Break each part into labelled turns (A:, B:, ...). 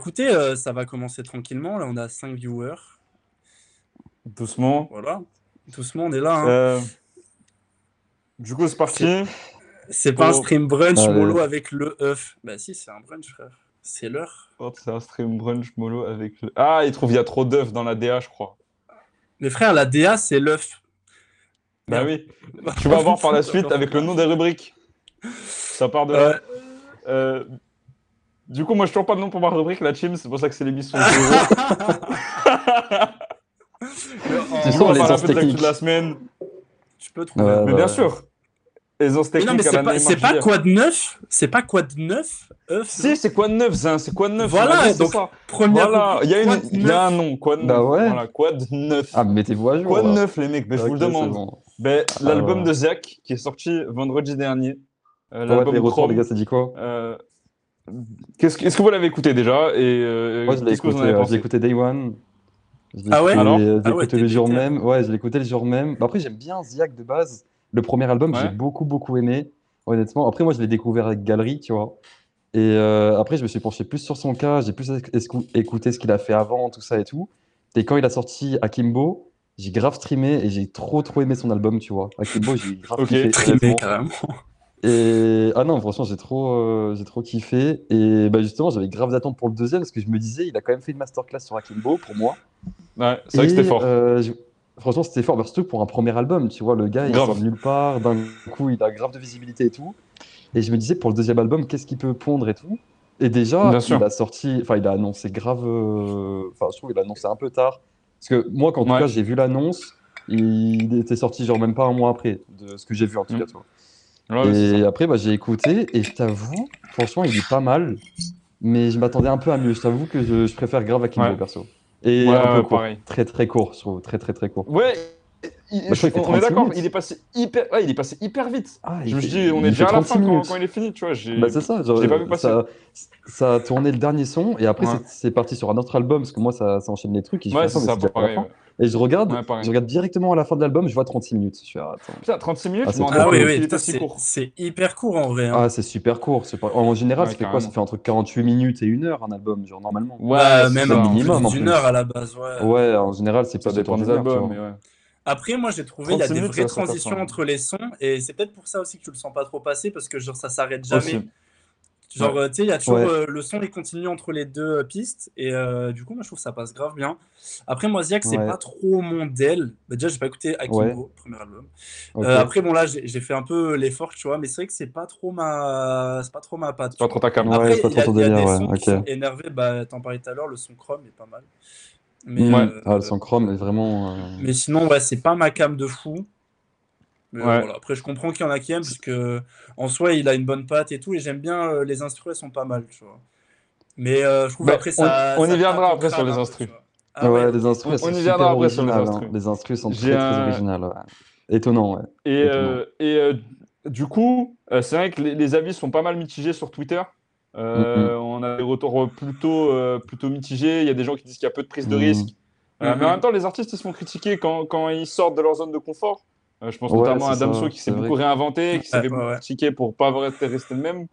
A: écoutez, euh, ça va commencer tranquillement. Là, on a 5 viewers.
B: Doucement.
A: Voilà. Doucement, on est là. hein.
B: Euh, du coup, c'est parti.
A: C'est pas un
B: oh.
A: stream brunch
B: Allez.
A: mollo avec le œuf. Bah si, c'est un brunch, frère. C'est l'heure.
B: Oh, C'est un stream brunch mollo avec le... Ah, il trouve il y a trop d'œufs dans la DA, je crois.
A: Mais frère, la DA, c'est l'œuf.
B: Bah oui. Tu
A: Ah,
B: vas voir par la suite avec le nom des rubriques. Ça part de là.
A: Euh,
B: Euh, du coup, moi, je toujours pas de nom pour ma rubrique, la team. C'est pour ça que c'est l'émission. zéro.
A: en-
B: Du
C: sens
B: coup, on
C: les
B: parle un
C: sens
B: peu de l'actu
C: techniques.
B: de la semaine.
A: tu peux trouver.
C: Ouais. Ah
B: mais
C: bah
B: bien
C: ouais.
B: sûr. Les os
A: Mais non, mais
B: techniques à
A: c'est
B: la
A: pas,
B: Neymar
A: c'est pas
B: Jr.
A: quoi de neuf. C'est pas quoi de neuf. Œuf.
B: Si, c'est quoi de neuf, Zin C'est quoi de neuf
A: Voilà,
B: on a dit, c'est
A: donc,
B: ça.
A: Première.
B: Voilà, il y, a
A: quoi
B: une-
A: de
B: il y a un
A: neuf
B: nom, quoi de neuf.
C: Bah ouais.
B: Voilà, quoi de neuf.
C: Ah, mettez-vous à jour.
B: quoi de
C: là.
B: neuf, les mecs Ben, Je vous le
C: Ok, c'est
B: demande.
C: bon. Ah,
B: Ben, l'album
C: ouais.
B: de Ziak, qui est sorti vendredi dernier. euh,
C: Ah ouais, les
B: l'album
C: retours,
B: Chrome.
C: les gars, ça dit quoi
B: Euh, qu'est-ce que- Est-ce que vous l'avez écouté déjà Et euh,
C: Moi, je l'ai
B: qu'est-ce que vous en
C: écouté,
B: avez
C: euh, je
B: pensé
C: l'ai écouté Day One. Je l'ai
A: Ah ouais
C: écouté-
B: Alors
C: je l'ai
A: Ah ouais,
C: écouté
A: t'es
C: le jour
A: pété, hein.
C: même. Ouais, je l'ai écouté le jour même. Bah, Après, j'aime bien Ziak de base. Le premier album, j'ai
B: Ouais.
C: beaucoup, beaucoup aimé, honnêtement. Après, moi, je l'ai découvert avec Galerie, tu vois. Et euh, après, je me suis penché plus sur son cas. J'ai plus esc- escou- écouté ce qu'il a fait avant, tout ça et tout. Et quand il a sorti Akimbo, j'ai grave streamé et j'ai trop, trop aimé son album, tu vois. Akimbo, j'ai grave
B: Ok,
C: kiffé,
A: Trimé,
C: honnêtement.
A: carrément.
C: Et ah non, franchement, j'ai trop, euh, j'ai trop kiffé. Et bah, justement, j'avais grave d'attente pour le deuxième parce que je me disais, il a quand même fait une masterclass sur Akimbo pour moi.
B: Ouais, c'est vrai que
C: Et,
B: c'était fort.
C: euh, je- Franchement, c'était fort, bah, surtout pour un premier album. Tu vois, le gars, il
B: Grave.
C: sort de nulle part, d'un coup, il a grave de visibilité et tout. Et je me disais, pour le deuxième album, qu'est-ce qu'il peut pondre et tout. Et déjà,
B: Bien
C: il
B: sûr.
C: a sorti, enfin, il a annoncé grave. euh, Enfin, je trouve qu'il a annoncé un peu tard. Parce que moi, quand
B: Ouais.
C: tout cas, j'ai vu l'annonce, il était sorti genre même pas un mois après de ce que j'ai vu en tout
B: Mhm.
C: cas. tu vois.
B: Ouais, ouais, c'est
C: Et après, bah, j'ai écouté et je t'avoue, franchement, il est pas mal, mais je m'attendais un peu à mieux. Je t'avoue que je, je préfère grave Akimbo
B: Ouais.
C: perso. Et
B: Ouais,
C: un peu
B: ouais,
C: court.
B: pareil.
C: Très très court, je trouve. Très très très court.
B: Ouais, il-
C: Bah, je crois qu'il fait
B: on est
C: 36
B: d'accord,
C: minutes.
B: il est passé hyper, ouais, il est passé hyper vite.
C: Ah,
B: Je me suis dit, on est déjà à la fin quand, quand il est fini, tu vois. j'ai-
C: Bah, c'est ça, genre,
B: j'ai pas vu passer.
C: ça, ça a tourné le dernier son et après,
B: Ouais.
C: c'est- c'est parti sur un autre album parce que moi, ça, ça enchaîne les trucs. Et je fais,
B: ouais,
C: attends,
B: c'est
C: mais
B: ça,
C: c'est hein. déjà
B: pareil.
C: la fin.
B: ouais.
C: Et je regarde,
B: Ouais, pareil.
C: je regarde directement à la fin de l'album, je vois 36 minutes. Je suis ah, attends.
B: Putain, 36 minutes,
C: Ah,
B: je
C: c'est
B: m'en
C: trop
A: Ah
B: rends
A: oui,
B: compte
C: cool.
A: oui,
B: qu'il est
A: putain,
B: pas si
A: c'est
B: court.
A: c'est hyper court en vrai. hein.
C: Ah, c'est super court. c'est pas- En général,
B: Ouais,
C: ça fait quoi Ça
B: carrément.
C: fait entre 48 minutes et une heure un album, genre normalement.
A: Bah,
B: c'est
A: même
B: ça,
A: un peu
B: hein.
C: minimum, en
A: plus d'une
C: plus.
A: heure à la base. ouais.
C: Ouais, en général, c'est
B: Ça
C: pas
B: dépend des
C: d'une heure, tu
B: albums,
C: vois.
B: mais ouais.
A: Après, moi, j'ai trouvé il y a
B: 36
A: des
B: minutes,
A: vraies
B: ça, ça passe,
A: transitions
B: hein.
A: entre les sons, et c'est peut-être pour ça aussi que tu le sens pas trop passer, parce que genre ça s'arrête jamais.
B: Aussi.
A: Genre, euh, tu sais, il y a toujours
C: Ouais.
A: euh, le son, il continue entre les deux euh, pistes, et euh, du coup, moi, je trouve que ça passe grave bien. Après, moi, Ziak, c'est
C: Ouais.
A: pas trop mon DEL. Bah, déjà, j'ai pas écouté Akimbo,
C: Ouais.
A: premier album.
C: Ok.
A: Euh, après, bon, là, j'ai j'ai fait un peu l'effort, tu vois, mais c'est vrai que c'est pas trop ma, c'est pas trop ma patte.
B: C'est pas trop ta cam.
C: Ouais,
A: Après,
C: c'est pas
A: il y a,
C: trop
A: il y a
C: délire,
A: des
C: ouais,
A: sons qui
C: ok.
A: sont énervés. Bah, t'en parlais tout à l'heure, le son Chrome est pas mal. Mais,
B: Ouais.
A: euh,
C: Ah, le son Chrome est vraiment. euh,
A: mais sinon, ouais, c'est pas ma cam de fou. Mais euh,
B: Ouais.
A: voilà. Après, je comprends qu'il y en a qui aiment, parce que en soi, il a une bonne patte et tout, et j'aime bien, euh, les instruments sont pas mal, tu vois. Mais euh, je trouve
B: Bah,
A: après
B: on-
A: ça.
B: on y
A: ça tape
B: viendra
A: au
B: après sur
A: crâne
B: les
A: un peu,
B: instrus.
A: tu vois. Ah
C: ouais,
A: ouais,
C: les
B: On-
C: instrus,
B: on
C: c'est
B: y
C: super
B: viendra après sur les
C: original, hein.
B: instrus.
C: Les instrus sont
B: J'ai
C: très,
B: un-
C: très originales. ouais. Étonnant, ouais.
B: Et,
C: Exactement.
B: euh, et euh, du coup, euh, c'est vrai que les, les avis sont pas mal mitigés sur Twitter. Euh, On a des retours plutôt, euh, plutôt mitigés. Il y a des gens qui disent qu'il y a peu de prise de
C: Mhm.
B: risque. Euh,
A: Mhm.
B: Mais en même temps, les artistes ils se font critiquer quand, quand ils sortent de leur zone de confort. Euh, je pense
C: Ouais,
B: notamment
C: c'est
B: à Damso
C: ça,
B: qui
C: c'est
B: s'est
C: vrai
B: beaucoup
C: que-
B: réinventé, qui s'est
A: Ouais,
B: fait
A: ouais,
B: beaucoup
A: ouais.
B: critiquer pour pas rester resté le même.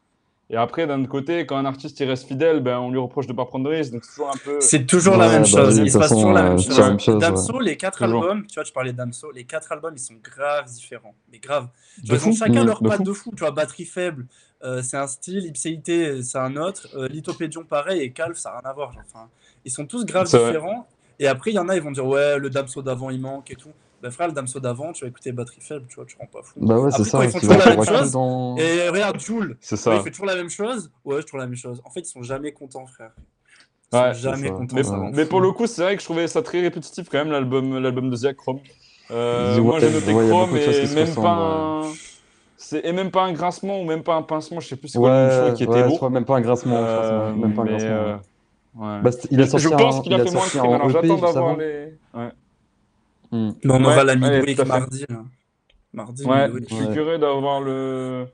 B: Et après, d'un autre côté, quand un artiste il reste fidèle, ben, on lui reproche de pas prendre de risque. Donc c'est toujours un peu.
A: C'est toujours la
C: Ouais,
A: même
C: bah
A: chose.
C: oui, de
A: Il se
C: toute
A: passe
C: façon,
A: toujours la même
C: euh,
A: chose.
C: c'est la même chose,
A: Damso, les quatre
B: Toujours.
A: albums, tu vois, tu parlais de Damso, les quatre albums, ils sont grave différents. Mais grave.
B: De
A: Tu vois, ils ont
B: fou.
A: chacun
C: Mmh,
A: leur
B: de
A: patte
B: fou.
A: de fou. Tu vois, batterie faible, euh, c'est un style. Ipséité, c'est un autre. euh, Lithopédion, pareil. Et Calf, ça n'a rien à voir. genre. Enfin, ils sont tous grave
B: C'est vrai.
A: différents. Et après, il y en a, ils vont dire, ouais, le Damso d'avant, il manque et tout. Ben frère, le Damso d'avant, tu vas écouter batterie faible, tu vois, tu rends pas fou.
C: Bah ouais,
A: Après,
C: c'est
A: quand
C: ça.
A: ils font
C: tu
A: toujours
C: vois,
A: la
C: tu
A: même
C: vois,
A: chose,
C: dans-
A: Et regarde, Jules,
B: C'est ça.
A: ouais, il fait toujours la même chose. Ouais, je trouve la même chose. En fait, ils sont jamais contents, frère. Ils sont
B: Ouais, c'est
A: jamais
C: ça.
A: contents.
B: Mais,
A: ça rend
B: mais
A: fou.
B: pour le coup, c'est vrai que je trouvais ça très répétitif quand même, l'album, l'album de Ziak Chrome. Euh,
C: The
B: moi, j'ai
C: Web,
B: noté
C: ouais, y a
B: Chrome
C: beaucoup de choses
B: et
C: qui se
B: même
C: ressemblent,
B: pas un... c'est- et même pas un grincement ou même pas un pincement, je sais plus c'est quoi le nom du
C: Ouais,
B: choix qui était
C: ouais, je
B: lourd.
C: crois même pas un grincement. je pense,
B: Euh,
C: Même pas un
B: mais,
C: grincement.
B: euh,
C: ouais.
B: ouais.
C: Bah, c'est- il a sorti
B: je pense
C: un-
B: qu'il a, fait
C: sorti
B: moins de
C: en
B: streams, alors
C: EP
B: j'attends
C: juste
B: d'avoir
C: avant.
B: les. Ouais,
C: Mmh.
A: Mais on aura
B: Ouais,
A: la
B: allez,
A: midweek
B: tout à fait.
A: mardi. là. Mardi,
B: Ouais,
A: midweek.
B: je suis
C: Ouais.
B: curieux d'avoir le.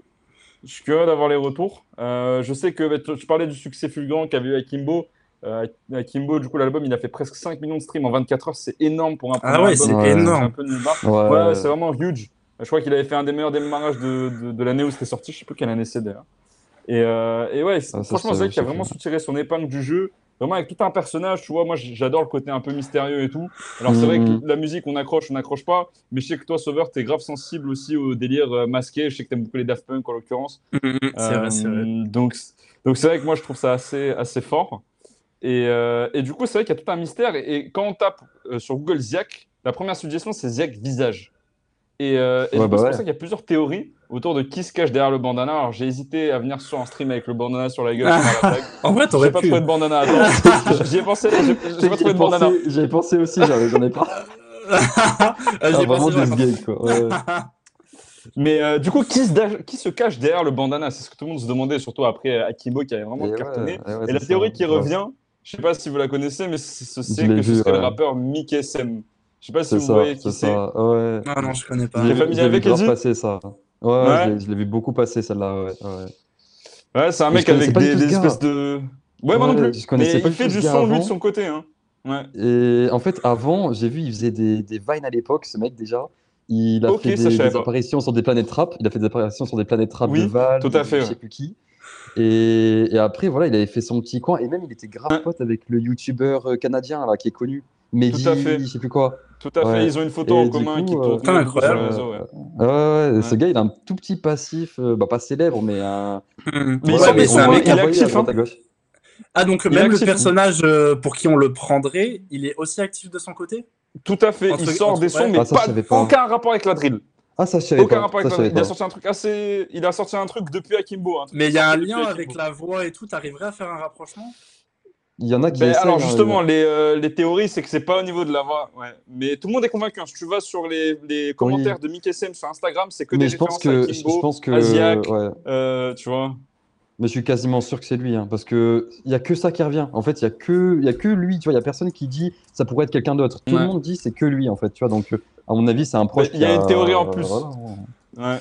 B: Je suis curieux d'avoir les retours. Euh, je sais que bah, tu- tu parlais du succès fulgurant qu'avait eu Akimbo. Euh, Akimbo, du coup, l'album, il a fait presque 5 millions de streams en 24 heures. C'est énorme pour un
A: Ah
B: premier
A: ouais,
B: album.
A: c'est
C: Ouais.
B: C'est un
A: énorme.
B: peu nulle barre.
C: Ouais,
B: Ouais,
C: ouais.
B: c'est vraiment huge. Je crois qu'il avait fait un des meilleurs démarrages de, de, de l'année où c'était sorti. Je sais plus quelle année c'est d'ailleurs. Et, euh, et ouais, c'est-
C: Ah, ça,
B: franchement,
C: c'est-
B: Zach
C: je sais
B: a vraiment
C: plus.
B: soutiré son épingle du jeu. vraiment avec tout un personnage. Tu vois, moi, j'adore le côté un peu mystérieux et tout. Alors, c'est vrai
C: Mm-hmm.
B: que la musique, on accroche, on n'accroche pas. Mais je sais que toi, Sauveur, t'es grave sensible aussi au délire euh, masqué. Je sais que t'aimes beaucoup les Daft Punk en l'occurrence.
A: C'est vrai, c'est vrai.
B: Euh, Donc, donc c'est vrai que moi, je trouve ça assez, assez fort. Et, euh, et du coup, c'est vrai qu'il y a tout un mystère. Et, et quand on tape euh, sur Google Ziac, la première suggestion, c'est Ziac visage. Et, euh, et du
C: Ouais,
B: coup,
C: bah
B: c'est
C: ouais.
B: pour ça qu'il y a plusieurs théories autour de qui se cache derrière le bandana. Alors, j'ai hésité à venir sur un stream avec le bandana sur la gueule. pour faire la blague.
A: En vrai,
B: J'ai
A: t'aurais
B: pas
A: pu. Ah,
B: trouvé de bandana. Attends, j'y ai pensé. j'ai- J'ai pas
C: J'y ai
B: trouvé de bandana.
C: pensé- j'y ai pensé aussi, j'en j'en ai pas.
A: Ah,
C: Ah,
A: j'ai
C: vraiment
A: pensé,
C: des
A: ouais.
C: gags, quoi. Ouais, ouais.
B: Mais euh, du coup, qui se, da- qui se cache derrière le bandana C'est ce que tout le monde se demandait, surtout après euh, Akimbo qui avait vraiment
C: Et ouais,
B: cartonné.
C: ouais, ouais,
B: Et la
C: c'est
B: théorie
C: ça.
B: qui
C: Ouais.
B: revient, je sais pas si vous la connaissez, mais c'est ce- c'est
C: Je l'ai
B: que ce
C: vu,
B: serait le
C: ouais.
B: rappeur Mick SM. Je sais pas si
C: C'est
B: vous
C: ça,
B: voyez qui
C: c'est
B: c'est.
C: ça. Ouais.
A: Ah non, je connais pas.
C: Je l'ai-
B: T'es familier
C: je l'ai vu
B: avec
C: grave
B: Eddie
C: passer, ça. Ouais,
B: Ouais.
C: je l'ai- je l'ai vu beaucoup passer celle-là. Ouais, ouais.
B: Ouais, c'est un
C: Mais
B: mec
C: je connaissais
B: avec
C: pas du
B: des,
C: tout ce
B: des
C: gars.
B: espèces de. Ouais, moi
C: Ouais,
B: non plus.
C: je connaissais
B: Mais
C: pas
B: il
C: du
B: fait
C: tout ce
B: du
C: gars
B: son, lui, de
C: avant.
B: son côté. Hein. Ouais.
C: Et en fait, avant, j'ai vu, il faisait des, des vines à l'époque, ce mec déjà. Il a
B: Ok,
C: fait
B: ça, je
C: des,
B: savais
C: des
B: pas.
C: apparitions sur des planètes trap. Il a fait des apparitions sur des planètes trap
B: Oui,
C: de Val,
B: tout à
C: de
B: fait,
C: je
B: ouais.
C: sais plus qui. Et, et après, voilà, il avait fait son petit coin. Et même, il était grave pote avec le youtubeur euh, canadien là, qui est connu. Mehdi,
B: à fait.
C: je sais plus quoi.
B: Tout à
C: Ouais.
B: fait, ils ont une photo
C: Et
B: en
C: du
B: commun
C: coup,
B: qui
C: euh,
B: tourne
A: Putain, incroyable.
B: sur les réseaux, ouais.
C: Ouais, ouais, ouais, ce
B: Ouais.
C: gars, il a un tout petit passif, euh, bah, pas célèbre, mais un.
A: Mais
B: il
C: voilà,
B: semble-
C: mais
B: c'est
C: au
B: un
C: moins,
B: mec
C: il a
B: qui est
C: voyé à
B: actif,
C: droite,
B: hein.
C: à gauche.
A: Hum, Ah, donc
B: Il est
A: même le
B: actif.
A: personnage euh, pour qui on le prendrait, il est aussi actif de son côté
B: Tout à fait,
A: Entre-
B: il sort
A: entre-
B: des sons,
A: ouais.
B: mais
C: Ah, ça, je
B: pas,
C: savais pas.
B: aucun rapport avec la drill.
C: Ah, ça, je savais
B: Aucun
C: pas.
B: rapport
C: Ça,
B: avec
C: je
B: la
C: savais
B: drill. Il a
C: pas.
B: sorti un truc assez. Il a sorti un truc depuis Akimbo. hein, un truc
A: Mais il y a un
B: sorti depuis
A: lien avec
B: Akimbo.
A: la voix et tout, t'arriverais à faire un rapprochement
C: Il y en a qui
B: Ben,
C: essayent,
B: alors
C: hein,
B: justement, les, euh, les théories, c'est que c'est pas au niveau de la voix. Ouais. Mais tout le monde est convaincu. hein. Si tu vas sur les, les commentaires de Mick SM sur Instagram, c'est que
C: mais
B: des
C: je pense
B: références
C: que,
B: à
C: je
B: Kimbo.
C: pense que,
B: Asiac.
C: ouais.
B: euh, tu vois.
C: Mais je suis quasiment sûr que c'est lui, hein, parce que il y a que ça qui revient. En fait, il y a que, il y a que lui. Tu vois, il y a personne qui dit ça pourrait être quelqu'un d'autre. Tout
B: Ouais.
C: le monde dit c'est que lui, en fait. Tu vois, donc euh, à mon avis, c'est un proche.
B: il y
C: qui euh,
B: a une théorie en plus.
C: voilà.
B: Ouais.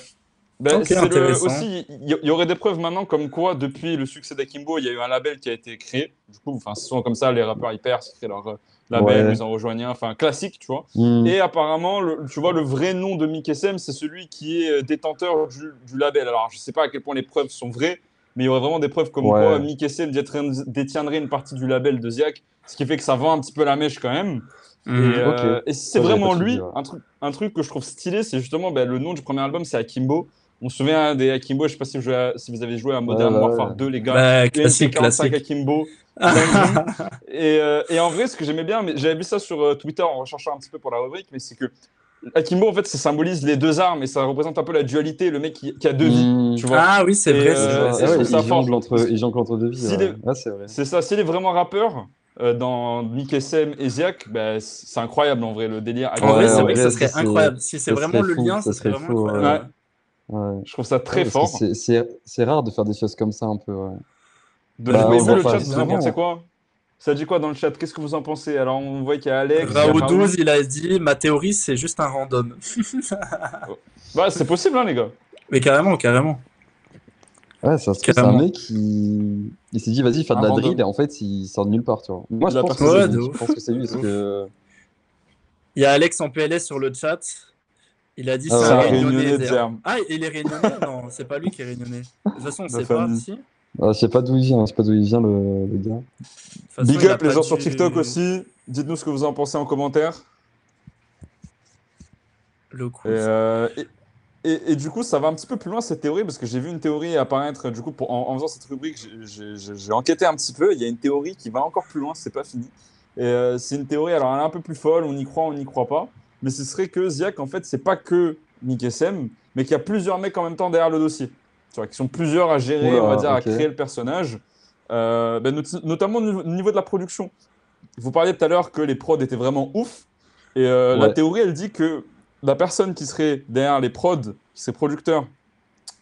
B: Ben,
A: Ok,
B: c'est le-
A: intéressant.
B: aussi, il y, il y aurait des preuves maintenant comme quoi, depuis le succès d'Akimbo, il y a eu un label qui a été créé. Du coup, enfin, souvent comme ça, les rappeurs hyper, ils créent leur euh, label,
C: Ouais.
B: ils en rejoignent un, enfin, classique, tu vois.
C: Hmm.
B: Et apparemment, le- tu vois, le vrai nom de Mick SM, c'est celui qui est euh, détenteur du, du label. Alors, je ne sais pas à quel point les preuves sont vraies, mais il y aurait vraiment des preuves comme
C: Ouais.
B: quoi Mick SM détien- détiendrait une partie du label de Ziac, ce qui fait que ça vend un petit peu la mèche quand même. Et,
A: Hmm.
B: euh, et si c'est
C: Ça, j'avais
B: vraiment
C: pas suivi,
B: lui,
C: ouais.
B: un, truc, un truc que je trouve stylé, c'est justement ben, le nom du premier album, c'est Akimbo. On se souvient des Akimbo, je ne sais pas si vous, jouez à- si vous avez joué à Modern
C: Ouais, ouais,
B: Warfare
C: ouais.
B: 2, les gars.
A: Bah,
B: Glen, c'est
A: classique,
B: 45
A: classique.
B: Akimbo. et, euh, et en vrai, ce que j'aimais bien, mais j'avais vu ça sur euh, Twitter en recherchant un petit peu pour la rubrique, mais c'est que Akimbo, en fait, ça symbolise les deux armes et ça représente un peu la dualité, le mec qui, qui a deux vies.
C: Hmm.
B: Tu vois
A: Ah oui, c'est
B: Et,
A: vrai.
C: C'est
B: euh,
C: ça.
B: c'est-
C: Ah ouais,
B: je trouve ça
C: il
B: fort.
C: jongle entre, il jongle entre deux vies.
B: Si
C: ouais.
B: les-
C: Ah, c'est vrai.
B: C'est ça, s'il est vraiment rappeur, euh, dans Mick SM et Ziak, bah, c- c'est incroyable en vrai le délire.
A: En vrai,
C: Ouais,
A: c'est
C: en
A: vrai que
C: vrai,
A: ça serait
C: ça, c'est-
A: incroyable. Si c'est
C: ça
A: vraiment
C: serait
A: le
C: fou,
A: lien,
C: ça
A: ça serait
C: serait
A: vraiment
C: fou, ouais.
A: incroyable.
C: Ouais.
B: Je trouve ça très
C: Ouais, parce que
B: fort.
C: c'est- C'est c'est rare de faire des choses comme ça un peu. ouais.
B: De
C: Bah,
B: jouer.
C: on
B: vous, le
C: voit
B: chat,
C: pas,
B: vous en
C: évidemment.
B: pensez quoi Ça dit quoi dans le chat Qu'est-ce que vous en pensez Alors, on voit qu'il y a Alex. il y a
A: Rao
B: Raoul.
A: 12, il a dit Ma théorie, c'est juste un random.
B: Bah, c'est possible, hein, les gars.
A: Mais carrément, carrément.
C: Ouais, ça se trouve, c'est un
A: Carrément.
C: mec qui il s'est dit vas-y faire de
B: Un
C: la
B: random.
C: drill et en fait il sort de nulle part tu vois. Moi
B: Il
C: je
B: a
C: pense, que
A: personne.
C: c'est
A: Ouais,
C: lui,
A: de
C: je
A: ouf.
C: pense que c'est lui parce que
A: Il y a Alex en PLS sur le chat. Il a dit
C: Ah,
A: C'est
B: C'est
A: un
B: un
C: ouais.
B: réunionnais
A: réunionnais.
B: de
A: Zer.
B: Zerbe.
A: Ah, il est réunionnais Non, c'est pas lui qui est réunionnais. De toute façon, on
B: La
A: sait pas.
B: famille.
A: Si. De
C: Ah, je sais pas d'où il vient, je sais pas d'où il vient le, le gars.
A: toute façon,
B: Big
A: il a
B: up les
A: pas
B: gens sur
A: dû-
B: TikTok aussi. Dites-nous ce que vous en pensez en commentaire.
A: Le coup.
B: Et, euh, et- et- et du coup, ça va un petit peu plus loin cette théorie parce que j'ai vu une théorie apparaître. Du coup, pour- en, en faisant cette rubrique, j'ai- j'ai j'ai- j'ai enquêté un petit peu. Il y a une théorie qui va encore plus loin. C'est pas fini. Et euh, c'est une théorie. Alors, elle est un peu plus folle. On y croit, on n'y croit pas. Mais ce serait que Ziak, en fait, c'est pas que Nick SM, mais qu'il y a plusieurs mecs en même temps derrière le dossier. Tu vois, qui sont plusieurs à gérer,
C: Oula,
B: on va dire,
C: ok.
B: à créer le personnage. Euh, ben, not- notamment au niveau- au niveau de la production. Vous parliez tout à l'heure que les prods étaient vraiment ouf. Et euh, la
C: Ouais.
B: théorie, elle dit que la personne qui serait derrière les prods, qui serait producteur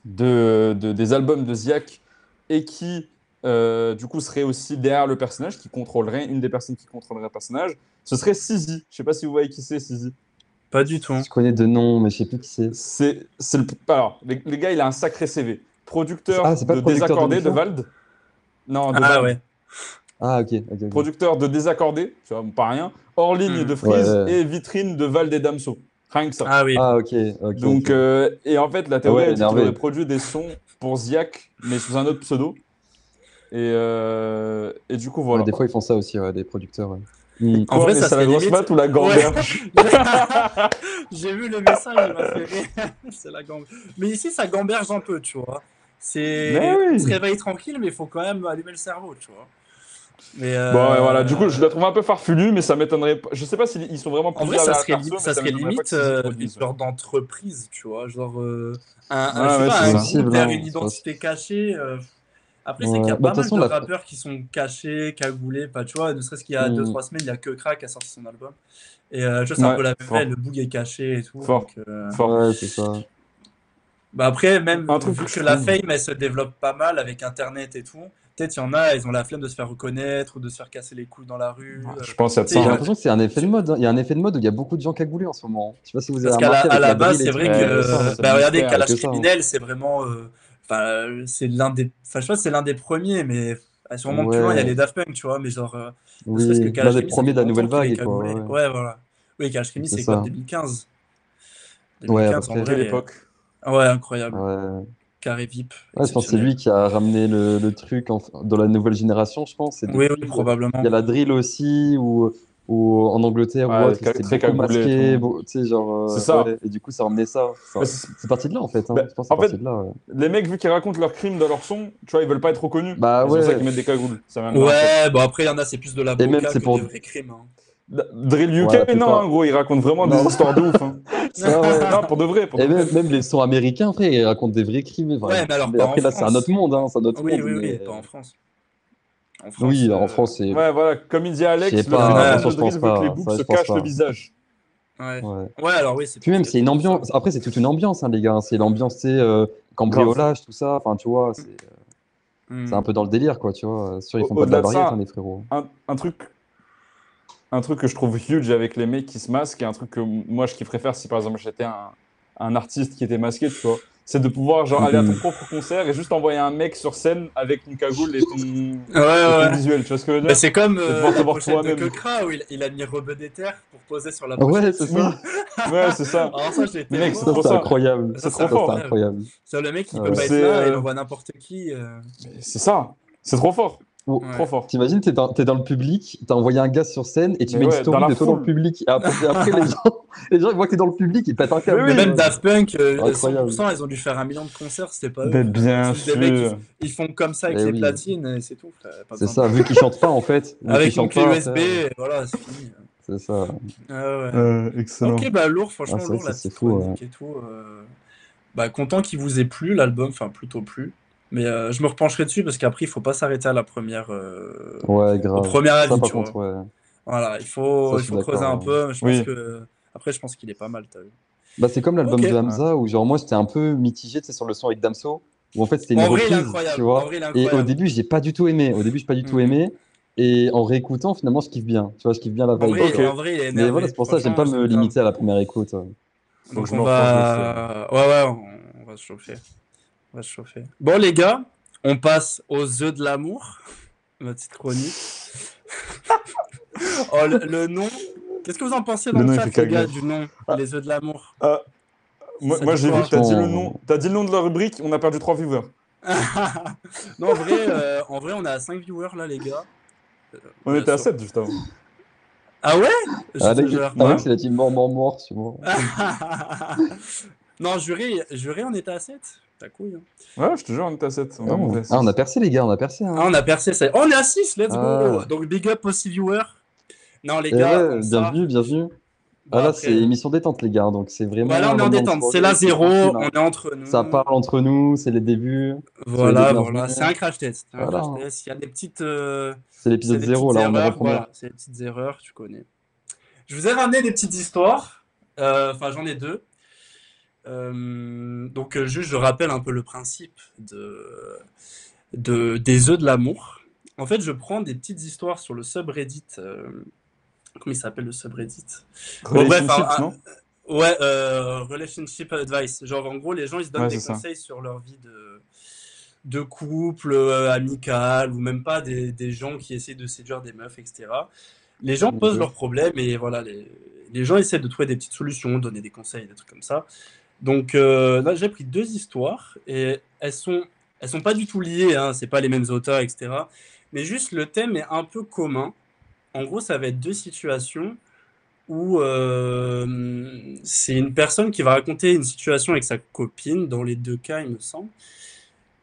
B: de, de- des albums de Ziak et qui, euh, du coup, serait aussi derrière le personnage, qui contrôlerait, une des personnes qui contrôlerait le personnage, ce serait Sizi. Je sais pas si vous voyez qui c'est, Sizi.
A: Pas du tout. hein.
C: Je connais de nom mais je sais plus qui c'est.
B: C'est c'est le. Alors, les, les gars, il a un sacré CV. Producteur
C: Ah, c'est pas
B: de
C: le producteur de
B: Désaccordé de,
C: Bouffon
B: Vald. Non, de
A: Ah
B: Vald.
A: ouais.
C: Ah OK, OK. ok.
B: producteur de Désaccordé, tu vois, pas rien, hors ligne
A: Mm.
B: de Freeze
C: Ouais.
B: et vitrine de Val des Damso. Rien que ça.
A: Ah oui.
C: Ah OK, OK.
B: Donc,
C: ok.
B: euh, et en fait, la théorie,
C: Ah ouais,
B: elle dit qu'il
C: énervé.
B: aurait produit des sons pour Ziak, mais sous un autre pseudo. Et, euh, et du coup,
C: Ouais,
B: voilà.
C: Des fois, ils font ça aussi, ouais, des producteurs. ouais. Hmm.
A: En
B: Quoi,
A: vrai,
B: mais
A: ça
B: c'est la
A: serait
B: grosse
A: limite-
B: mat ou la gamberge
A: J'ai vu le message, il m'a fait rire. C'est la gambe. Mais ici, ça gamberge un peu, tu vois. C'est
B: Mais oui.
A: on se réveille tranquille, mais il faut quand même allumer le cerveau, tu vois. Mais euh,
B: Bon, ouais, voilà. Du coup, je la trouve un peu farfelue, mais ça m'étonnerait pas. Je sais pas s'ils ils sont vraiment
A: en vrai,
B: plusieurs
A: ça
B: à la
A: serait,
B: faire
A: li-
B: mais
A: ça serait
B: m'étonnerait pas
A: limite
B: qu'ils se
A: euh, une
B: produisent, ouais.
A: genre d'entreprise, tu vois, genre euh, un,
B: Ouais,
A: un, je sais
B: ouais,
A: pas,
B: c'est
A: un
C: possible,
A: groupe vers
C: hein,
A: une
C: ça-
A: identité cachée. euh, Après, c'est
C: Ouais.
A: qu'il y a
C: Bah,
A: pas
C: de toute
A: mal
C: façon,
A: de
C: la-
A: rappeurs qui sont cachés, cagoulés, pas, tu vois, ne serait-ce qu'il y a
C: Hmm.
A: 2-3 semaines, il y a que Crack qui a sorti son album. Et euh, je sais, c'est un
B: Ouais,
A: peu la même
B: fort.
A: veine, le boug est caché et tout.
B: Fort.
A: donc, euh,
B: Fort.
C: Ouais, c'est ça.
A: bah après, même
B: Un truc
A: vu
B: que je
A: que la
B: trouve.
A: fame, elle se développe pas mal avec Internet et tout, peut-être il y en a, ils ont la flemme de se faire reconnaître ou de se faire casser les couilles dans la rue. euh,
B: Je pense qu'il y a de
A: tu sais,
B: ça.
C: J'ai
B: hein.
C: l'impression que c'est un effet de mode. hein. Il y a un effet de mode où il y a beaucoup de gens cagoulés en ce moment. hein. Je sais pas si vous avez
A: Parce qu'à la,
C: remarqué
A: à
C: avec
A: la
C: la
A: base,
C: drill et
A: c'est
C: tout.
A: vrai
B: Ouais,
A: que,
B: c'est ça, c'est
A: bah, regardez,
B: mystère,
A: Kalash
C: que ça, hein.
A: Criminel, c'est vraiment, euh, enfin, c'est l'un des, enfin, je sais pas, si c'est l'un des premiers, mais ah, sûrement plus loin, il y a
C: Ouais.
A: les Daft Punk, tu vois, mais genre, euh, ne serait-ce que
C: Oui, l'un
A: Kalash
C: des
A: Criminel, ça
C: premiers
A: fait
C: de la
A: longtemps
C: nouvelle
A: qu'il
C: vague
A: est
C: et quoi.
A: cagoulé.
C: Ouais,
A: Ouais, voilà. Oui, Kalash Criminel,
C: C'est
A: c'est quoi,
C: ça.
A: 2015?
C: Ouais, à peu
A: 2015, en
C: près.
B: Quelle
A: vrai,
B: époque
A: ah ouais, incroyable.
C: Ouais.
A: Carré VIP,
C: Ouais, je pense que c'est
A: exceptionnel.
C: lui qui a ramené le, le truc en- dans la nouvelle génération, je pense. Et
A: Oui, oui,
C: depuis, euh, il
A: probablement.
C: y a la drill aussi, ou, ou en Angleterre,
B: Ouais,
C: ou autre,
B: ca-
C: c'était
B: très
C: beaucoup
B: cagoulé et
C: masqué,
B: tout.
C: beau- tu sais, genre. euh,
B: C'est ça.
C: ouais, et du coup, ça a ramené ça. Ça-
B: Mais c'est-
C: C'est parti de là, en fait. hein.
B: Bah,
C: Je pense que
B: en
C: c'est
B: fait-
C: parti de là. ouais.
B: Les mecs, vu qu'ils racontent leurs crimes dans leur son, tu vois, ils veulent pas être reconnus.
C: Bah
B: Et C'est pour ça qu'ils
C: ouais.
B: mettent des cagoules. Ça m'a mis un choc.
A: Ouais, bon, après, il y en a, c'est plus de la
C: Et même,
A: boca
C: c'est
A: que
C: pour-
A: des vrais crimes. hein.
B: D- Drill UK,
C: Ouais, la
B: mais non,
C: plupart.
B: hein, gros, ils racontent vraiment
C: Non. Eh
B: des histoires de ouf. hein.
C: Ça, Ah ouais.
B: non, pour de vrai. Pour de
C: Et
B: vrai.
C: même, même les sons américains, frère, ils racontent des vrais crimes. enfin,
A: Ouais, mais alors,
C: mais
B: bah,
A: pas en
C: après, là, c'est un
A: France.
C: autre monde, hein, c'est un autre
A: Oui,
C: monde.
A: oui, oui,
C: mais-
A: pas en France. En France,
C: Oui, en
A: euh,
C: France, c'est.
B: Ouais, voilà, comme il dit Alex,
C: ben, Je
B: le
C: sais pas,
B: phénomène
C: ça,
B: de
C: je pense
B: drill veut que
C: pas,
B: les
C: ça,
B: boucs
C: je
B: se
C: pense
B: cachent
C: pas.
B: le visage.
A: ouais.
C: ouais.
A: Ouais, alors oui, c'est
C: Puis même,
A: peut-être
C: c'est une
A: pour ça.
C: ambiance. Après, c'est toute une ambiance, hein, les gars. C'est l'ambiance, c'est euh, cambriolage, tout ça. Enfin, tu vois, c'est
A: Hmm.
C: c'est un peu dans le délire, quoi, tu vois. Sûr, ils
B: Mm. Au-
C: font pas de la
B: au-delà de ça,
C: variété, hein, les frérots.
B: un, un truc un truc que je trouve huge avec les mecs qui se masquent et un truc que m- moi je kifferais faire si par exemple j'étais un, un artiste qui était masqué tu vois c'est de pouvoir genre aller à ton
C: Mhm.
B: propre concert et juste envoyer un mec sur scène avec une cagoule et ton, et
A: Ouais, ouais.
B: ton
A: ouais.
B: visuel tu vois ce que je veux
A: Bah,
B: dire
A: c'est comme
B: de
A: euh,
B: devoir te
A: la
B: voir
A: pochette de
B: toi-même.
A: Kekra où il, il a mis Rebeu des terres pour poser sur la pochette.
C: Ouais, c'est ça.
A: Bah,
B: ouais c'est ça
A: Alors ça, j'étais
B: Mec,
A: mort.
C: Ça,
B: trop
C: c'est
B: ça.
C: incroyable.
A: Ça,
B: c'est trop
C: Ça, c'est
B: fort hein.
C: incroyable.
A: C'est le mec qui
C: Ah
A: peut
C: ouais.
A: pas être
B: C'est,
A: là, il
B: euh,
A: envoie n'importe qui. euh.
B: c'est ça c'est trop fort
C: Ou-
A: Ouais.
B: trop fort
C: T'imagines, t'es dans, t'es dans le public, t'as envoyé un gars sur scène et tu
B: Mais
C: mets une
B: ouais, dans
C: story
B: la
C: de toi dans le
B: foule.
C: public. Et après, après, les, gens, les gens, ils voient que t'es dans le public, ils pètent un câble.
B: Mais
A: Mais
B: oui.
A: même Daft Punk, euh,
C: Incroyable.
A: 100%, ils ont dû faire un million de concerts, c'était pas
B: mais
A: eux.
B: bien
A: Bah C'est des mecs qui-
B: sûr
A: Ils font comme ça avec
C: Mais
A: les
C: Eh oui.
A: platines et c'est tout. euh, pas
C: C'est
A: besoin
C: ça, vu qu'ils chantent pas, en fait.
A: de-
C: Vu qu'ils
A: Avec une
C: chantent
A: clé
C: pas, euh,
A: USB,
C: frère,
A: et voilà, c'est fini.
C: c'est ça.
A: Ah ouais.
B: Euh, excellent
A: Ok, bah lourd,
C: Ah,
A: franchement,
C: c'est vrai
A: lourd
C: que
A: la
C: ça, c'est
A: petite
C: fou, hein.
A: chronique et tout. euh, Bah, content qu'il vous ait plu l'album, enfin plutôt plu. Mais euh, je me repencherai dessus parce qu'après, il faut pas s'arrêter à la première, euh,
C: Ouais,
A: au
C: grave.
A: premier
C: Ça,
A: avis,
C: par
A: tu
C: contre,
A: vois.
C: ouais.
A: Voilà, il faut,
C: Ça,
A: il
C: je suis
A: faut creuser un
C: d'accord. hein. ouais.
A: peu. Je pense
B: Oui.
A: que après, je pense qu'il est pas mal, t'as vu.
C: Bah, c'est comme l'album
A: Ok.
C: de Hamza où, genre, moi, j'étais un peu mitigé, tu sais, sur le son avec Damso, où en fait, c'était une
A: En vrai, il est
C: reprise, tu
A: incroyable. En
C: vois.
A: vrai, il est
C: Et au
A: incroyable.
C: début, j'ai pas du tout aimé. Au début, j'ai pas du tout
A: Mm.
C: aimé. Et en réécoutant, finalement, je kiffe bien. Tu vois, je kiffe bien la
A: En
C: vibe.
A: vrai,
C: quoi.
A: en vrai, il est
C: Mais
A: énervé.
C: voilà, c'est pour ça, j'aime pas
A: Franchement,
C: me
A: j'aime bien.
C: limiter à la première écoute. ouais.
B: Faut que
A: Donc
B: je
A: on
B: me
A: va... Ouais, ouais, on- on va se chauffer. On va se chauffer. Bon, les gars, on passe aux œufs de l'amour. Ma petite chronique. Oh, le, le nom... Qu'est-ce que vous en pensez dans
B: Le
A: le,
B: nom, il
A: chat,
B: fait
A: les gars,
B: cagner.
A: du nom
B: Ah.
A: Les œufs de l'amour.
B: moi,
A: Ça
B: moi,
A: dit
B: j'ai
A: quoi
B: vu que t'as dit le
C: Franchement.
B: nom t'as dit le nom de la rubrique on a perdu trois viewers
A: non, en vrai, euh, en vrai, on est à 5 viewers, là, les gars. Euh,
B: on
A: bien
B: était à
A: sûr.
B: 7 juste avant
A: Ah ouais Je
C: Alex,
A: te jure.
C: Alex, il a dit mort, mort, mort, tu
A: Ah,
C: vois.
A: non, juré, juré, on était à 7. Ta couille. hein.
B: Ouais, je te jure, on était à 7. On a
C: Ah,
B: monté à
C: ah, on a
B: six.
C: percé, les gars, on a percé. Hein.
A: Ah, on a percé, ça. y est. On est à 6, let's go.
C: Ah.
A: Donc, big up aux 6 viewers. Non, les
C: Eh
A: gars,
C: ouais,
A: comme ça,
C: bienvenue, bienvenue.
A: bon,
C: ah là,
A: après-
C: c'est émission détente, les gars, donc c'est vraiment.
A: Voilà, on est en
C: l'ambiance
A: détente. C'est
C: tranquille,
A: la zéro,
C: tranquille,
A: on
C: hein.
A: est entre nous.
C: Ça parle entre nous, c'est les débuts.
A: Voilà,
C: les deux
A: voilà.
C: bienvenus.
A: C'est un crash test. c'est un
C: Voilà.
A: crash test. Il y a des petites, euh,
C: C'est
A: c'est
C: l'épisode
A: des
C: zéro,
A: petites
C: là, on est
A: erreurs.
C: avant-première.
A: Voilà, c'est des petites erreurs, tu connais. Je vous ai ramené des petites histoires. Euh, Enfin, j'en ai deux. Euh, donc, euh, juste, je rappelle un peu le principe de, de, des œufs de l'amour. En fait, je prends des petites histoires sur le subreddit. euh, comment il s'appelle le subreddit? Bon, bref, ah,
B: Relationships,
A: un-
B: non
A: Ouais, euh, relationship advice. Genre, en gros, les gens, ils se donnent
B: Ouais,
A: des
B: c'est ça.
A: conseils sur leur vie de, de couple, euh, amical, ou même pas des, des gens qui essaient de séduire des meufs, etc. Les gens
C: Mhm.
A: posent leurs problèmes et voilà, les, les gens essaient de trouver des petites solutions, donner des conseils, des trucs comme ça. Donc euh, là, j'ai pris deux histoires et elles sont Elles sont pas du tout liées, hein, c'est pas les mêmes auteurs, etc. Mais juste le thème est un peu commun. En gros, ça va être deux situations où euh, c'est une personne qui va raconter une situation avec sa copine, dans les deux cas, il me semble.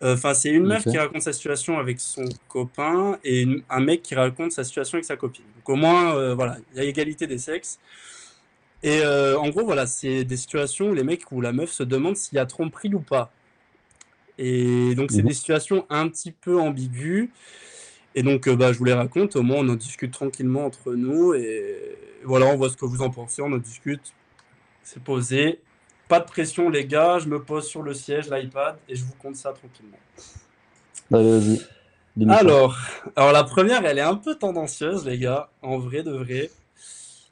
A: Euh, Enfin, c'est une meuf
C: Ok.
A: qui raconte sa situation avec son copain et une- un mec qui raconte sa situation avec sa copine. Donc au moins, euh, voilà, il y a égalité des sexes. Et euh, en gros, voilà, c'est des situations où les mecs ou la meuf se demandent s'il y a tromperie ou pas. Et donc, c'est
C: Mhm.
A: des situations un petit peu ambiguës. Et donc, euh, bah, je vous les raconte. Au moins, on en discute tranquillement entre nous. Et voilà, on voit ce que vous en pensez. On en discute. C'est posé. Pas de pression, les gars. Je me pose sur le siège, l'iPad, et je vous compte ça tranquillement.
C: Allez, Bah, vas-y. Dis-nous ça.
A: Alors, alors la première, elle est un peu tendancieuse, les gars, en vrai de vrai.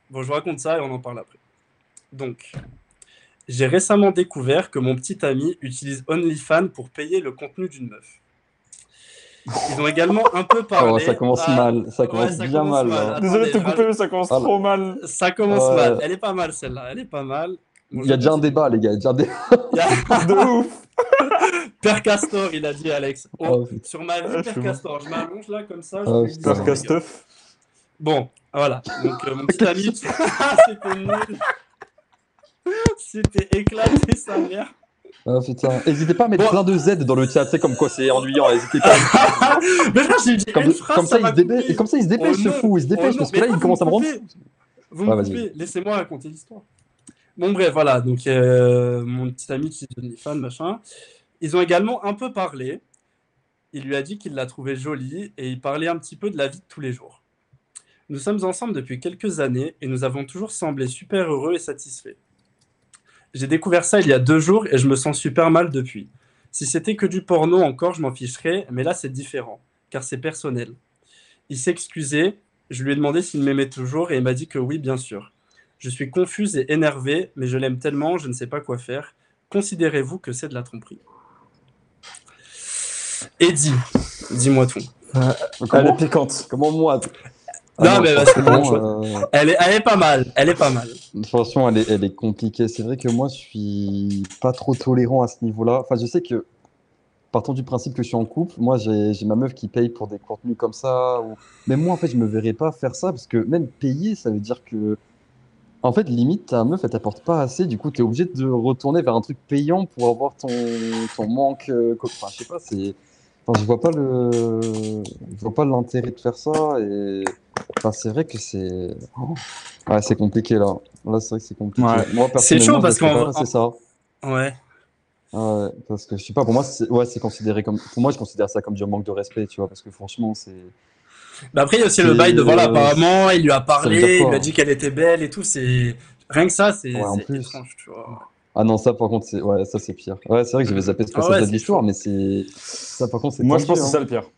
A: Bon, je vous raconte ça et on en parle après. Donc, j'ai récemment découvert que mon petit ami utilise OnlyFans pour payer le contenu d'une meuf. Ils ont également un peu parlé.
C: Oh, ça commence
A: Ah,
C: mal, ça
A: ouais,
C: commence
A: ça
C: bien
A: commence
C: mal.
A: mal.
C: là.
A: ah, Attendez,
B: Désolé de te
A: je
B: couper, mais ça commence
C: Ah,
B: trop mal.
A: Ça commence
C: Ouais.
A: mal. Elle est pas mal celle-là. Elle est pas mal. Bon,
C: Il y a
A: je
C: déjà un
A: continue.
C: débat, les gars. il y a déjà un débat.
A: Il y a-
B: De ouf.
A: Père Castor, il a dit Alex. Oh,
C: Oh, putain.
A: Sur ma
B: Ah,
A: vie,
B: je
A: Père
B: vois.
A: Castor, je m'allonge là comme ça. je
C: Ah,
A: fais
C: putain.
A: bizarre,
B: Père
A: les gars.
B: Casteuf.
A: Bon, voilà. Donc, euh, mon petit ami, Ah, c'était nul. C'était éclaté, sa mère.
C: Ah, putain. N'hésitez pas à mettre
A: Bon.
C: plein de Z dans le chat, c'est comme quoi c'est ennuyant. N'hésitez pas.
A: Mais frère, j'ai dit
C: Comme,
A: une phrase,
C: comme ça, il
A: m'a
C: se dépêche,
A: coupé.
C: et comme ça, il se dépêche,
A: Oh
C: ce
A: non,
C: fou. Il se
A: Oh
C: dépêche
A: non,
C: parce que
A: mais
C: là, il
A: vous
C: commence à me
A: me
C: rendre.
A: coupez. Vous
C: Ah,
A: me
C: vas-y.
A: coupez, laissez-moi raconter l'histoire. Bon, bref, voilà. Donc, euh, mon petit ami qui est devenu fan, machin. Ils ont également un peu parlé. Il lui a dit qu'il la trouvait jolie et il parlait un petit peu de la vie de tous les jours. Nous sommes ensemble depuis quelques années et nous avons toujours semblé super heureux et satisfaits. J'ai découvert ça il y a deux jours et je me sens super mal depuis. Si c'était que du porno encore, je m'en ficherais, mais là c'est différent, car c'est personnel. Il s'est excusé, je lui ai demandé s'il m'aimait toujours et il m'a dit que oui, bien sûr. Je suis confuse et énervée, mais je l'aime tellement, je ne sais pas quoi faire. Considérez-vous que c'est de la tromperie. Eddie, dis-moi tout.
B: Elle est
C: Comment,
B: piquante.
C: comment moi t- Ah,
A: Non, mais bah, parce que
C: franchement, euh,
A: Elle est, elle est pas mal, elle est pas mal.
C: franchement, elle est, elle est compliquée. C'est vrai que moi, je suis pas trop tolérant à ce niveau-là. Enfin, je sais que, partant du principe que je suis en couple, moi, j'ai j'ai ma meuf qui paye pour des contenus comme ça. Ou... Mais moi, en fait, je me verrais pas faire ça parce que même payer, ça veut dire que. En fait, limite, ta meuf, elle t'apporte pas assez. Du coup, tu es obligé de retourner vers un truc payant pour avoir ton, ton manque. euh, co- Enfin, je sais pas, c'est. Enfin, je vois pas le. Je vois pas l'intérêt de faire ça. Et. Enfin, c'est vrai que c'est. Oh. Ouais, c'est compliqué là. Là, c'est vrai que c'est compliqué.
B: Ouais.
C: Moi,
A: C'est chaud
C: personnellement, je
A: parce
C: laisserais
A: qu'on-
C: pas passer ça.
A: Ouais.
C: Ouais, parce que je sais pas, pour moi, c'est ouais, c'est considéré comme. Pour moi, je considère ça comme du manque de respect, tu vois, parce que franchement, c'est.
A: Mais Bah, après, il y a aussi le bail de
C: C'est-
A: voilà, apparemment, il lui a
C: Euh, Ça veut
A: parlé,
C: dire
A: il
C: quoi hein.
A: lui a dit qu'elle était belle et tout. C'est rien que ça, c'est
C: Ouais, en
A: c'est
C: plus.
A: étrange, tu vois.
C: Ah non, ça par contre, c'est. Ouais, ça c'est pire. Ouais, c'est vrai que j'avais zappé ce
A: Ah ouais,
C: passage de
A: c'est
C: l'histoire, mais c'est. Ça par contre, c'est.
B: Moi, je
C: tendu,
B: pense que c'est ça
C: hein.
B: le pire.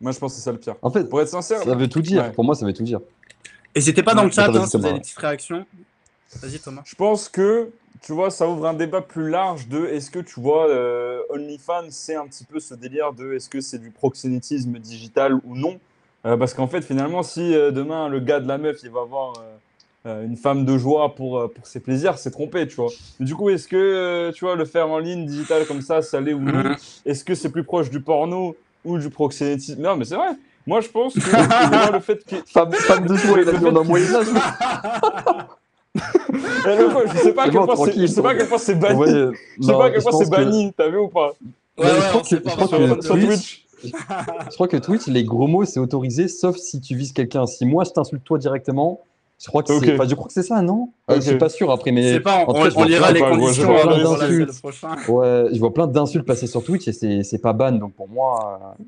B: Moi, je pense que c'est ça le pire.
C: En fait,
B: Pour être sincère,
C: ça veut tout dire.
B: Ouais.
C: Pour moi, ça veut tout dire.
A: Et c'était pas dans le
B: Ouais,
A: chat,
C: attends,
A: hein,
C: vas-y,
A: si vous avez
C: Thomas.
A: des petites réactions. Vas-y, Thomas.
B: Je pense que, tu vois, ça ouvre un débat plus large de est-ce que, tu vois, euh, OnlyFans, c'est un petit peu ce délire de est-ce que c'est du proxénétisme digital ou non Euh, Parce qu'en fait, finalement, si euh, demain, le gars de la meuf, il va avoir euh, euh, une femme de joie pour, euh, pour ses plaisirs, c'est trompé, tu vois. Mais du coup, est-ce que, euh, tu vois, le faire en ligne, digital comme ça, ça l'est ou non
C: Mm-hmm.
A: Mhm.
B: Est-ce que c'est plus proche du porno ou du proxénétisme Non, mais c'est vrai. Moi, je pense que tu vois, le fait qu'il
C: Femme, femme de joie, il a dit, on est en Moyen-Âge.
B: Eh, le coup, Je sais pas à
C: C'est
B: quel
C: bon,
B: point c'est- je
C: tranquille,
B: sais pas à quel point c'est banni.
C: Ouais, euh,
B: Je sais
C: non,
B: pas à quel point
C: pense
B: c'est
C: que-
B: banni, t'as vu ou pas
A: Ouais,
C: Mais je
A: ouais,
C: crois
A: on sait
C: que-
A: pas
C: je crois
A: vraiment
C: que
A: de
B: Sur
C: Twitch-
A: Twitch.
B: Twitch.
C: Je crois que Twitch, les gros mots, c'est autorisé, sauf si tu vises quelqu'un. Si moi, je t'insulte toi directement, je crois que c'est.
B: Ok.
C: Enfin, je crois que c'est ça, non Euh, Je suis
B: Ok.
C: pas sûr après,
A: Je
C: mais.
A: sais pas,
C: en
A: on,
C: tout cas, je
A: on
C: vois
A: lierra
C: plein-
A: les
B: bah, ouais,
A: conditions
B: je vois
A: hein,
B: plein
A: dans la
C: d'insultes.
A: le prochain.
C: Ouais, je vois plein d'insultes passer sur Twitch et c'est, c'est pas ban, donc pour moi. euh,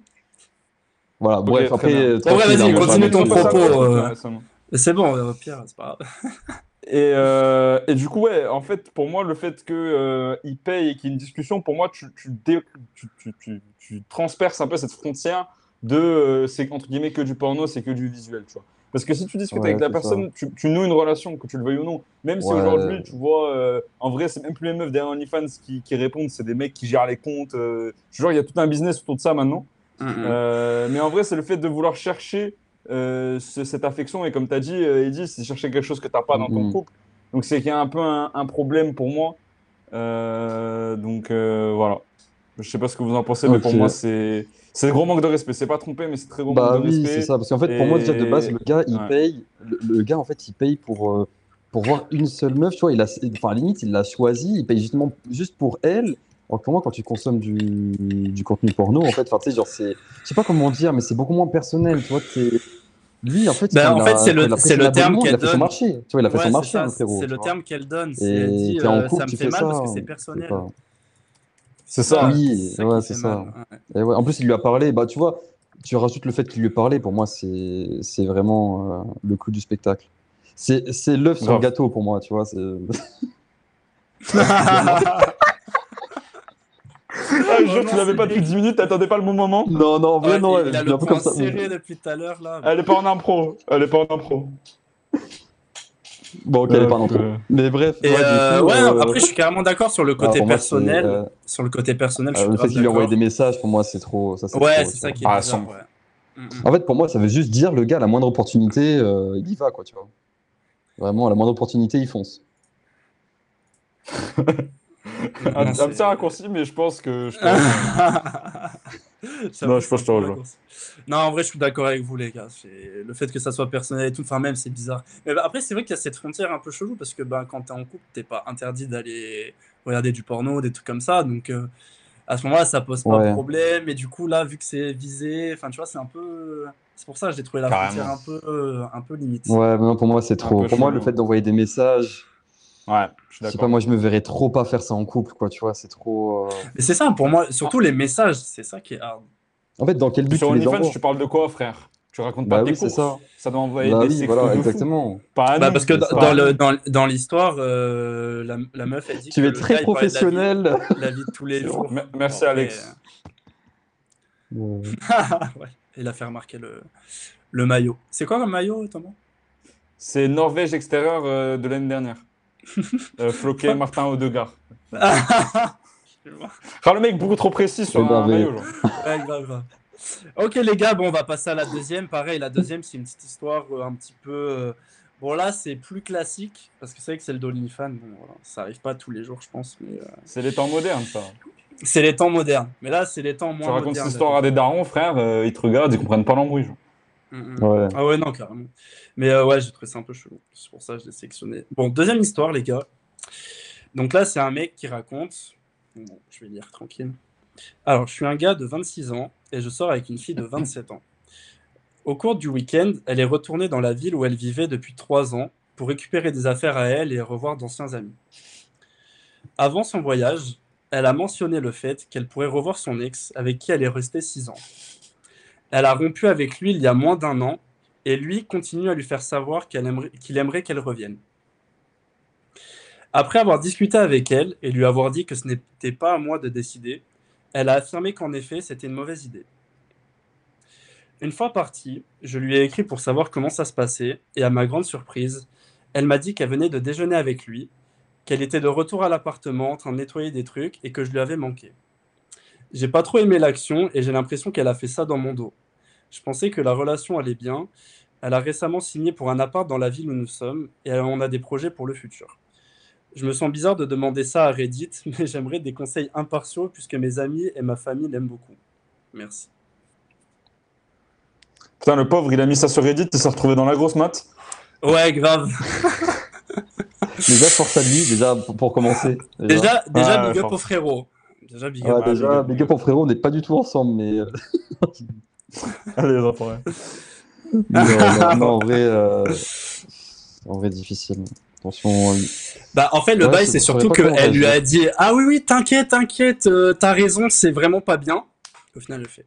C: Voilà, bref,
B: très
C: après.
B: bien.
C: euh,
A: Bon, ouais,
C: tranquille,
A: vas-y,
C: hein, moi,
A: continue
C: j'arrête
A: ton
C: tout.
B: Ça, ça,
A: propos,
B: ça,
A: euh.
B: ouais, ça me-
A: C'est bon, euh, Pierre, c'est pas grave.
B: Et, euh, et du coup, ouais, en fait, pour moi, le fait que euh, il paye et qu'il y ait une discussion, pour moi, tu, tu, dé- tu, tu, tu- tu transperces un peu cette frontière de euh, c'est entre guillemets que du porno, c'est que du visuel, tu vois. Parce que si tu discutes
C: Ouais,
B: avec la
C: c'est ça.
B: personne, tu, tu noues une relation, que tu le veuilles ou non. Même si
C: Ouais.
B: aujourd'hui, tu vois, euh, en vrai, c'est même plus les meufs derrière OnlyFans qui, qui répondent, c'est des mecs qui gèrent les comptes. euh, je te jure, il y a tout un business autour de ça maintenant.
A: Mm,
C: Mm.
B: Euh, mais en vrai, c'est le fait de vouloir chercher euh, ce- cette affection. Et comme tu as dit, euh, Eddie, c'est chercher quelque chose que tu pas dans ton
C: Mhm.
B: couple. Donc, c'est qu'il y a un peu un, un problème pour moi. Euh, donc, euh, voilà. Je sais pas ce que vous en pensez, mais pour
C: Ok.
B: moi, c'est c'est un gros manque de respect. C'est pas trompé, mais c'est très gros
C: Bah
B: manque de
C: oui,
B: respect.
C: c'est ça. Parce qu'en fait, pour moi, déjà de base,
B: Et-
C: le gars, il
B: ouais.
C: paye. Le, le gars, en fait, il paye pour, euh, pour voir une seule meuf. Tu vois, il a, enfin, à la limite, il l'a choisi. Il paye justement juste pour elle. Alors que pour moi, quand tu consommes du, du contenu porno, en fait, enfin, tu sais, genre, c'est. Je sais pas comment dire, mais c'est beaucoup moins personnel. Tu vois, t'es- Lui, en fait,
A: Ben,
C: quand
A: en
C: il
A: fait,
C: a-
A: c'est le-
C: quand il a pris
A: c'est
C: son
A: le
C: abonnement,
A: terme
C: Il
A: qu'elle
C: a fait son
A: donne.
C: marché. Tu vois, il a fait
A: Ouais,
C: son
A: c'est
C: marché,
A: ça,
C: mon frérot.
A: C'est le
C: tu vois.
A: terme qu'elle donne.
C: Et
A: C'est elle dit,
C: t'es en
A: euh,
C: couple,
A: ça me
C: tu
A: fait
C: fais
A: mal
C: ça,
A: parce que c'est
C: c'est
A: personnel.
C: pas-
B: C'est ça.
C: Oui,
A: qui
C: ouais,
A: fait
C: c'est ça.
A: mal, ouais.
C: Et ouais, en plus, il lui a parlé. Bah, tu vois, tu rajoutes le fait qu'il lui ait parlé. Pour moi, c'est c'est vraiment euh, le clou du spectacle. C'est c'est l'œuf sur le
B: Grave.
C: gâteau pour moi, tu vois. c'est-
B: Ah, je
A: Oh
B: jure,
A: non,
B: tu l'avais
A: c'est
B: pas depuis 10 minutes, t'attendais pas le bon moment.
C: Non, non, en vrai,
A: Ouais,
C: non,
A: il
C: elle-
A: a
C: elle est
A: le
C: un peu
A: point
C: comme ça, mais-
A: serré depuis tout à l'heure là.
B: Elle est pas en impro. Elle est pas en impro.
C: Bon, ok, elle est pas
B: Euh,
C: en impro.
B: euh,
C: Mais bref,
A: Et
C: ouais, du
A: euh,
C: coup,
A: ouais,
C: euh,
A: après je suis carrément d'accord sur le
C: alors,
A: côté
C: pour moi, c'est,
A: personnel.
C: euh,
A: Sur le côté personnel, je
C: euh,
A: suis
C: le fait
A: grave
C: qu'il lui envoie
A: d'accord.
C: des messages, pour moi, c'est trop. Ça, c'est
A: Ouais,
C: trop,
A: c'est
C: tu
A: ça
C: vois.
A: qui est
B: Ah,
A: bizarre.
B: sans-
A: ouais. Mm, mm.
C: En fait, pour moi, ça veut juste dire le gars, à la moindre opportunité, euh, il y va, quoi, tu vois. Vraiment, à la moindre opportunité, il fonce.
A: mm. Non,
C: Ah,
B: Un, un
A: c'est-
B: petit raccourci, mais je pense que. je pense-
A: Ça
B: Non,
A: me
B: je pense que je te
A: semble
B: rejoins.
A: raccourci. Non, en vrai, je suis d'accord avec vous, les gars. C'est- Le fait que ça soit personnel et tout, enfin, même, c'est bizarre. Mais bah, après, c'est vrai qu'il y a cette frontière un peu chelou parce que bah, quand t'es en couple, t'es pas interdit d'aller regarder du porno, des trucs comme ça. Donc, euh, à ce moment-là, ça pose pas de
C: Ouais.
A: problème. Et du coup, là, vu que c'est visé, enfin, tu vois, c'est un peu. C'est pour ça que j'ai trouvé la
B: Carrément.
A: frontière un peu, euh, un peu limite.
C: Ouais, mais non, pour moi, c'est trop.
B: peu
C: Pour moi,
B: chelou.
C: le fait d'envoyer des messages.
B: Ouais, je suis
C: Je sais
B: d'accord.
C: pas, moi je me verrais trop pas faire ça en couple, quoi, tu vois, c'est trop. euh,
A: Mais c'est ça, pour moi, surtout les messages, c'est ça qui est hard. Bah,
C: En fait, dans quel but
B: Sur
C: tu les
B: OnlyFans,
C: envoies
B: tu parles de quoi, frère Tu racontes
C: Bah
B: pas tes
C: oui, c'est
B: courses.
C: ça.
B: Ça doit envoyer
C: Bah
B: des
C: oui,
B: sextos
C: voilà,
B: de fou.
C: exactement.
B: Pas à
A: Bah,
B: nous,
A: parce que
C: c'est ça.
A: dans, dans le, dans, dans l'histoire, euh, la, la meuf, elle dit que
C: Tu es
A: le gars,
C: très
A: il parlait de la vie-
C: professionnel.
A: la vie de tous les
B: C'est
A: jours.
B: bon. Me- Merci
A: Bon,
B: Alex.
C: Ouais.
A: mais- Ouais. Il a fait remarquer le, le maillot. C'est quoi le maillot, Thomas
B: C'est Norvège extérieure euh, de l'année dernière. Euh, Floquet, Martin Odegaard. Enfin, le mec beaucoup trop précis sur
C: Eh ben,
B: un
C: mais-
B: maillot. genre.
A: Ouais, grave, grave. Ok les gars, bon on va passer à la deuxième. Pareil, la deuxième c'est une petite histoire euh, un petit peu... euh, Bon là c'est plus classique, parce que c'est vrai que c'est le Dolifan, bon, voilà, ça arrive pas tous les jours je pense, mais euh,
B: C'est les temps modernes, ça.
A: c'est les temps modernes. Mais là c'est les temps
B: Tu
A: moins
B: racontes
A: modernes.
B: cette histoire à des darons, frère, euh, ils te regardent, ils comprennent pas l'embrouille. genre.
A: Mm, mm.
C: Ouais.
A: Ah ouais, non, carrément. Mais euh, ouais, j'ai trouvé ça un peu chelou. C'est pour ça que je l'ai sélectionné. Bon, deuxième histoire, les gars. Donc là, c'est un mec qui raconte. Bon, je vais lire tranquille. Alors, je suis un gars de 26 ans et je sors avec une fille de 27 ans. Au cours du week-end, elle est retournée dans la ville où elle vivait depuis 3 ans pour récupérer des affaires à elle et revoir d'anciens amis. Avant son voyage, elle a mentionné le fait qu'elle pourrait revoir son ex avec qui elle est restée 6 ans. Elle a rompu avec lui il y a moins d'un an et lui continue à lui faire savoir qu'elle aimerait- qu'il aimerait qu'elle revienne. Après avoir discuté avec elle et lui avoir dit que ce n'était pas à moi de décider, elle a affirmé qu'en effet c'était une mauvaise idée. Une fois partie, je lui ai écrit pour savoir comment ça se passait et à ma grande surprise, elle m'a dit qu'elle venait de déjeuner avec lui, qu'elle était de retour à l'appartement en train de nettoyer des trucs et que je lui avais manqué. J'ai pas trop aimé l'action et j'ai l'impression qu'elle a fait ça dans mon dos. Je pensais que la relation allait bien, elle a récemment signé pour un appart dans la ville où nous sommes et on a des projets pour le futur. Je me sens bizarre de demander ça à Reddit, mais j'aimerais des conseils impartiaux puisque mes amis et ma famille l'aiment beaucoup. Merci.
B: Putain, le pauvre, il a mis ça sur Reddit, il s'est retrouvé dans la grosse mat.
A: Ouais, grave.
C: Déjà, force à lui, déjà, pour, pour commencer.
A: Déjà, déjà
B: Ouais,
A: big up
B: force.
A: au frérot. Déjà big
C: Ouais,
A: up.
C: déjà, big up au frérot, on n'est pas du tout ensemble, mais. euh,
B: Allez, les enfants. ouais.
C: non, non, non, en vrai. euh, En vrai, difficile. Attention. euh,
A: Bah, en fait, le
C: Ouais,
A: bail,
C: je-
A: c'est
C: je
A: surtout
C: savais pas comment
A: qu'elle lui a
C: réagir.
A: dit Ah oui, oui, t'inquiète, t'inquiète, euh, t'as raison, c'est vraiment pas bien. Au final, elle le fait.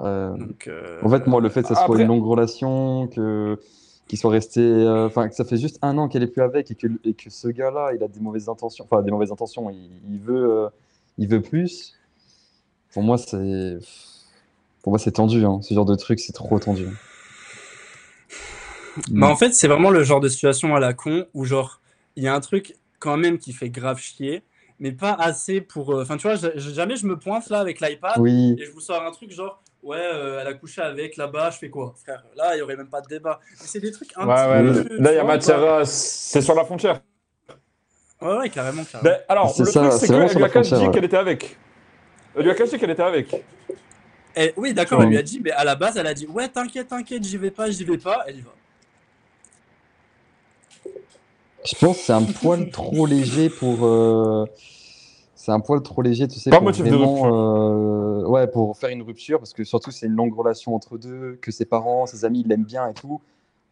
C: euh,
A: Donc, euh,
C: En fait, moi, le fait que ça soit
B: Après-
C: une longue relation, que qu'il soit resté, euh, enfin, que ça fait juste un an qu'elle est plus avec et que, et que ce gars-là, il a des mauvaises intentions, enfin, des mauvaises intentions, il, il veut, euh, il veut plus. Pour moi, c'est, pour moi, c'est tendu, hein. Ce genre de truc, c'est trop tendu.
A: Bah,
B: Mm.
A: en fait, c'est vraiment le genre de situation à la con où, genre, il y a un truc quand même qui fait grave chier, mais pas assez pour. euh, Enfin, tu vois, je- je- jamais je me pointe là avec l'iPad
C: Oui,
A: et je vous sors un truc genre, ouais, euh, elle a couché avec là-bas, je fais quoi, frère Là, il n'y aurait même pas de hein. débat. Mais c'est des trucs un
B: Ouais, ouais,
A: petit
B: là,
A: peu,
B: là, il y a
A: tu vois,
B: matière. à- C'est sur la frontière.
A: Ouais, ouais, carrément, carrément.
B: Ben, alors,
C: C'est
B: le
C: ça,
B: truc,
C: c'est
B: c'est
C: vraiment
B: qu'elle
C: sur
B: lui
C: la
B: a quand même
C: frontière,
B: dit
C: ouais.
B: qu'elle était avec. Elle lui a caché qu'elle était avec.
A: Elle- Eh, oui, d'accord,
C: Tu
A: elle lui
C: vois.
A: a dit, mais à la base, elle a dit Ouais, t'inquiète, t'inquiète, j'y vais pas, j'y vais pas. Elle y va.
C: Je pense que c'est un poil trop léger pour. euh, C'est un poil trop léger, tu sais,
B: Pas
C: pour
B: motif de
C: vraiment, euh, ouais, pour faire une rupture, parce que surtout c'est une longue relation entre deux, que ses parents, ses amis ils l'aiment bien et tout.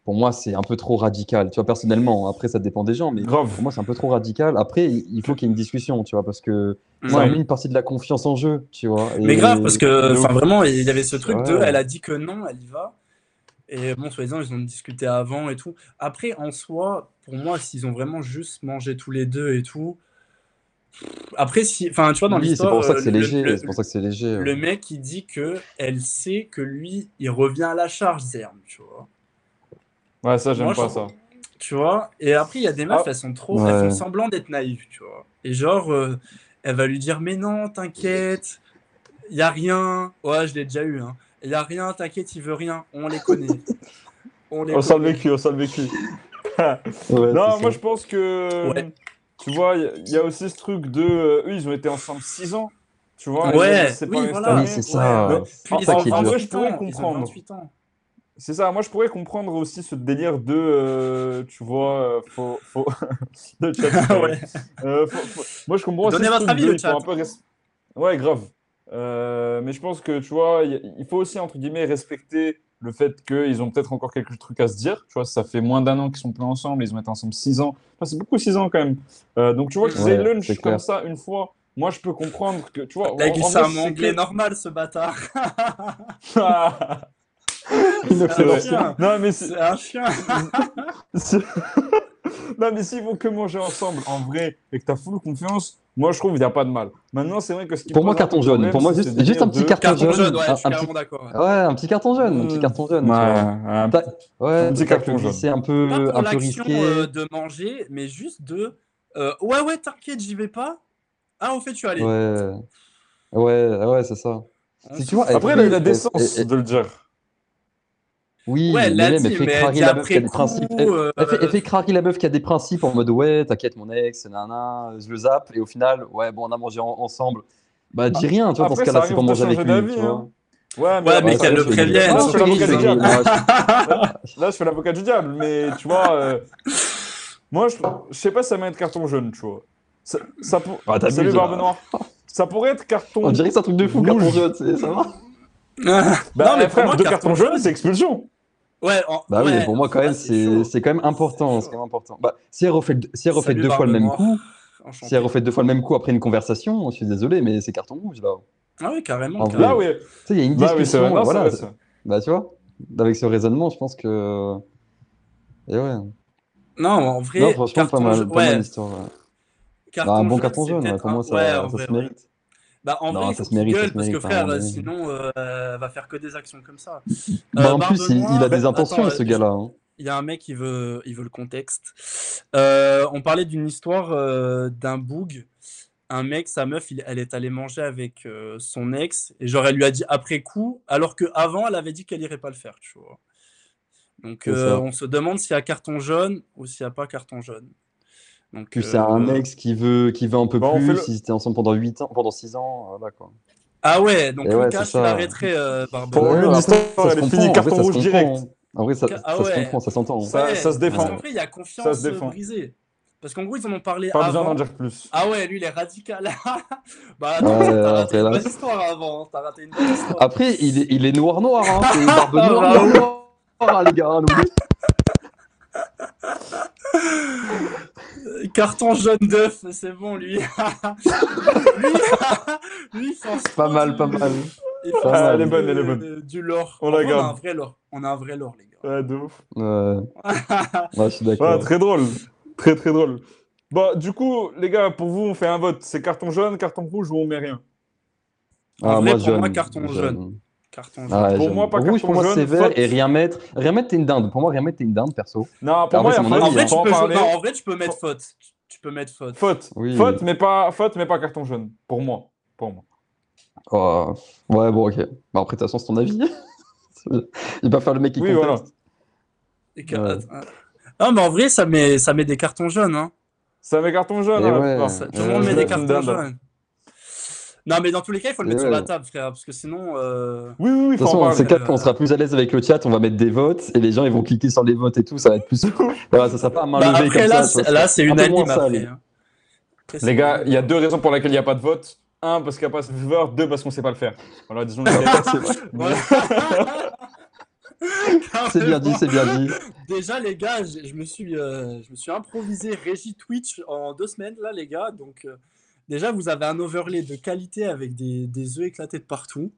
C: Pour moi, c'est un peu trop radical, tu vois, personnellement. Après, ça dépend des gens, mais
B: Grave.
C: pour moi, c'est un peu trop radical. Après, il il faut qu'il y ait une discussion, tu vois, parce que ça
B: Ouais.
C: remet une partie de la confiance en jeu, tu vois.
A: Mais
C: et-
A: grave, parce que
C: de
A: enfin,
C: ouf.
A: vraiment, il y avait ce truc de
C: Ouais.
A: elle a dit que non, elle y va. Et bon, soi-disant, ils ont discuté avant et tout. Après, en soi, pour moi, s'ils ont vraiment juste mangé tous les deux et tout. Après, si. Enfin, tu vois, dans
C: Oui, c'est
A: l'histoire.
C: pour ça que
A: euh,
C: c'est
A: le-
C: léger.
A: le-
C: C'est pour ça que c'est léger.
A: le mec, il dit que elle sait que lui, il revient à la charge, Zerm, tu vois.
B: Ouais, ça, j'aime
A: Moi,
B: pas
A: je-
B: ça.
A: Tu vois Et après, il y a des meufs,
B: Ah.
A: elles sont trop,
C: Ouais.
A: elles font semblant d'être naïves, tu vois. Et genre, euh, elle va lui dire, mais non, t'inquiète, il y a rien. Ouais, je l'ai déjà eu, hein. Il y a rien, t'inquiète, il veut rien. On les connaît. On les
B: On sent le
A: connaît.
B: vécu, on sent le vécu.
C: Ouais,
B: non,
C: c'est
B: moi,
C: ça.
B: je pense que.
A: Ouais.
B: Tu vois, il y a- il y, a aussi ce truc de. euh, eux, ils ont été ensemble 6 ans. Tu vois,
A: Ouais,
B: ils- c'est
A: oui,
B: pas resté
A: voilà.
C: Oui,
B: amis.
C: c'est ça.
A: Ouais,
C: ouais.
B: Non,
A: Puis
B: en-
A: ils ont
C: en- en
A: 28
B: vrai, je pourrais
A: ans, ils ont
B: comprendre.
A: 28 ans.
B: C'est ça, moi je pourrais comprendre aussi ce délire de, euh, tu vois, euh, faut... faut... le chat, c'est pas
A: Ouais.
B: vrai. Euh, faut- faut- Moi je comprends aussi
A: Donnez
B: ce
A: votre
B: truc
A: avis,
B: de,
A: le
B: il faut un
A: chat.
B: peu... res- Ouais, grave. Euh, mais je pense que, tu vois, il y- il faut aussi, entre guillemets, respecter le fait qu'ils ont peut-être encore quelques trucs à se dire. Tu vois, ça fait moins d'un an qu'ils sont plus ensemble, ils ont été ensemble six ans. Enfin, c'est beaucoup six ans quand même. Euh, donc tu vois, qu'ils aient
C: Ouais,
B: lunch
C: c'est
B: comme
C: clair.
B: ça une fois, moi je peux comprendre que, tu vois,
A: Là,
B: en-
A: il
B: en
A: c'est
B: vrai,
A: un
B: c'est
A: anglais
B: que... Ah.
A: normal, ce bâtard.
C: Il le
A: Ah,
C: fait
A: ouais.
C: dans-
A: chien.
B: Non, mais c'est...
A: C'est un chien.
B: Si- non, mais s'ils vont que manger ensemble, en vrai, et que t'as full confiance, moi je trouve qu'il n'y a pas de mal. Maintenant, c'est vrai que ce qui
C: Pour moi,
B: pose un peu
C: carton
B: problème,
C: jaune. Pour moi,
B: c'est
C: juste,
B: ce
C: juste un
B: délire
C: petit
B: de-
C: carton
A: Carton
C: jaune.
A: jaune, ouais,
C: un,
A: je suis
C: un petit...
A: carrément d'accord.
C: ouais, un petit carton jaune. Un petit
B: Hmm.
C: carton jaune. tu
B: Ouais,
C: vois.
B: un
C: Ta- Ouais,
B: Un petit
C: tacle
B: carton jaune.
C: glissé un
A: pas
C: peu,
A: pour
C: un peu
A: l'action
C: risqué.
A: euh, de manger, mais juste de euh, ouais ouais t'inquiète j'y vais pas. Ah en fait tu vas aller.
C: Ouais. Ouais, ouais, c'est ça.
A: On
C: Si
A: s'en
C: tu vois,
A: fout.
B: Après, elle a eu la
C: Et-
B: décence
C: et- et-
B: de le dire.
C: Oui,
A: ouais elle
C: mais
A: l'a
C: même,
A: dit
C: elle fait
A: mais elle
C: craquer
A: dit
C: la meuf qui a
A: après
C: des
A: coup.
C: principes. Elle,
A: euh,
C: elle fait, elle fait craquer la meuf qui a des principes en mode ouais, t'inquiète, mon ex, nana, je le zappe. Et au final, ouais, bon, on a mangé en- ensemble. Bah, dis rien, tu vois, dans ce
B: Ah, Après,
C: cas-là,
B: ça
C: c'est
B: arrive
C: pour
B: de
C: manger avec
B: changer
C: lui.
B: d'avis.
C: Tu vois.
B: hein. Ouais,
A: Ouais, Ah, mais
B: après,
C: Ouais,
A: qu'elle
B: là,
A: le
C: je suis désolé.
A: prévienne,
C: Ah,
B: surtout
C: je suis
B: l'avocat du
C: désolé,
B: diable.
C: non, je-
B: Là, je fais l'avocat du diable, mais tu vois, euh, moi, je, je sais pas si ça va être carton jaune, tu vois. Ça, ça pour-
C: Ah, t'abuses,
B: Salut,
C: là.
B: Barbe Noire. Ça pourrait être carton.
C: On dirait que c'est un truc de fou,
B: Rouge.
C: carton jaune, c'est- ça va
B: Bah,
A: Non, mais pour
B: frère,
A: moi,
B: deux
A: carton
B: cartons jaunes, c'est expulsion.
A: euh, ouais. en-
C: Bah oui,
A: ouais,
C: mais pour moi, quand
A: ah,
C: même,
A: chaud.
C: c'est c'est quand même important. C'est
A: chaud.
C: quand même important. Bah, si elle refait, le- si elle refait
A: Salut,
C: deux fois le
A: Barbe
C: même
A: Noire.
C: coup, si
A: Enchanté.
C: elle refait deux fois le même coup après une conversation, je suis désolé, mais c'est carton rouge là.
A: Ah oui carrément.
C: En
A: carrément.
B: Là, oui.
C: Tu sais, il y a une
B: Là, Bah oui, c'est vrai.
C: discussion,
B: Non, c'est
C: voilà.
B: vrai, ça.
C: Bah, tu vois, avec ce raisonnement, je pense que. Et ouais.
A: Non en vrai
C: Non, franchement,
A: carton
C: pas mal,
A: jaune-
C: pas mal
A: ouais,
C: l'histoire. ouais.
A: carton
C: Bah, un bon
A: jaune,
C: carton
A: c'est
C: jaune, ouais,
A: peut-être
C: pour
A: un-
C: moi,
A: ouais,
C: ça,
A: en
C: ça
A: vrai,
C: se
A: ouais.
C: mérite.
A: Bah en
C: Non,
A: vrai il
C: ça
A: faut
C: se
A: qu'il
C: mérite, ça
A: gueule
C: se
A: parce que
C: mérite, hein, à un
A: frère
C: moment donné.
A: sinon euh, elle va faire que des actions comme ça.
C: Bah,
A: Euh,
C: en
A: Barbe
C: plus, il, il a
A: Noire-
C: des intentions,
A: Attends,
C: ce
A: euh,
C: gars-là. hein.
A: Il y a un mec qui veut, il veut le contexte. Euh, on parlait d'une histoire euh, d'un boug. Un mec, sa meuf, il- elle est allée manger avec euh, son ex et genre elle lui a dit après coup, alors que avant elle avait dit qu'elle irait pas le faire, tu vois. Donc
C: C'est
A: euh,
C: ça.
A: on se demande s'il y a carton jaune ou s'il n'y a pas carton jaune. Donc
C: Que c'est un
A: euh,
C: ex qui veut, qui veut un peu
B: Bah, on fait
C: plus,
B: le-
C: ils étaient ensemble pendant 8 ans, pendant 6 ans, euh, voilà quoi.
A: ah ouais, donc
C: Et
A: le
C: ouais,
A: cash,
C: c'est
A: il
C: ça. hein.
A: arrêterait euh, Barbe
B: Pour
A: Noire.
B: lui,
C: Ouais, après,
B: l'histoire,
C: ça se
B: Oh, elle est
C: comprend,
B: finie,
C: en
B: carton
C: vrai, ça se
B: rouge
C: comprend,
B: direct.
C: hein. En vrai, ça,
A: Ah
C: ça se
A: ouais.
C: comprend, ça s'entend. hein.
B: Ça- se
A: parce
B: défend.
A: qu'en vrai, il y a
B: Ça
A: confiance euh,
B: se défend.
A: brisée. Parce qu'en gros, ils en ont parlé
B: Pas besoin
A: avant.
B: d'en dire plus.
A: Ah ouais, lui il est radical. bah attends,
C: Ouais,
A: t'as raté
C: euh, après,
A: une
C: là-
A: bonne histoire avant, hein. t'as raté une bonne histoire.
C: Après, il est, il est noir-noir, hein. c'est barbe
A: Ah,
C: noire,
A: bravo.
C: noire, noire, les gars. hein, n'oubliez
A: Euh, Carton jaune d'œuf, c'est bon lui. lui, lui, il force
C: Pas
A: trop
C: mal,
A: du-
C: pas mal.
A: il force
C: Ah, elle est
A: trop
B: bonne,
A: du- euh,
B: elle est bonne.
A: Du lore.
B: On la
A: En vrai, On a
B: garde.
A: un vrai lore. On a un vrai lore, les gars.
B: Ouais, de ouf.
C: Ouais, Ouais, je suis
B: Voilà,
C: d'accord.
B: très drôle. Très, très drôle. Bah, du coup, les gars, pour vous, on fait un vote. C'est carton jaune, carton rouge ou on met rien
C: Ah,
A: En vrai, pour moi,
C: jaune,
A: carton jaune. Carton jaune.
C: Ah,
B: Pour
C: jaune.
B: moi, pas
C: Rouge,
B: carton
C: pour moi,
B: jaune,
C: c'est vert.
B: faute.
C: Et rien mettre. Rien mettre, t'es une dinde. Pour moi, rien mettre, t'es une dinde, perso.
B: Non,
C: Ah,
B: pour moi, il
C: ouais, c'est
B: n'y
C: mon
B: a
A: En
B: faute.
C: avis,
A: vrai,
B: On
C: hein.
A: tu
B: peut en
A: peux,
B: parler.
A: non, en vrai, tu peux mettre faute. Tu- Tu peux mettre faute.
B: Faute.
C: Oui.
B: Faute, mais pas, faute, mais pas carton jaune. Pour moi. Pour moi.
C: Oh, Ouais, bon, ok. Bah, après, de toute façon, c'est ton avis. Il va faire le mec qui
B: Oui,
C: conteste.
B: voilà.
A: Et que-
C: Ouais.
A: attends. Ah, mais en vrai, ça met, ça met des cartons jaunes. Hein.
B: Ça met carton jaune.
C: Et
B: hein, la
C: Eh ouais. Euh,
B: plupart.
A: Ça-
C: Ouais,
A: tout le monde met
B: ouais,
A: des
B: ouais.
A: cartons
B: Dinde.
A: jaunes. Non, mais dans tous les cas, il faut le
C: Mais
A: mettre sur la
C: ouais.
A: table, frère, parce que sinon. euh,
B: Oui, oui, oui,
C: De
B: faut
C: toute
B: en
C: façon,
B: parler.
C: c'est quatre, quand on sera plus à l'aise avec le chat, on va mettre des votes et les gens ils vont cliquer sur les votes et tout, ça va être plus. Voilà, ça sera pas à main
A: bah,
C: levée
A: après,
C: comme
A: là,
C: ça, tu vois,
A: c'est- là, c'est
C: un peu
A: unanime.
C: moins ça,
A: après,
C: les-
A: hein. Après,
B: Les
A: c'est-
B: gars, il y a deux raisons pour lesquelles il n'y a pas de vote. Un, parce qu'il n'y a pas assez de viewers. Deux, parce qu'on ne sait pas le faire. Voilà, disons les vérité.
C: c'est vrai.
A: Voilà.
C: C'est bien dit, c'est bien dit.
A: Déjà, les gars, je, je me suis, euh, je me suis improvisé régie Twitch en deux semaines, là, les gars. Donc, euh, déjà, vous avez un overlay de qualité avec des, des œufs éclatés de partout.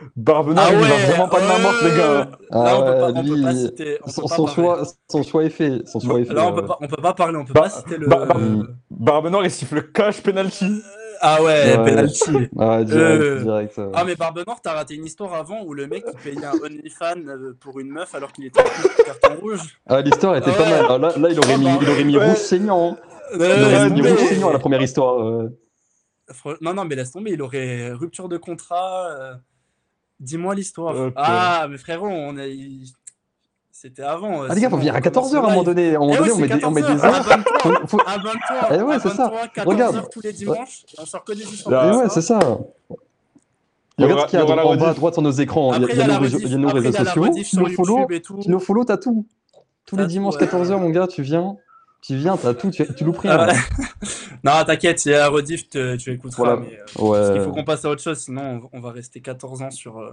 A: Ah
B: Barbenard, il ne va vraiment pas de ma morte, les gars. hein.
C: Ah
A: là, on peut
C: ouais,
A: pas, on peut
C: lui,
A: pas citer. on
C: Son,
A: peut pas
C: son
A: parler.
C: choix, son choix est fait. Son choix est fait. euh,
A: Là, on peut,
C: ouais.
A: pas, on peut pas parler, on peut
B: Bah,
A: pas citer le.
B: bah, bah,
A: euh,
B: Barbenard, il siffle cash penalty.
A: Ah ouais,
C: Ouais.
A: penalty.
C: Ah, direct,
A: Euh,
C: direct. ouais.
A: Ah mais Barbenor, t'as raté une histoire avant où le mec il payait un OnlyFans euh, pour une meuf alors qu'il était en couple, carton rouge.
C: Ah, l'histoire était
A: Ouais. Euh,
C: pas mal. Ah, là, là, il aurait
A: Ah
C: mis,
A: bah,
C: il aurait mis
B: ouais.
C: rouge saignant. hein. Il
B: ouais,
C: aurait mis
B: mais-
C: rouge saignant à la première histoire. euh.
A: Fr- Non, non, mais laisse tomber, il aurait rupture de contrat. euh, Dis-moi l'histoire.
B: Ok.
A: Ah, mais frérot, on a... il- c'était avant. euh,
C: Ah, les gars, faut venir à 14h à un moment donné.
A: Eh
C: À un moment donné, on met des- on met des heures.
A: Abonne-toi,
C: Faut- faut-
A: abonne-toi,
C: Eh ouais, c'est ça.
A: abonne-toi, 14 heures
C: Regarde.
A: tous les dimanches, et on sort que des histoires. Ah,
B: Là,
C: Eh
A: comme
C: ouais,
A: ça.
C: c'est ça.
B: Il y
C: Regarde
B: aura-
C: ce qu'il y a
B: il y aura la
C: en bas à
B: rediff.
C: droite sur nos écrans. Il y a-
A: Après,
C: il y a
A: la
C: nos réseaux-
A: rediff-
C: il y a nos
A: après,
C: réseaux
A: il y a la
C: sociaux.
A: rediff
C: Tu
A: sur
C: nous follow.
A: YouTube et tout.
C: Tu nous follow, t'as tout. Tous
A: T'as
C: les
A: tout,
C: dimanches,
A: ouais.
C: 14h, mon gars, tu viens. Tu viens, t'as tout, tu, tu loupes rien.
A: Ah ouais. non, t'inquiète, c'est la rediff, te- tu écouteras.
C: Voilà.
A: mais, euh, parce qu'il
C: Ouais,
A: faut qu'on passe à autre chose, sinon on va- on va rester 14 ans sur, euh,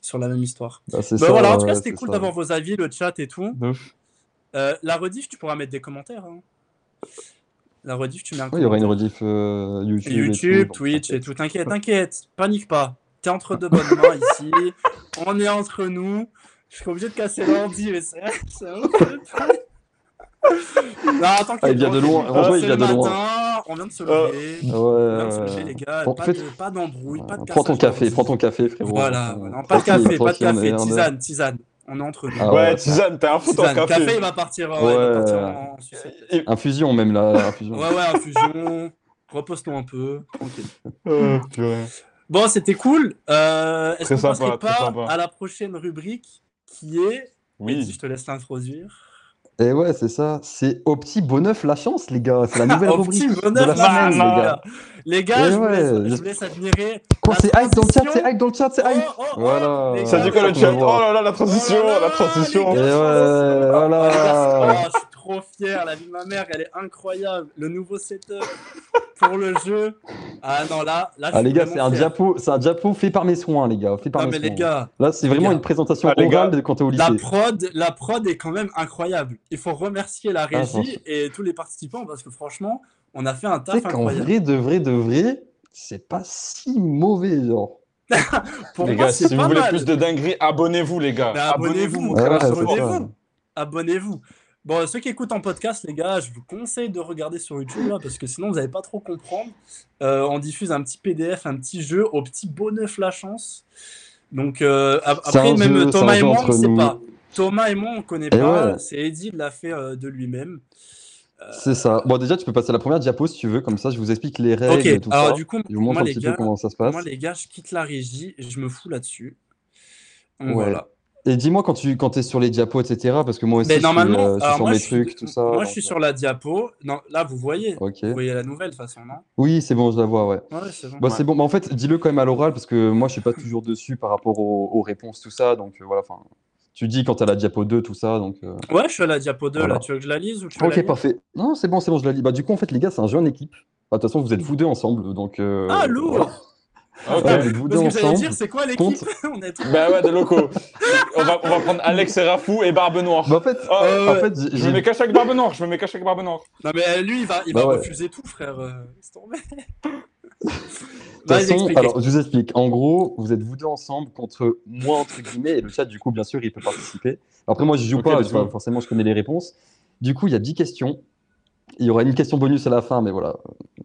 A: sur la même histoire.
C: bah, c'est
A: Bah
C: ça,
A: voilà, en tout
C: ouais,
A: cas, c'était
C: c'est
A: cool
C: ça.
A: d'avoir vos avis, le chat et tout.
B: De
A: Euh, la rediff, tu pourras mettre des commentaires. hein. La rediff, tu mets un
C: Ouais, il y aura une
A: commentaire.
C: rediff euh, YouTube. et
A: YouTube,
C: tout.
A: Twitch et tout. T'inquiète, t'inquiète, panique pas. T'es entre deux bonnes mains ici. On est entre nous. Je suis obligé de casser l'ordi, mais c'est c'est un ouf de paille. Non, t'inquiète,
C: Ah, il vient de loin.
A: on-
C: Franchement, il
A: c'est
C: vient
A: le
C: de loin.
A: matin, On vient de se
B: Euh,
A: lever.
C: Ouais,
A: On vient de se lever,
C: ouais.
A: les gars.
C: Bon,
A: pas
C: Euh, faites-
A: de- pas d'embrouille, pas de
C: Prends ton
A: cassage
C: café,
A: d'ordi.
C: prends ton café, frérot.
A: Voilà,
C: Euh,
A: voilà. pas de
C: tranquille,
A: café, pas de
C: tranquille, on est-
A: café.
C: on est-
A: Tisane, tisane. On est entre nous.
C: Ah
B: Ouais,
C: ouais.
B: Tizane, t'es un fou en
A: Tisane, café,
B: café.
A: il va partir, ouais, il va
C: Ouais.
A: partir en, en sucette.
B: Il-
C: Infusion même là, infusion.
A: Ouais, ouais, infusion. Repose-nous un peu. Tranquille.
B: Euh, purée.
A: Bon, c'était cool. Euh, Est-ce
B: Très
A: qu'on
B: sympa,
A: passerait
B: très
A: pas
B: sympa.
A: à la prochaine rubrique qui est. Vas-y,
B: Oui.
A: Je te laisse l'introduire.
C: Et Eh ouais, c'est ça. C'est au petit bonneuf la chance, les gars. C'est la nouvelle
A: Au Oh, petit
C: rubrique
A: bonheur,
C: de la
A: là,
C: semaine, les
A: là.
C: gars.
A: Les gars,
C: Eh
A: je, vous
C: ouais,
A: laisse, je
C: je-
A: vous laisse admirer.
C: Quoi,
A: La
C: c'est hype dans le chat,
A: transition.
C: c'est hype dans le chat, c'est
A: Oh,
C: hype.
A: oh, oh,
C: Voilà.
A: les
B: Ça
A: gars,
B: dit quoi le
C: On
B: chat
C: va
B: Oh
C: voir.
B: là là, la
A: Oh
B: transition,
A: là là,
B: la transition.
A: les gars.
C: Et Eh ouais, voilà.
A: Oh, je suis trop fier, la vie de ma mère, elle est incroyable. Le nouveau setup pour le jeu. Ah non, là, là je
C: Ah, les
A: suis
C: gars,
A: vraiment
C: c'est un
A: fier.
C: diapo, c'est un diapo fait par mes soins, les gars. Fait par
A: Non,
C: mes
A: mais les
C: soins.
A: gars,
C: Là, c'est
A: les
C: vraiment
A: gars.
C: une présentation
B: Ah, les gars.
C: orale de quand t'es au
A: la
C: lycée.
A: prod, la prod est quand même incroyable. Il faut remercier la régie
C: Ah, franchement.
A: et tous les participants parce que franchement, on a fait un
C: Tu sais
A: taf
C: qu'en
A: incroyable.
C: vrai, de vrai, de vrai, c'est pas si mauvais, genre.
A: Pour
B: les
A: moi,
B: gars, si
A: c'est
B: vous
A: pas
B: voulez
A: mal.
B: plus de dingueries, abonnez-vous, les gars.
A: Mais
C: Bah,
A: abonnez-vous,
B: montrez
A: ouais,
B: la
A: c'est
B: force.
A: ça. Abonnez-vous. Bon, ceux qui écoutent en podcast, les gars, je vous conseille de regarder sur YouTube là, parce que sinon vous n'allez pas trop comprendre. Euh, on diffuse un petit PDF, un petit jeu au petit bonus la chance. Donc euh, a-
C: C'est
A: après,
C: un
A: même
C: jeu, c'est
A: Thomas
C: un
A: et
C: jeu
A: moi, on ne
C: entre
A: sait
C: nous.
A: pas. Thomas et moi, on ne connaît
C: Eh
A: pas.
C: ouais.
A: C'est Eddy l'a fait euh, de lui-même.
C: C'est ça. Bon, déjà, tu peux passer à la première diapo si tu veux, comme ça, je vous explique les règles,
A: ok,
C: tout
A: alors
C: ça.
A: du coup,
C: Je vous montre
A: moi
C: un
A: les,
C: petit
A: gars,
C: peu comment ça se passe.
A: moi les gars, je quitte la régie, je me fous là-dessus. Donc,
C: Ouais.
A: Voilà.
C: Et dis-moi quand tu quand es sur les diapos, etc. Parce que moi aussi,
A: Mais
C: je suis,
A: Ben, normalement,
C: euh, je suis
A: alors,
C: sur
A: moi,
C: mes
A: je suis-
C: trucs, tout ça.
A: moi
C: donc, euh,
A: je suis sur la diapo. Non, là, vous voyez.
C: Ok.
A: Vous voyez la nouvelle de toute façon, non
C: Oui, c'est bon, je la vois, ouais.
A: Ouais, c'est bon.
C: Bon,
A: Ouais.
C: c'est bon. Mais en fait, dis-le quand même à l'oral parce que moi, je suis pas toujours dessus par rapport aux, aux réponses, tout ça. Donc euh, voilà, enfin, tu dis quand t'as la diapo 2, tout ça. Donc. euh,
A: Ouais, je suis à la diapo 2, là.
C: Voilà.
A: Tu veux que je la lise ou tu veux la
C: Ok,
A: lire
C: parfait. Non, c'est bon, c'est bon, je la lis. Bah, du coup, en fait, les gars, c'est un jeu en équipe. Bah, De toute façon, vous êtes vous deux ensemble, donc. euh,
A: Ah, lourd
C: voilà.
B: Ah, ok.
C: Ouais, vous êtes vous deux
A: Parce que j'allais
C: ensemble.
A: dire, c'est quoi l'équipe
C: Contre-
A: On est trop-
B: Bah ouais, des locaux. on, va, on va prendre Alex Rafou et Barbe Noire.
C: Bah, en fait,
B: Oh,
A: Euh,
C: en fait, j'ai-
B: je me mets qu'à chaque Barbe Noire, je me mets qu'à chaque Barbe Noire.
A: Non, mais euh, lui, il va, il
C: Bah
A: va
C: ouais.
A: refuser tout, frère. euh, laisse tomber.
C: De toute
A: Vas-y,
C: façon,
A: explique.
C: alors je vous explique. En gros, vous êtes vous deux ensemble contre moi entre guillemets et le chat du coup bien sûr il peut participer. Après moi je joue
B: Ok,
A: bah,
C: pas,
B: let's
C: je- enfin,
B: go.
C: forcément je connais les réponses. Du coup il y a 10 questions. Il y aura une question bonus à la fin, mais voilà,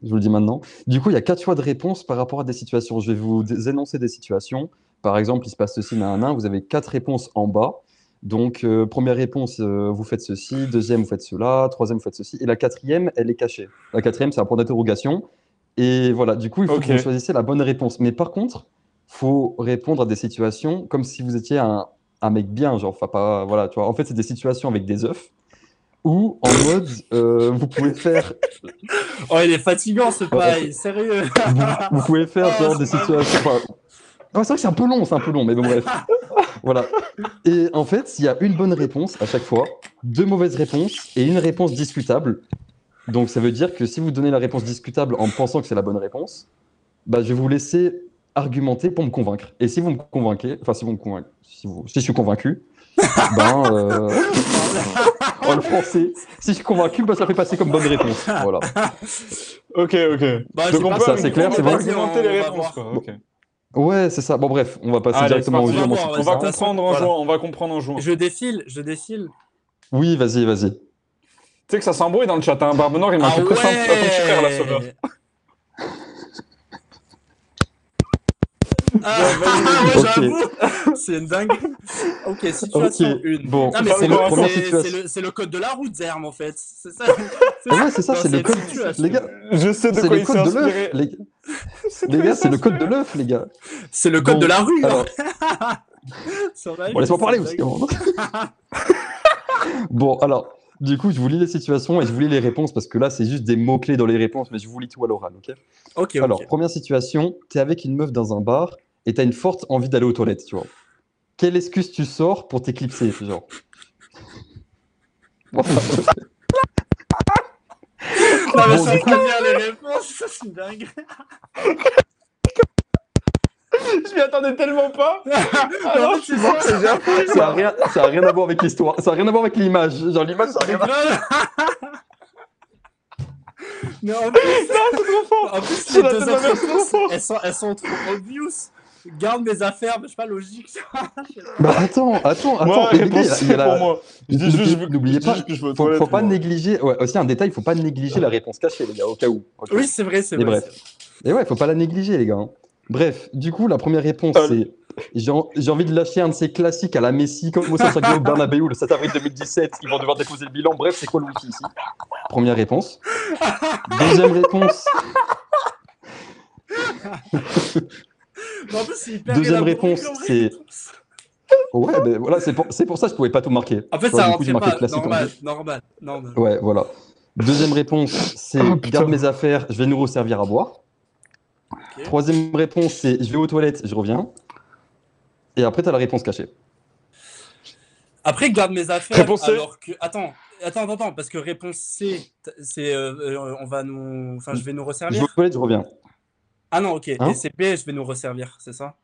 C: je vous le dis maintenant. Du coup il y a quatre choix de réponses par rapport à des situations. Je vais vous dé- énoncer des situations. Par exemple il se passe ceci, un nain. Vous avez quatre réponses en bas. Donc euh, première réponse euh, vous faites ceci, deuxième vous faites cela, troisième vous faites ceci et la quatrième elle est cachée. La quatrième c'est un point d'interrogation. Et voilà, du coup, il faut
B: Ok.
C: que vous choisissez la bonne réponse. Mais par contre, faut répondre à des situations comme si vous étiez un, un mec bien, genre, enfin, pas, voilà, tu vois. En fait, c'est des situations avec des œufs. ou en mode euh, vous pouvez faire
A: Oh, il est fatigant ce paille, sérieux.
C: vous, vous pouvez faire
A: Oh,
C: genre des
A: c'est pas
C: situations. enfin, Non, c'est vrai que c'est un peu long, c'est un peu long, mais bon bref. voilà. Et en fait, il y a une bonne réponse à chaque fois, deux mauvaises réponses et une réponse discutable. Donc ça veut dire que si vous donnez la réponse discutable en pensant que c'est la bonne réponse, bah, je vais vous laisser argumenter pour me convaincre. Et si vous me convainquez, enfin si vous me convainquez, si, vous- si je suis convaincu, ben euh, oh, le français. Si je suis convaincu, bah, ça fait passer comme bonne réponse. Voilà.
B: Ok, ok.
A: Bah,
B: Donc
A: c'est
B: on
A: pas
B: peut
C: ça, c'est clair,
B: on
C: c'est
B: peut
C: bon
B: argumenter les
A: On va
B: réponses.
A: voir.
B: quoi, ok.
C: Ouais, c'est ça. Bon, bref, on va passer
B: Allez,
C: directement
B: c'est
C: au jeu.
B: parti.
C: moi, c'est
A: On va
B: On
C: plus
B: va
A: voir,
C: simple.
A: toute façon,
B: comprendre en
A: voilà.
B: juin. On va comprendre en juin. Tu
A: Je défile, je défile.
C: hein. Oui, vas-y, vas-y.
B: sais que ça s'embrouille dans le chat. Hein. Barbe Noire, il m'a
A: Ah
B: fait presser un petit peu à ton petit frère, la sauveur.
A: ouais. Ah ouais,
C: Ok.
A: j'avoue, c'est une dingue. Ok, situation
C: Ok,
A: 1.
C: Bon,
A: Ah, mais
B: Bah,
A: c'est
C: c'est la
B: on
A: le,
C: première
B: commence,
A: c'est- c'est
C: situation.
A: le- c'est le code de la route, Zerm, en fait. C'est ça.
C: Ah ouais, c'est ça,
A: Non,
C: c'est le
A: c'est
C: code.
A: situation.
C: Les gars,
B: Je sais de
C: c'est
B: quoi
C: le
B: il s'est
C: code de
B: inspiré.
C: l'œuf. Les,
B: C'est de
C: les
B: quoi il
C: gars,
B: s'est
C: c'est le code de
B: inspiré.
C: l'œuf, les gars.
A: C'est le code
C: Bon,
A: de la rue.
C: alors.
A: C'est vrai
C: Bon,
A: que
C: laisse-moi
A: c'est
C: parler
A: dingue.
C: aussi. avant. bon, alors, du coup, je vous lis les situations et je vous lis les réponses parce que là, c'est juste des mots-clés dans les réponses, mais je vous lis tout à l'oral, ok
A: Ok, ok.
C: hein. Alors, première situation, t'es avec une meuf dans un bar et t'as une forte envie d'aller aux toilettes, tu vois. Quelle excuse tu sors pour t'éclipser, genre
A: Non, mais
C: Bon,
A: ça
C: du
A: me bien les réponses, ça c'est dingue.
B: Je m'y attendais tellement pas.
C: Ah
A: Alors,
B: je suis mort, c'est déjà fait.
C: Ça n'a rien, ça a rien à voir avec l'histoire, ça n'a rien à voir avec l'image. Genre, l'image, ça a rien à
A: Mais en plus,
B: C'est trop fort.
A: en plus,
B: Je
A: les
B: la
A: deux
B: fais pas
A: autres
B: bien, c'est
A: réponses,
B: trop fort.
A: elles sont, elles sont trop obvious. Garde mes affaires, mais je sais pas, logique.
C: Bah attends, attends, attends.
B: Moi,
C: et les gars,
B: réponse
C: il y a
B: C
C: la-
B: pour moi. Je dis juste, je veux-
C: N'oubliez
B: je dis
C: pas,
B: juste que je veux aux
C: Faut,
B: toilettes,
C: faut pas
B: moi.
C: négliger. Ouais, aussi un détail, faut pas négliger la réponse cachée, les gars, au cas où. ok
A: Oui, c'est vrai, c'est
C: Mais
A: vrai.
C: bref. Et ouais, faut pas la négliger, les gars. hein. Bref, du coup, la première réponse,
B: Euh,
C: c'est j'ai en- j'ai envie de lâcher un de ces classiques à la Messi, comme au Santiago Bernabéu le 7 avril 2017. Ils vont devoir déposer le bilan. Bref, c'est quoi l'outil ici Première réponse. Deuxième réponse.
A: Mais en plus, c'est hyper
C: Deuxième
A: élaboré
C: réponse,
A: comme
C: c'est-
A: réponse.
C: Ouais, ben voilà, c'est pour, c'est pour ça que je pouvais pas tout marquer.
A: En fait,
C: Tu vois,
A: ça
C: du coup, j'ai
A: rentrait
C: marqué
A: pas.
C: classique en
A: Normal, normal, normal.
C: Ouais, voilà. Deuxième réponse, c'est
B: Oh, putain.
C: garde mes affaires, je vais nous resservir à boire.
A: Ok.
C: Troisième réponse, c'est je vais aux toilettes, je reviens. Et après, t'as la réponse cachée.
A: Après, garde mes affaires.
B: Réponse C.
A: Alors que. Attends, attends, attends, attends, parce que réponse C, t- c'est. euh, euh, on va nous. Enfin, je vais nous
C: Je vais
A: resservir.
C: aux toilettes, je reviens.
A: Ah non, ok.
C: Hein
A: et c'est B, je vais nous resservir, c'est ça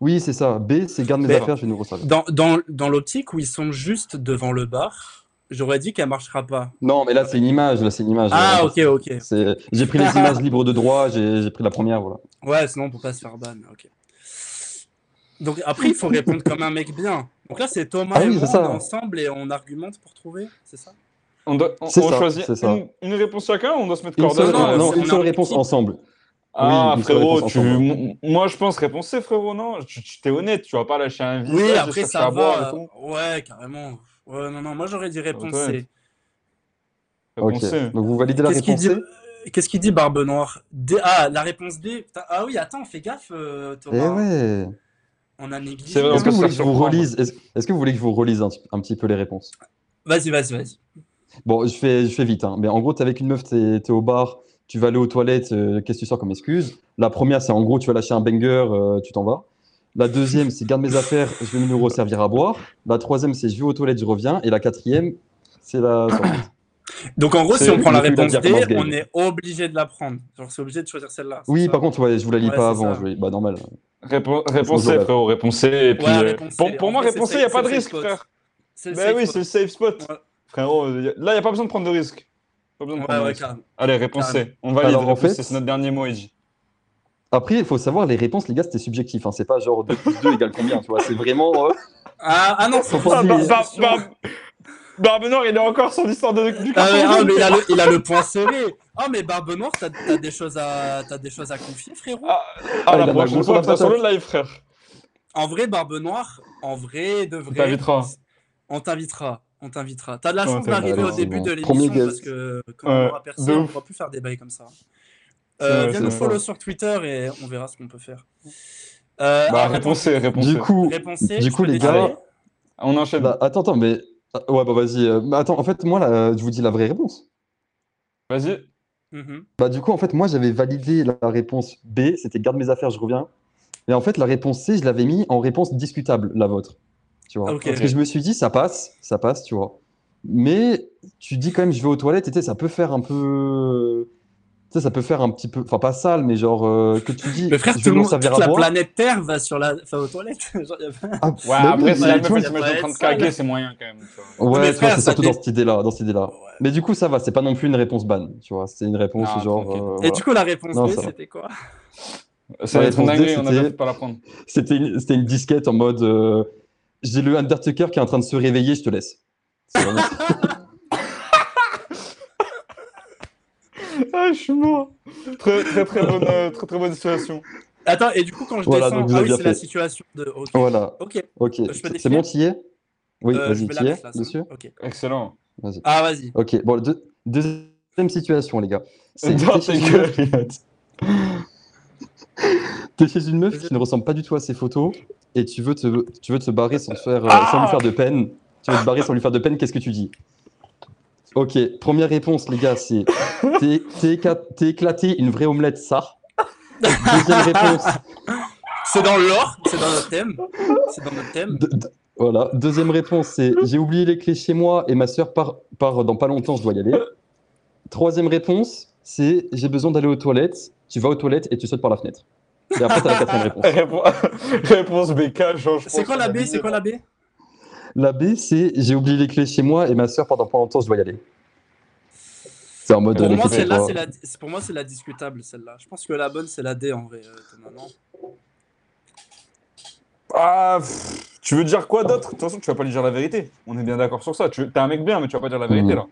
C: Oui, c'est ça. B, c'est garde mes
B: Mais-
C: affaires, je vais nous resservir.
A: Dans, dans, dans l'optique où ils sont juste devant le bar, j'aurais dit qu'elle marchera pas.
C: Non, mais là, c'est une image. Là, c'est une image.
A: Ah,
C: Euh,
A: ok, ok.
C: c'est- J'ai pris les images libres de droit, j'ai j'ai pris la première, voilà.
A: Ouais, sinon on peut pas se faire ban. Ok. Donc après, il faut répondre comme un mec bien. Donc là, c'est Thomas
C: Ah
A: et
C: oui,
A: moi,
C: c'est ça.
A: on est ensemble et on argumente pour trouver, c'est ça
B: On, doit, on,
C: C'est
B: on
C: ça,
B: choisit
C: c'est ça.
B: une, une réponse chacun ou on doit se mettre
C: Une
B: coordonnées
C: seule,
A: non,
C: non,
A: c'est-
C: une
A: on est
C: seule
A: en
C: réponse
A: équipe.
C: ensemble.
B: Ah,
C: Oui, une seule
B: frérot,
C: réponse
B: tu,
C: ensemble.
B: m- moi je pense réponse C, frérot. Non, tu tu- t'es honnête, tu vas pas lâcher un visage.
A: Oui,
B: et
A: après
B: chercher
A: ça
B: à boire et
A: va.
B: tout.
A: Ouais, carrément. Ouais, non, non, moi j'aurais dit réponse
B: Ouais.
A: C.
C: Ok.
B: Réponse C.
C: Donc, vous validez la
A: Qu'est-ce qu'il
C: réponse
A: dit
C: C
A: euh, Qu'est-ce qu'il dit, Barbe Noire D- Ah, la réponse D. putain. Ah oui, attends, fais gaffe, euh,
C: Eh
A: Thomas.
C: ouais.
A: On a négligé.
B: C'est vrai,
C: Est-ce que,
B: on peut
C: vous
B: se
C: voulez que je
B: faire
C: vous
B: surprendre.
C: relise Est-ce est-ce que vous voulez que je vous relise un, un petit peu les réponses
A: Vas-y, vas-y, vas-y.
C: Bon, je fais, je fais vite. hein. Mais en gros, t'es avec une meuf, t'es es au bar, tu vas aller aux toilettes. euh, Qu'est-ce que tu sors comme excuse La première, c'est en gros, tu vas lâcher un banger, euh, tu t'en vas. La deuxième, c'est garde mes affaires, je vais me resservir à boire. La troisième, c'est je vais aux toilettes, je reviens. Et la quatrième, c'est la. sortie.
A: Donc en gros, si
C: C'est-
A: on prend la
C: je vais la
A: réponse
C: dire
A: D,
C: comment
A: on
C: je
A: est obligé de la prendre. Genre, c'est obligé de choisir celle-là. c'est
C: Oui,
A: ça
C: par contre, ouais, je vous la lis
A: Ouais,
C: pas
A: c'est
C: avant.
A: ça.
C: je vais- Bah, normal.
B: Répo- réponse C,
C: Bonjour, là.
B: frérot. Réponse C. Et puis,
A: Ouais,
B: euh,
A: réponse C.
B: pour, pour
A: En
B: moi,
A: vrai, c'est
B: réponse C,
A: safe-
B: il n'y a pas de
A: c'est safe
B: risque,
A: spot.
B: frère.
A: C'est le
B: Bah
A: safe
B: oui,
A: spot.
B: c'est le safe spot.
A: Ouais.
B: Frérot, y a- là, il n'y a pas besoin de prendre de risque. Pas besoin de
A: Ouais,
B: prendre de
A: ouais,
B: risque.
A: carrément.
B: Allez, réponse
A: Carrément.
B: C. On valide.
C: Alors, en
B: réponse
C: fait-
B: C, c'est notre dernier mot, Edgy.
C: Après, il faut savoir, les réponses, les gars, c'était subjectif. Hein. C'est pas genre 2 plus 2 égale combien, tu vois. C'est vraiment. euh,
A: Ah, ah non, c'est
C: Faut
A: pas
C: pas
A: une
C: dire-
A: question.
B: Barbe Noire, il est encore son histoire de, du
A: Ah, mais,
B: carton
A: ah,
B: jaune.
A: mais il, a le, il a le point serré. Ah, mais Barbe Noire, t'as t'as des, choses à- t'as des choses à confier, frérot.
B: Ah,
C: Ah,
B: Ah,
C: il en
B: la prochaine
C: a gros sur
B: fois,
C: la
B: putain, sur
C: patate.
B: le live, frère.
A: En vrai, Barbe Noire, en vrai, de
B: On
A: vrai.
B: t'invitera.
A: On t'invitera. On t'invitera. T'as de la
B: Ouais,
A: chance
B: t'as-
A: d'arriver
C: allez,
A: au
C: c'est
A: début
C: bon.
A: de
C: Premier
A: l'émission
C: guest.
A: parce que quand
B: Ouais,
A: on aura
B: de
A: percé, on ne
B: ouf.
A: pourra plus faire des bails comme ça.
B: C'est
A: Euh,
B: vrai,
A: viens
B: c'est
A: nous
B: vrai.
A: follow sur Twitter et on verra ce qu'on peut faire. Euh,
B: Bah,
A: attends,
B: réponse C, réponse
C: Du
B: C.
C: coup,
A: réponse C,
C: du
A: je
C: coup
A: peux
C: les
A: décaler
C: gars.
B: On enchaîne.
C: Bah, attends, attends, mais Ah, Ouais, bah vas-y. euh, bah attends, en fait, moi, là, je vous dis la vraie réponse.
B: Vas-y.
A: Mhm.
C: Bah, du coup, en fait, moi, j'avais validé la réponse B, c'était garde mes affaires, je reviens. Et en fait, la réponse C, je l'avais mis en réponse discutable, la vôtre. Tu vois.
A: Ah, ok.
C: Parce que je me suis dit, ça passe, ça passe, tu vois. Mais tu dis quand même, je vais aux toilettes, et tu sais, ça peut faire un peu. Tu sais, ça peut faire un petit peu. Enfin, pas sale, mais genre, euh, que tu dis.
A: Mais frère,
C: je
A: tout
C: vais
A: le
C: m'en
A: monde,
C: servir
A: toute
C: à
A: la
C: boire.
A: planète Terre va sur la, enfin, aux toilettes. Genre, y a pas-
C: Ah,
B: Ouais,
C: bah oui,
B: après, si
C: mais
B: la
C: tu
B: meuf
C: vois,
B: elle
A: ça
B: se met
A: doit
B: en train de
A: être ça,
B: caguer,
A: là.
B: c'est moyen quand même. tu
A: Non,
B: vois.
A: mais
C: Ouais, tu vois,
A: frère,
C: c'est
A: ça
C: surtout
A: dé-
C: dans cette idée-là, dans cette idée-là.
A: Oh, Ouais.
C: Mais du coup, ça va, c'est pas non plus une réponse ban, tu vois. C'est une réponse
B: Ah,
C: genre.
B: tranquille.
C: euh,
A: Et
C: voilà.
A: du coup, la réponse
C: Non,
A: B,
C: ça va.
A: c'était quoi
B: Ça va
C: Ouais,
B: être une
C: réponse D,
B: dinguerie, on a bien
C: c'était-
B: fait de pas la prendre.
C: C'était une, c'était une disquette en mode euh, J'ai le Undertaker qui est en train de se réveiller, je te laisse. C'est vraiment ça.
B: Ah, je suis mort. Très très très bonne, euh, très, très bonne situation.
A: Attends, et du coup, quand je
C: Voilà,
A: descends,
C: donc vous
A: ah
C: avez
A: oui,
C: bien
A: c'est la
C: fait.
A: situation de. Ok.
C: voilà,
A: Ok.
C: ok.
A: peux
C: C'est- C'est
A: décrire
C: bon, t'y es Oui,
A: Euh, je
C: vas-y,
A: mets
C: t'y
A: la
C: es,
A: place, là, c'est
C: dessus
A: bon. Ok.
B: Excellent.
C: Vas-y.
A: Ah, vas-y.
C: Ok, bon, le deux- deuxième situation, les gars. C'est
B: Dans
C: t'es chez,
B: tes
C: une meuf-
B: gueules.
C: t'es chez une meuf qui ne ressemble pas du tout à ses photos et tu veux te, tu veux te barrer sans, te faire, euh,
B: Ah
C: sans lui faire de peine. Tu veux te barrer sans lui faire de peine, qu'est-ce que tu dis Ok, première réponse, les gars, c'est T'es- T'es éca- t'es éclaté, une vraie omelette, ça. Deuxième réponse.
A: C'est dans l'or, c'est dans notre thème. C'est dans notre thème.
C: De- de- voilà. Deuxième réponse, c'est j'ai oublié les clés chez moi et ma sœur part, part dans pas longtemps, je dois y aller. Troisième réponse, c'est j'ai besoin d'aller aux toilettes. Tu vas aux toilettes et tu sautes par la fenêtre. Et après, t'as la quatrième réponse.
B: Répon- Réponse BK, genre, je
A: C'est quoi la B C'est quoi la B
C: La B, c'est j'ai oublié les clés chez moi et ma sœur part dans pas longtemps, je dois y aller. C'est en mode.
A: Pour
C: les
A: moi,
C: clés chez
A: celle-là,
C: toi.
A: c'est la. c'est- Pour moi, c'est la discutable, celle-là. Je pense que la bonne, c'est la D en vrai. euh, Thomas, non
B: Ah, pff, tu veux dire quoi d'autre De toute façon, tu vas pas lui dire la vérité. On est bien d'accord sur ça. Tu veux- T'es un mec bien, mais tu vas pas dire la vérité
C: Mhm.
B: là.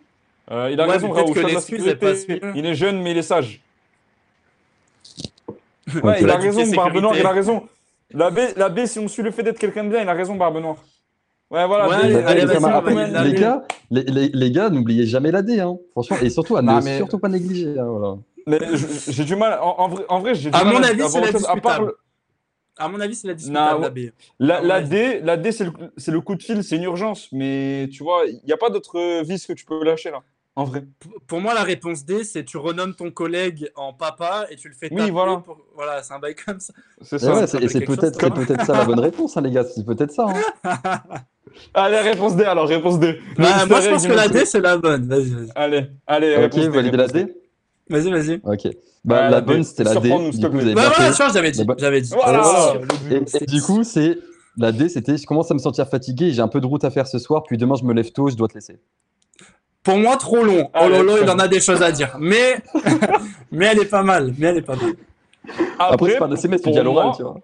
B: Euh, il a
A: Ouais,
B: raison,
A: mais peut-être
B: Raoul.
A: que
B: choix de la
A: l'excuse, elle passe
B: sécurité.
A: mieux.
B: Il est jeune, mais il est sage.
C: Ok.
B: Ouais, il a
A: Dictée
B: raison,
A: sécurité.
B: Barbe Noire, il a raison. La B, la B, si on suit le fait d'être quelqu'un de bien, il a raison, Barbe Noire. Ouais, voilà.
A: Ouais,
B: B,
A: allez,
C: Mais
A: allez,
C: les
A: vas-y,
B: c'est
A: on va
B: un
C: camarades,
A: y
B: peu
A: aller
B: mal.
A: là-dessus.
C: les gars, les, les- les gars, n'oubliez jamais la D, hein, franchement, et surtout à
B: Non,
C: ne
B: mais-
C: surtout pas négliger. hein, voilà.
B: Mais je- j'ai du mal. En, en vrai, en vrai, j'ai du
A: À
B: mal
A: mon avis,
B: voir
A: c'est
B: autre
A: la
B: chose, à part
A: discutable.
B: le-
A: À mon avis, c'est la
B: Non,
A: discutable,
B: ouais.
A: la B.
B: la,
A: À mon
B: la
A: avis.
B: D, la D, c'est le, c'est le coup de fil, c'est une urgence. Mais tu vois, il n'y a pas d'autre vis que tu peux lâcher là. En vrai.
A: P- Pour moi, la réponse D, c'est tu renommes ton collègue en papa et tu le fais
B: Oui,
A: taper
B: voilà.
A: pour- Voilà, c'est un bail comme ça.
B: C'est
C: Et
B: ça.
C: ouais, c'est- et
A: rappelle
C: c'est
A: quelque chose,
C: peut-être
A: toi.
C: c'est peut-être ça la bonne réponse, hein, les gars. C'est peut-être ça. hein.
B: Allez, Ah, réponse D alors, réponse D. Le
A: Bah,
B: Mister
A: moi, je
B: Egg,
A: pense
B: il
A: que
B: nous
A: la
B: plaît.
A: D, c'est la bonne. Vas-y, vas-y.
B: Allez, allez,
C: Ok,
B: réponse D.
C: validez la
B: réponse
C: D.
A: Vas-y, vas-y.
C: Ok. Bah,
B: Ouais, la
C: la
B: D.
C: bonne, c'était la D.
B: Surprends-nous, s'il
C: Du
B: te
C: coup, vous
B: plaît.
C: avez
A: Bah
C: bien
A: voilà,
C: fait.
A: tu vois, j'avais dit.
C: Mais bon-
A: J'avais dit.
B: Oh Voilà.
A: Vas-y.
C: Et, et du coup, c'est la D, c'était je commence à me sentir fatigué, j'ai un peu de route à faire ce soir, puis demain je me lève tôt, je dois te laisser.
A: Pour moi, trop long. Oh
B: Allez,
A: lolo,
B: très
A: il en a des choses à dire. Mais, mais elle est pas mal. Mais elle est pas mal.
C: Après, c'est pas un SMS, tu
B: pour
C: dis à l'oral,
B: moi-
C: tu vois.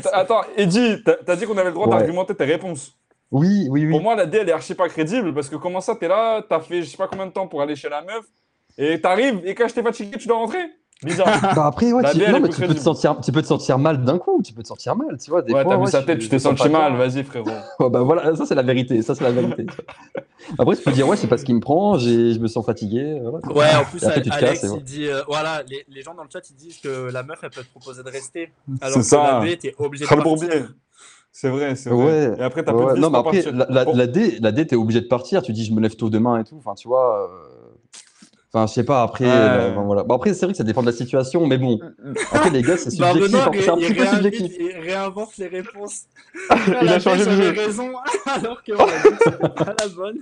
B: T'as- Attends, Eddie, t'as t'as dit qu'on avait le droit
C: Ouais.
B: d'argumenter tes réponses.
C: Oui, oui, oui.
B: Pour moi, la D, elle est archi pas crédible parce que comment ça, t'es là, t'as fait je sais pas combien de temps pour aller chez la meuf et t'arrives et quand je t'ai fatigué, tu dois rentrer Bizarre.
C: Bah après, ouais,
B: La
C: tu,
B: D, elle
C: non,
B: est
C: mais
B: plus
C: tu peux te
B: crédible.
C: sentir, tu peux te sentir mal d'un coup, tu peux te sentir mal, tu vois. Des
B: ouais,
C: fois,
B: t'as vu sa
C: je-
B: tête, tu
C: je
B: t'es
C: me sens
B: senti
C: pas
B: mal,
C: bien.
B: vas-y frérot.
C: Ouais, bah voilà, ça c'est la vérité, ça c'est la vérité. tu vois. Après, tu peux dire ouais, c'est parce qu'il me prend, j'ai- je me sens fatigué. euh, voilà.
A: Ouais, en plus,
C: Et après,
A: Al-
C: tu te
A: Alex,
C: casses, et
A: il dit euh, voilà, les, les gens dans le chat, ils disent que la meuf, elle peut te proposer de rester. Alors
B: C'est
A: que la
B: ça.
A: B, t'es obligé de
B: Très bourbier.
A: partir.
B: C'est vrai, c'est vrai.
C: Ouais.
B: Et après, t'as
C: Ouais,
B: peu de vis
C: non, mais
B: pour
C: après,
B: partir.
C: la, la,
B: Bon.
C: la D, la D, t'es obligé de partir. Tu dis, je me lève tôt demain et tout. Enfin, tu vois. euh, Enfin, je sais pas. Après,
B: Ouais.
C: euh, enfin, voilà. Bon, après, c'est vrai que ça dépend de la situation, mais bon. Après, les gars, c'est
A: Bah,
C: subjectif.
A: Benoît,
C: hein,
A: il,
C: c'est un
A: il
C: petit peu
A: réinvite-
C: subjectif.
A: il réinvente les réponses.
B: Il a changé de
A: J'avais
B: jeu.
A: raison, alors qu'on a dit que c'était pas la bonne.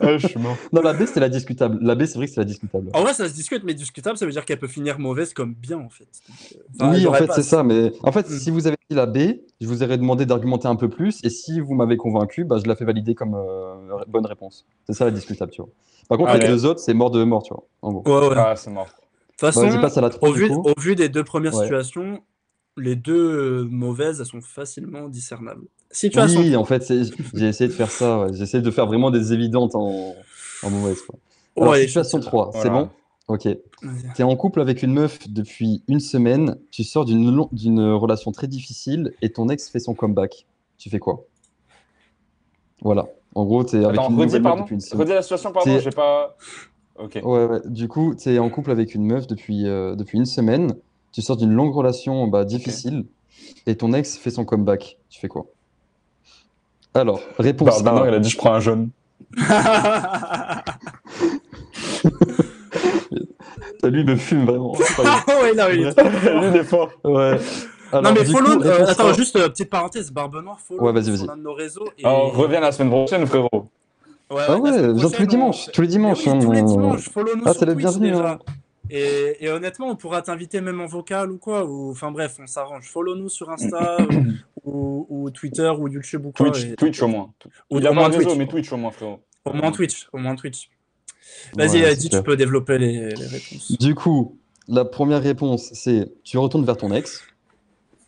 B: Ah, je suis mort.
C: Non, la B, c'est la discutable. La B, c'est vrai que c'est la discutable.
A: En vrai, ça se discute, mais discutable, ça veut dire qu'elle peut finir mauvaise comme bien, en fait. euh, Enfin,
C: oui, en
A: j'aurais
C: fait,
A: pas-
C: c'est ça. Mais en fait,
A: Mm.
C: si vous avez dit la B, je vous aurais demandé d'argumenter un peu plus. Et si vous m'avez convaincu, bah, je la fais valider comme euh, ré- bonne réponse. C'est ça la discutable, tu vois. Par contre,
B: Ok.
C: les deux autres, c'est mort de mort, tu vois. En gros.
A: Ouais, ouais. Ah De
B: Ah, c'est mort.
A: toute façon,
C: Vas-y, passe à la 3.
A: au, vu, au vu des deux premières
C: Ouais.
A: situations, les deux euh, mauvaises, elles sont facilement discernables. Situation.
C: Oui, en fait, c'est- j'ai essayé de faire ça. ouais. J'ai essayé de faire vraiment des évidentes en, en mauvaise. Quoi. Alors,
A: Ouais,
C: situation 3, c'est
B: Voilà.
C: bon Ok.
A: Vas-y.
C: T'es en couple avec une meuf depuis une semaine, tu sors d'une long- d'une relation très difficile et ton ex fait son comeback. Tu fais quoi Voilà. En gros, t'es avec
B: Attends,
C: une
B: redis,
C: nouvelle meuf
B: pardon.
C: depuis une semaine.
B: Redis la situation, pardon,
C: C'est-
B: j'ai pas. Ok.
C: Ouais, ouais. Du coup, tu es en couple avec une meuf depuis, euh, depuis une semaine, tu sors d'une longue relation bah, difficile et ton ex fait son comeback. Tu fais quoi Alors, réponse
B: Bernard,
C: A.
B: il a dit je prends un jaune.
C: Lui, il me fume vraiment.
A: ouais, non, il est trop fort.
B: Lui, il est fort.
C: ouais.
A: non,
C: Alors,
A: mais
C: du
A: follow,
C: coup,
A: euh,
C: réponse
A: attends,
C: A.
A: juste euh, petite parenthèse, Barbe Noire, follow.
C: Ouais, vas-y,
A: c'est
C: vas-y.
A: un de nos réseaux. Et...
B: Alors, reviens la semaine prochaine, frérot.
A: Ouais,
C: Ah
A: la semaine
C: ouais, genre
A: euh,
C: tous les
A: prochaine, on-
C: dimanches. Tous les
A: Eh oui,
C: dimanches. hein,
A: tous les
C: on-
A: dimanches, follow-nous
C: Ah,
A: sur
C: c'est la
A: Twitch,
C: bienvenue,
A: déjà.
C: hein.
A: Et, et honnêtement, on pourra t'inviter même en vocal ou quoi. Ou, enfin bref, on s'arrange. Follow-nous sur Insta ou, ou- ou Twitter ou YouTube ou quoi.
B: Twitch,
A: et-
B: Twitch au moins.
A: Ou
B: il y a
A: au moins
B: moins de
A: Twitch.
B: réseau, mais Twitch au moins, frérot.
A: Au moins Twitch. Au moins Twitch. Vas-y,
C: Ouais,
A: euh,
C: c'est
A: dis,
C: clair.
A: tu peux développer les, les réponses.
C: Du coup, la première réponse, c'est tu retournes vers ton ex.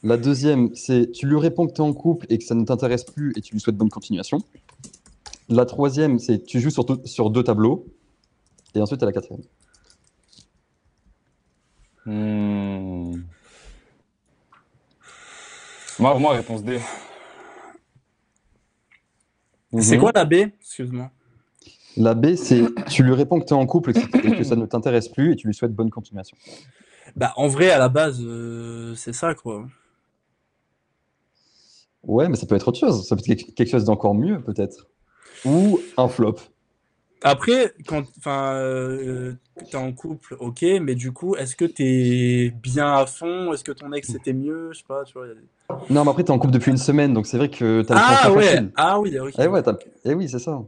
C: La deuxième, c'est tu lui réponds que tu es en couple et que ça ne t'intéresse plus et tu lui souhaites bonne continuation. La troisième, c'est tu joues sur, deux- sur deux tableaux. Et ensuite, t'as la quatrième.
B: Hmm. Moi, moi, réponse D.
A: C'est
C: Mhm.
A: quoi la B Excuse-moi.
C: La B, c'est tu lui réponds que tu es en couple et que, et que ça ne t'intéresse plus et tu lui souhaites bonne continuation.
A: Bah, en vrai, à la base, euh, c'est ça, quoi.
C: Ouais, mais ça peut être autre chose. Ça peut être quelque- quelque chose d'encore mieux, peut-être. Ou un flop.
A: Après, quand enfin, euh, t'es en couple, ok, mais du coup, est-ce que t'es bien à fond Est-ce que ton
C: Mm.
A: ex était mieux Je sais pas, tu vois. il y a des-
C: Non, mais après, t'es en couple depuis une semaine, donc c'est vrai que t'as le
A: Ah
C: temps
A: ouais,
C: facile.
A: ah oui, ok.
C: Eh ouais, t'as- eh oui, c'est ça.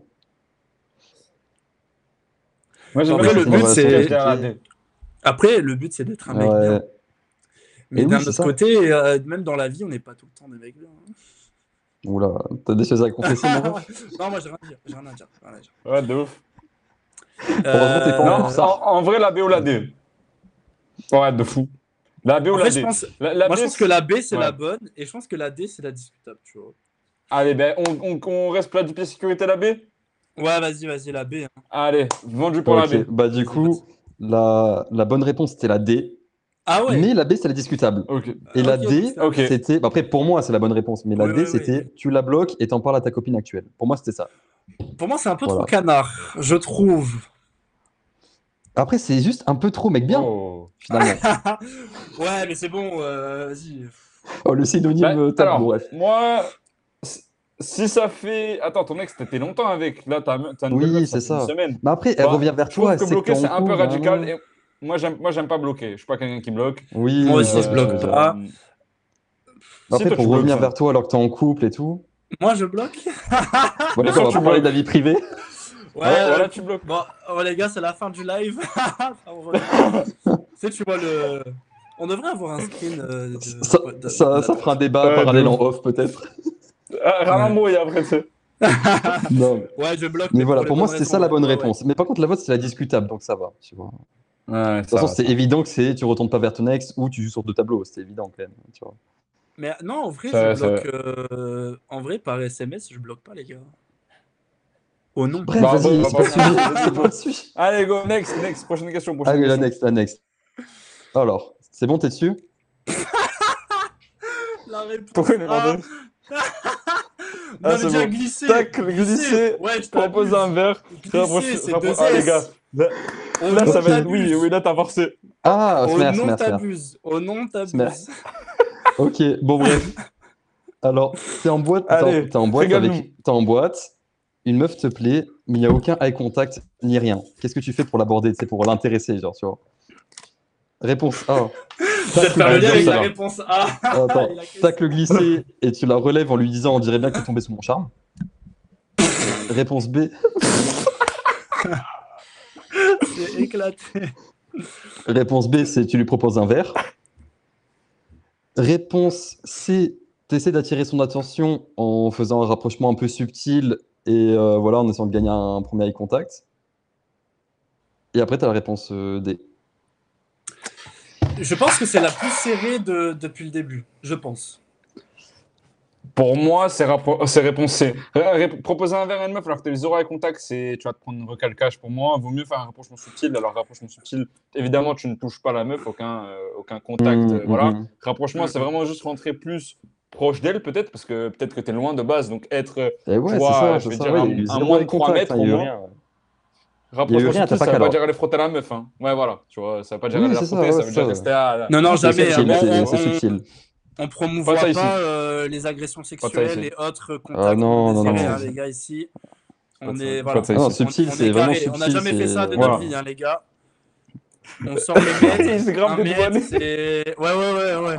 B: Moi,
A: En vrai,
B: j'aimerais
A: le
B: que-
A: but,
B: j'aimerais
A: c'est-
B: que j'étais à la D.
A: Après, le but, c'est
B: Ah,
A: d'être un mec
C: Ouais.
A: bien. Mais
C: Et oui,
A: d'un
C: c'est
A: autre
C: ça.
A: côté, euh, même dans la vie, on n'est pas tout le temps des mecs bien. hein.
C: Oula, t'as des choses à confesser, mon gars
A: non, moi, j'ai rien à dire. J'ai rien à dire. j'ai rien à dire.
B: Ouais, de ouf.
C: Heureusement, t'es pas
B: Non,
C: en
A: euh,
B: en, en vrai, la B ou la D Ouais, de fou. La B ou
A: en
B: la
A: fait, je
B: D
A: pense,
B: La, la
A: moi,
B: B,
A: je pense que la B, c'est
B: Ouais.
A: la bonne, et je pense que la D, c'est la discutable, tu vois.
B: Allez, ben, on, on, on reste plat du pied sécurité, la B
A: Ouais, vas-y, vas-y, la B. hein.
B: Allez, vendu pour la
C: Ok,
B: B.
C: bah du coup, la, la bonne réponse, c'était la D.
A: Ah ouais
C: Mais la B, c'est la discutable.
B: Ok.
C: Et la
A: Ok,
C: D,
A: c'est-
B: Ah, Ok.
C: c'était... bah, après, pour moi, c'est la bonne réponse. Mais la
A: Ouais,
C: D,
A: ouais,
C: c'était
A: ouais.
C: tu la bloques et t'en parles à ta copine actuelle. Pour moi, c'était ça.
A: Pour moi, c'est un peu
C: Voilà.
A: trop canard, je trouve.
C: Après, c'est juste un peu trop, mec, bien,
B: Oh.
C: finalement.
A: ouais, mais c'est bon, euh, vas-y.
C: Oh, le synonyme
B: Ben,
C: euh, tape,
B: alors,
C: bon, bref.
B: moi, si- si ça fait. Attends, ton ex, t'étais longtemps avec. Là, t'as t'as une
C: Oui,
B: meuf,
C: c'est
B: fait une
C: ça.
B: semaine.
C: Mais après, elle
B: Bah,
C: revient vers
B: Je trouve
C: toi.
B: que
C: c'est
B: bloquer,
C: t'es en
B: c'est un peu
C: couple, hein.
B: radical.
C: nanana.
B: Et moi, j'aime moi, j'aime pas bloquer. Je suis pas quelqu'un qui bloque.
C: Oui,
A: Moi aussi,
C: euh,
A: je bloque
C: euh,
A: pas.
C: Après,
B: Si, toi, tu
C: pour
B: bloques,
C: revenir
B: ça.
C: vers toi alors que t'es en couple et tout.
A: Moi, je bloque Ah,
B: toi,
C: Bon, d'accord, on
B: tu
C: va pas
B: bloques.
C: parler de la vie privée.
A: Ouais,
B: Ouais, voilà,
A: euh,
B: tu bloques.
A: Bon, oh, les gars, c'est la fin du live. On revient. tu sais, tu vois le. On devrait avoir un screen. euh, de-
C: Ça,
A: de-
C: ça,
A: de-
C: ça fera un débat
B: Ouais,
C: parallèle
B: de
C: en off, peut-être.
B: Ah, Ralambo, et après, tu sais.
C: non, mais-
A: Ouais, je bloque.
C: Mais voilà,
A: Ah, les
C: pour moi,
A: bonnes
C: c'était ça la
A: raisons,
C: bonne
A: ouais, ouais.
C: réponse. Mais par contre, la vôtre, c'est la discutable, donc ça va. Tu vois. De
B: Ouais,
C: toute façon, c'était évident que c'est tu retournes pas vers ton ex ou tu joues sur deux tableaux. C'était évident quand même. Tu vois.
A: Mais non, en vrai,
B: Ça va,
A: je
B: ça
A: bloque. euh, En vrai, par SMS, je bloque pas, les gars. Oh non.
C: Bref,
B: Bah,
C: vas-y,
B: bon,
C: c'est
B: bah,
C: pas le sujet. C'est pas le sujet.
B: Allez, go, next, next, prochaine question. Prochaine
C: Allez, la
B: question.
C: next, la next. Alors, c'est bon, t'es dessus
A: La réponse.
B: Pourquoi il est
A: Ah,
B: demandé
A: on avait
B: c'est
A: déjà
B: bon.
A: glissé.
B: Tac, le glissé.
A: Ouais, je
B: Propose un verre.
A: Glisser, c'est deux
B: Ah, les
A: S.
B: gars. Là,
A: Au
B: là,
A: nom
B: ça va être.
A: t'abuses.
B: Oui, oui, là, t'as forcé.
C: Ah,
A: Au
C: merci,
A: nom
C: merci.
A: t'abuses. Au nom t'abuses.
C: Smash. Ok, bon, bref. Alors, t'es en boîte, t'es en-
B: Allez,
C: t'es en, boîte
B: régale-nous.
C: avec, t'es en boîte, une meuf te plaît, mais il n'y a aucun eye contact ni rien. Qu'est-ce que tu fais pour l'aborder, c'est pour l'intéresser, genre, tu vois Réponse A.
A: Je vais faire le lien
B: bien,
A: avec
B: ça
A: la
B: va.
A: réponse A.
C: Attends,
A: Et la question.
C: tac le glissé et tu la relèves en lui disant on dirait bien que t'es tombé sous mon charme. Réponse B.
A: C'est éclaté.
C: Réponse B, c'est tu lui proposes un verre. Réponse C, tu essaies d'attirer son attention en faisant un rapprochement un peu subtil et euh, voilà, en essayant de gagner un premier eye contact. Et après, tu as la réponse euh, D.
A: Je pense que c'est la plus serrée de- depuis le début. Je pense.
B: Pour moi, c'est rappro- c'est réponse C. Ré- ré- Proposer un verre à une meuf alors que t'as eu zéro eye contact, c'est tu vas te prendre un recalcage. Pour moi, vaut mieux faire un rapprochement subtil. Alors, rapprochement subtil, évidemment, tu ne touches pas la meuf, aucun, euh, aucun contact.
C: Mmh,
B: euh, voilà.
C: mmh.
B: Rapprochement, c'est vraiment juste rentrer plus proche d'elle, peut-être, parce que peut-être que t'es loin de base. Donc, être euh,
C: Et Eh ouais,
B: Tu
C: c'est
B: vois,
C: ça,
B: je
C: c'est
B: veux
C: ça.
B: dire,
C: ouais,
B: un-
C: il y a eu
B: un
C: zéro
B: moins de
C: eye
B: 3 mètres,
C: contact, hein, il y
B: au
C: a eu
B: moins.
C: rien. ouais.
B: rapprochement
C: rien,
B: subtil, ça
C: t'as pas
B: veut
C: qu'à
B: pas
C: leur.
B: dire aller frotter la meuf. hein. Ouais, voilà. Tu vois, ça veut pas dire
C: Oui,
B: aller la
C: c'est ça,
B: frotter, ça
C: ouais,
B: veut
C: c'est
B: dire
C: ça.
B: rester à. la-
A: Non, non,
C: C'est
A: jamais.
C: subtil,
A: hein.
C: c'est-
A: On- on-
C: c'est subtil.
A: On promouvoit
B: Pas ça
A: pas,
B: ici.
A: euh, les agressions sexuelles
B: ici.
A: et autres contacts
C: Ah non, non, non.
A: indésirés, hein, les gars ici. On
B: ça.
A: est
B: Pas
A: voilà.
B: ça
A: on-
B: ici.
A: on-
C: Subtil,
A: on est
C: c'est vraiment
A: carré. On n'a
C: subtil,
A: jamais fait
C: c'est-
A: ça de
B: Voilà.
A: notre vie, hein, les gars. On sort les miettes.
B: Il s'est grave
A: Un mètre,
B: dédouané.
A: c'est- Ouais, ouais, ouais, ouais.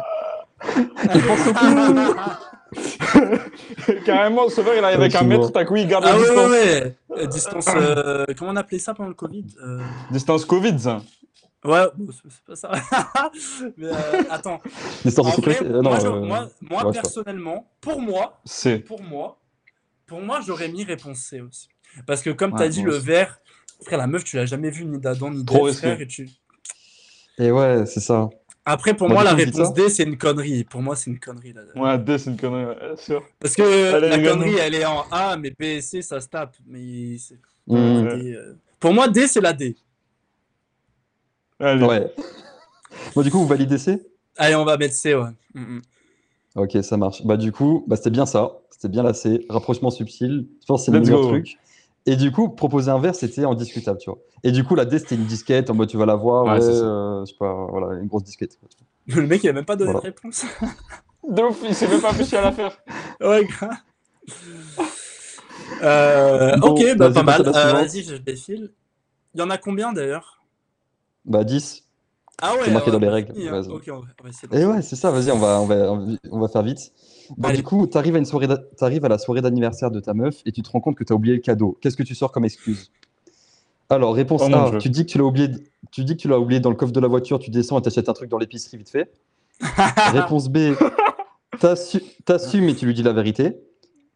B: Carrément, Sauveur, il arrive avec un
C: Absolument.
B: mètre, tac, oui, il garde
A: ah
B: la
A: ouais, ouais,
B: distance.
A: ouais. Euh, Distance. euh, Comment on appelait ça pendant le Covid Euh,
B: Distance Covid, ça.
A: Ouais, bon, c'est c'est pas ça. Mais euh, attends.
C: L'histoire
A: En
C: de
A: vrai,
C: sécurité. euh, non,
A: moi, je-
C: euh,
A: moi- moi,
C: ouais, ça.
A: personnellement, pour moi,
B: C'est.
A: pour moi, pour moi, j'aurais mis réponse C aussi. Parce que comme
B: Ouais,
A: t'as dit,
B: moi
A: le
B: aussi.
A: vert, frère, la meuf, tu l'as jamais vu ni d'Adam ni
B: Trop
A: d'Ève,
B: risqué.
A: frère. et tu-
C: Et eh ouais, c'est ça.
A: Après, pour
C: Moi,
A: moi,
C: du
A: la
C: coup, je dis
A: réponse
C: ça.
A: D, c'est une connerie. Pour moi, c'est une connerie. là.
B: Ouais, D, c'est une connerie, ouais, sûr.
A: Parce que
B: Allez,
A: la
B: les gars,
A: connerie,
B: nous.
A: elle est en A, mais B et C, ça se tape. Mais c'est-
C: Mmh,
B: Ouais.
A: D, euh, Pour moi, D, c'est la D.
B: Allez.
C: Ouais. Bon, du coup, vous validez C
A: Allez, on va mettre C, ouais. Mm, mm.
C: Ok, ça marche. Bah, du coup, bah, c'était bien ça. C'était bien là, c'est rapprochement subtil. Je pense que c'est le
B: Let's
C: meilleur
B: go.
C: truc. Et du coup, proposer un verre, c'était indiscutable, tu vois. Et du coup, la D, c'était une disquette en mode tu vas la voir,
B: Ouais,
C: ouais,
B: c'est ça.
C: euh, je sais pas, voilà, une grosse disquette. quoi, tu vois.
A: Le mec, il a même pas donné
C: Voilà.
A: de réponse.
B: De ouf, il s'est même pas affiché à l'affaire.
A: ouais, grave. Euh,
C: Bon,
A: ok, bah,
C: vas-y,
A: pas
C: passe
A: mal.
C: à la
A: Euh,
C: suivante.
A: Vas-y, je défile. Il y en a combien d'ailleurs
C: Bah, 10.
A: Ah ouais,
C: C'est marqué
A: ouais,
C: dans les
A: bah,
C: règles.
A: fini, hein.
C: Vas-y.
A: Ok, on va, on va essayer de-
C: Et Eh ouais, c'est ça, vas-y, on va, on, va, on va faire vite. Bah,
A: Allez.
C: du coup, t'arrives à, une soirée d'a- t'arrives à la soirée d'anniversaire de ta meuf et tu te rends compte que t'as oublié le cadeau. Qu'est-ce que tu sors comme excuse Alors, réponse
B: Oh, mon
C: A,
B: Dieu.
C: tu dis que tu l'as oublié, d- tu dis que tu l'as oublié dans le coffre de la voiture, tu descends et t'achètes un truc dans l'épicerie vite fait. Réponse B, t'assu- t'assumes et tu lui dis la vérité.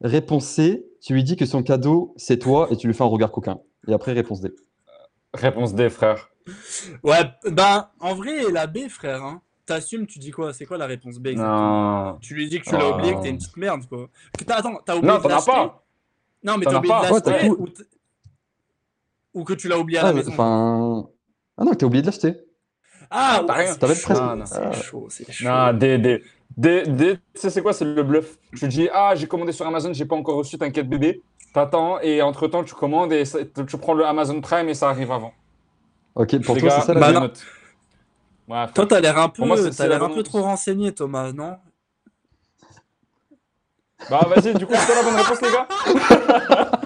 C: Réponse C, tu lui dis que son cadeau, c'est toi et tu lui fais un regard coquin. Et après, réponse D.
B: Réponse D, frère.
A: Ouais, bah, en vrai, la B, frère. Hein. T'assumes, tu dis quoi C'est quoi la réponse B exactement
B: Non.
A: Tu lui dis que tu l'as
B: Oh.
A: oublié, que t'es une petite merde, quoi. Que t'as- attends, t'as oublié
B: Non,
A: de
B: t'en as
A: l'acheter
B: pas.
A: Non, mais
B: T'en
A: t'as
B: as
A: oublié de
B: pas.
C: Ouais, t'as
A: l'acheter
C: tout.
A: ou, t- ou que tu l'as oublié à la
C: Ah, mais-
A: maison.
C: enfin. Ah non, t'as oublié de l'acheter.
A: Ah,
B: T'as
A: ouais,
B: rien.
A: c'est
C: T'avais
A: chaud,
C: presque-
B: Non, non.
A: C'est chaud, c'est chaud.
B: Non, D, D. D, D, tu sais, c'est quoi C'est le bluff. Tu dis, ah, j'ai commandé sur Amazon, j'ai pas encore reçu, t'inquiète, bébé. T'attends et entre temps, tu commandes et ça- tu prends le Amazon Prime et ça arrive avant.
C: Ok, pour
B: Les
C: toi,
B: gars,
C: c'est ça la
A: bah
B: bonne
A: non.
B: note. Ouais,
A: Toi,
B: frère.
A: t'as l'air un peu,
B: Pour moi, c'est-
A: t'as
B: c'est la
A: l'air un
B: bonne
A: peu trop
B: réponse.
A: renseigné, Thomas, non
B: Bah, vas-y, du coup, c'est quoi la bonne réponse, les gars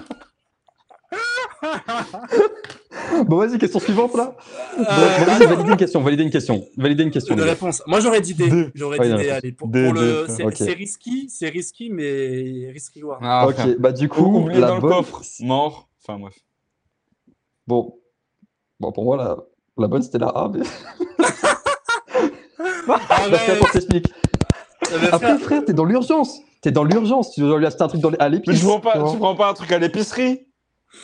C: Bon, vas-y, question suivante là.
A: Euh,
C: Bon, bon,
A: bah
C: vas-y,
A: non,
C: validez une question, validez une question, validez une question.
A: de
C: les gars.
A: réponse. Moi, j'aurais dit D.
C: Deux.
A: J'aurais
C: Ouais,
A: dit
C: une
A: D,
C: réponse.
A: allez. Pour,
B: Deux,
A: pour le,
B: deux,
A: c'est
C: ok.
A: c'est risqué, c'est risqué, mais risqué reward.
B: Ah, frère.
C: ok, bah du coup,
B: oublié
C: la
B: dans
C: bonne...
B: le coffre, mort. Enfin, bref.
C: Bon. bon, pour moi, la, la bonne c'était la A, mais
A: Ah
C: parce
A: ouais,
C: qu'attends, je t'explique.
A: ça va
C: Après,
A: faire-
C: frère, t'es dans l'urgence, t'es dans l'urgence, tu dois lui acheter un truc dans les... à l'épice.
B: Mais tu prends, pas,
C: tu vois.
B: tu prends pas un truc à l'épicerie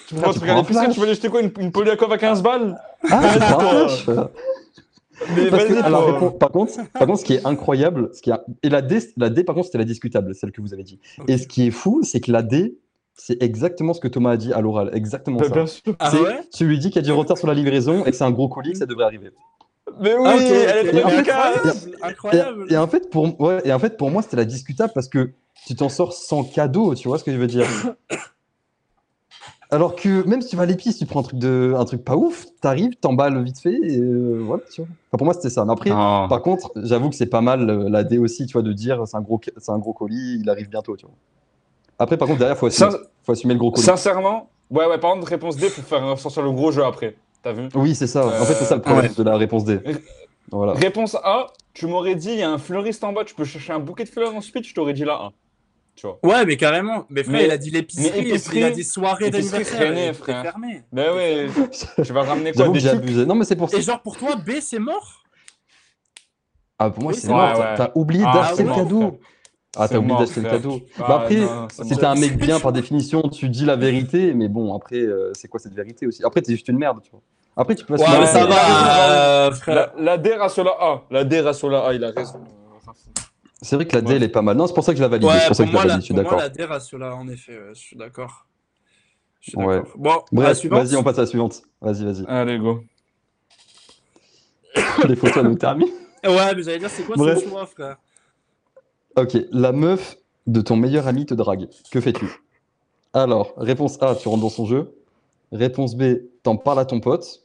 B: Tu prends un
C: Ah, tu
B: truc à
C: prends un
B: l'épicerie,
C: flash.
B: tu veux aller acheter quoi Une, une Polyakov à 15 balles
C: Ah,
B: Vas-y,
C: c'est pas un
B: toi.
C: flash, frère.
B: Mais
C: Parce que,
B: vas-y,
C: alors,
B: toi.
C: réponse- par, contre, par contre, ce qui est incroyable, ce qui est- et la D, la D, par contre, c'était la discutable, celle que vous avez dit.
A: Ok.
C: Et ce qui est fou, c'est que la D, c'est exactement ce que Thomas a dit à l'oral, exactement
B: Bah,
C: ça.
B: bien sûr.
A: Ah
C: C'est-
A: ouais
C: Tu lui dis qu'il y a du retard sur la livraison et que c'est un gros colis, que ça devrait arriver.
B: Mais oui,
A: Ah, ok,
B: elle
A: ok.
B: est
C: en
B: trop
C: fait,
B: efficace
A: Incroyable,
C: Et,
A: incroyable.
C: et en fait, pour, ouais, et en fait, pour moi, c'était la discutable parce que tu t'en sors sans cadeau, tu vois ce que je veux dire Alors que même si tu vas à l'épice, tu prends un truc, de, un truc pas ouf, t'arrives, t'emballes vite fait, et euh, voilà, tu vois. Enfin, pour moi, c'était ça. Mais
B: Ah.
C: après, par contre, j'avoue que c'est pas mal euh, la D aussi, tu vois, de dire c'est un, gros, ca- c'est un gros colis, il arrive bientôt, tu vois. Après, par contre, derrière, faut assumer,
B: Sin-
C: faut assumer le gros colis.
B: Sincèrement, ouais, ouais, par contre, réponse D, faut faire un ressort sur le gros jeu après. T'as vu
C: Oui, c'est ça. En fait, c'est ça le
B: Euh,
C: problème
A: ouais.
C: de la réponse D.
B: Ré-
C: Voilà.
B: Réponse A, tu m'aurais dit, il y a un fleuriste en bas, tu peux chercher un bouquet de fleurs ensuite, je t'aurais dit la 1. Tu vois
A: Ouais, mais carrément. Mais frère,
B: Mais-
A: il a dit l'épicerie,
B: mais épicerie-
A: il a dit soirée
B: épicerie
A: d'anniversaire.
B: freinée,
A: et c'est
B: frère.
A: fermé.
B: Ben ouais, tu vas ramener quoi
C: J'avoue que
B: Des
C: j'ai
B: trucs
C: abusé. Non, mais c'est pour ça.
A: Et genre, pour toi, B, c'est mort
C: Ah, pour moi,
A: Oui,
C: c'est
A: c'est
C: mort.
B: vrai.
C: T'as- T'as oublié
B: Ah,
C: d'acheter
A: c'est
C: le
A: mort,
B: frère.
C: cadeau. Ah,
B: C'est
C: t'as oublié
B: mort,
C: d'acheter le
B: frère.
C: cadeau.
B: Ah,
C: Bah après,
B: non, c'est
C: si
B: mort.
C: t'es un mec bien, par définition, tu dis la vérité, mais bon, après, euh, c'est quoi cette vérité aussi Après, t'es juste une merde, tu vois. Après, tu peux
A: Ouais,
C: assumer-
A: mais ça
B: il a
A: va, euh, frère.
B: La, la D ratio la A. La D ratio la A, il a raison.
C: C'est vrai que la D,
B: Ouais.
C: elle est pas mal. Non, c'est pour ça que je la valide. c'est
A: Ouais,
C: pour
A: pour
C: ça que je la
A: moi, la,
C: valide, je suis
A: pour moi,
C: d'accord.
A: la D ratio là, en effet, ouais, je suis d'accord. Je suis
C: Ouais.
A: d'accord. Bon, la
C: Bref,
A: suivante.
C: vas-y, on passe à la suivante. Vas-y, vas-y.
B: Allez, go.
C: Les photos, elles nous terminent.
A: Ouais, mais j'allais dire, c'est quoi
C: Bref.
A: ce choix, frère
C: Ok, la meuf de ton meilleur ami te drague. Que fais-tu Alors, réponse A, tu rentres dans son jeu. Réponse B, t'en parles à ton pote.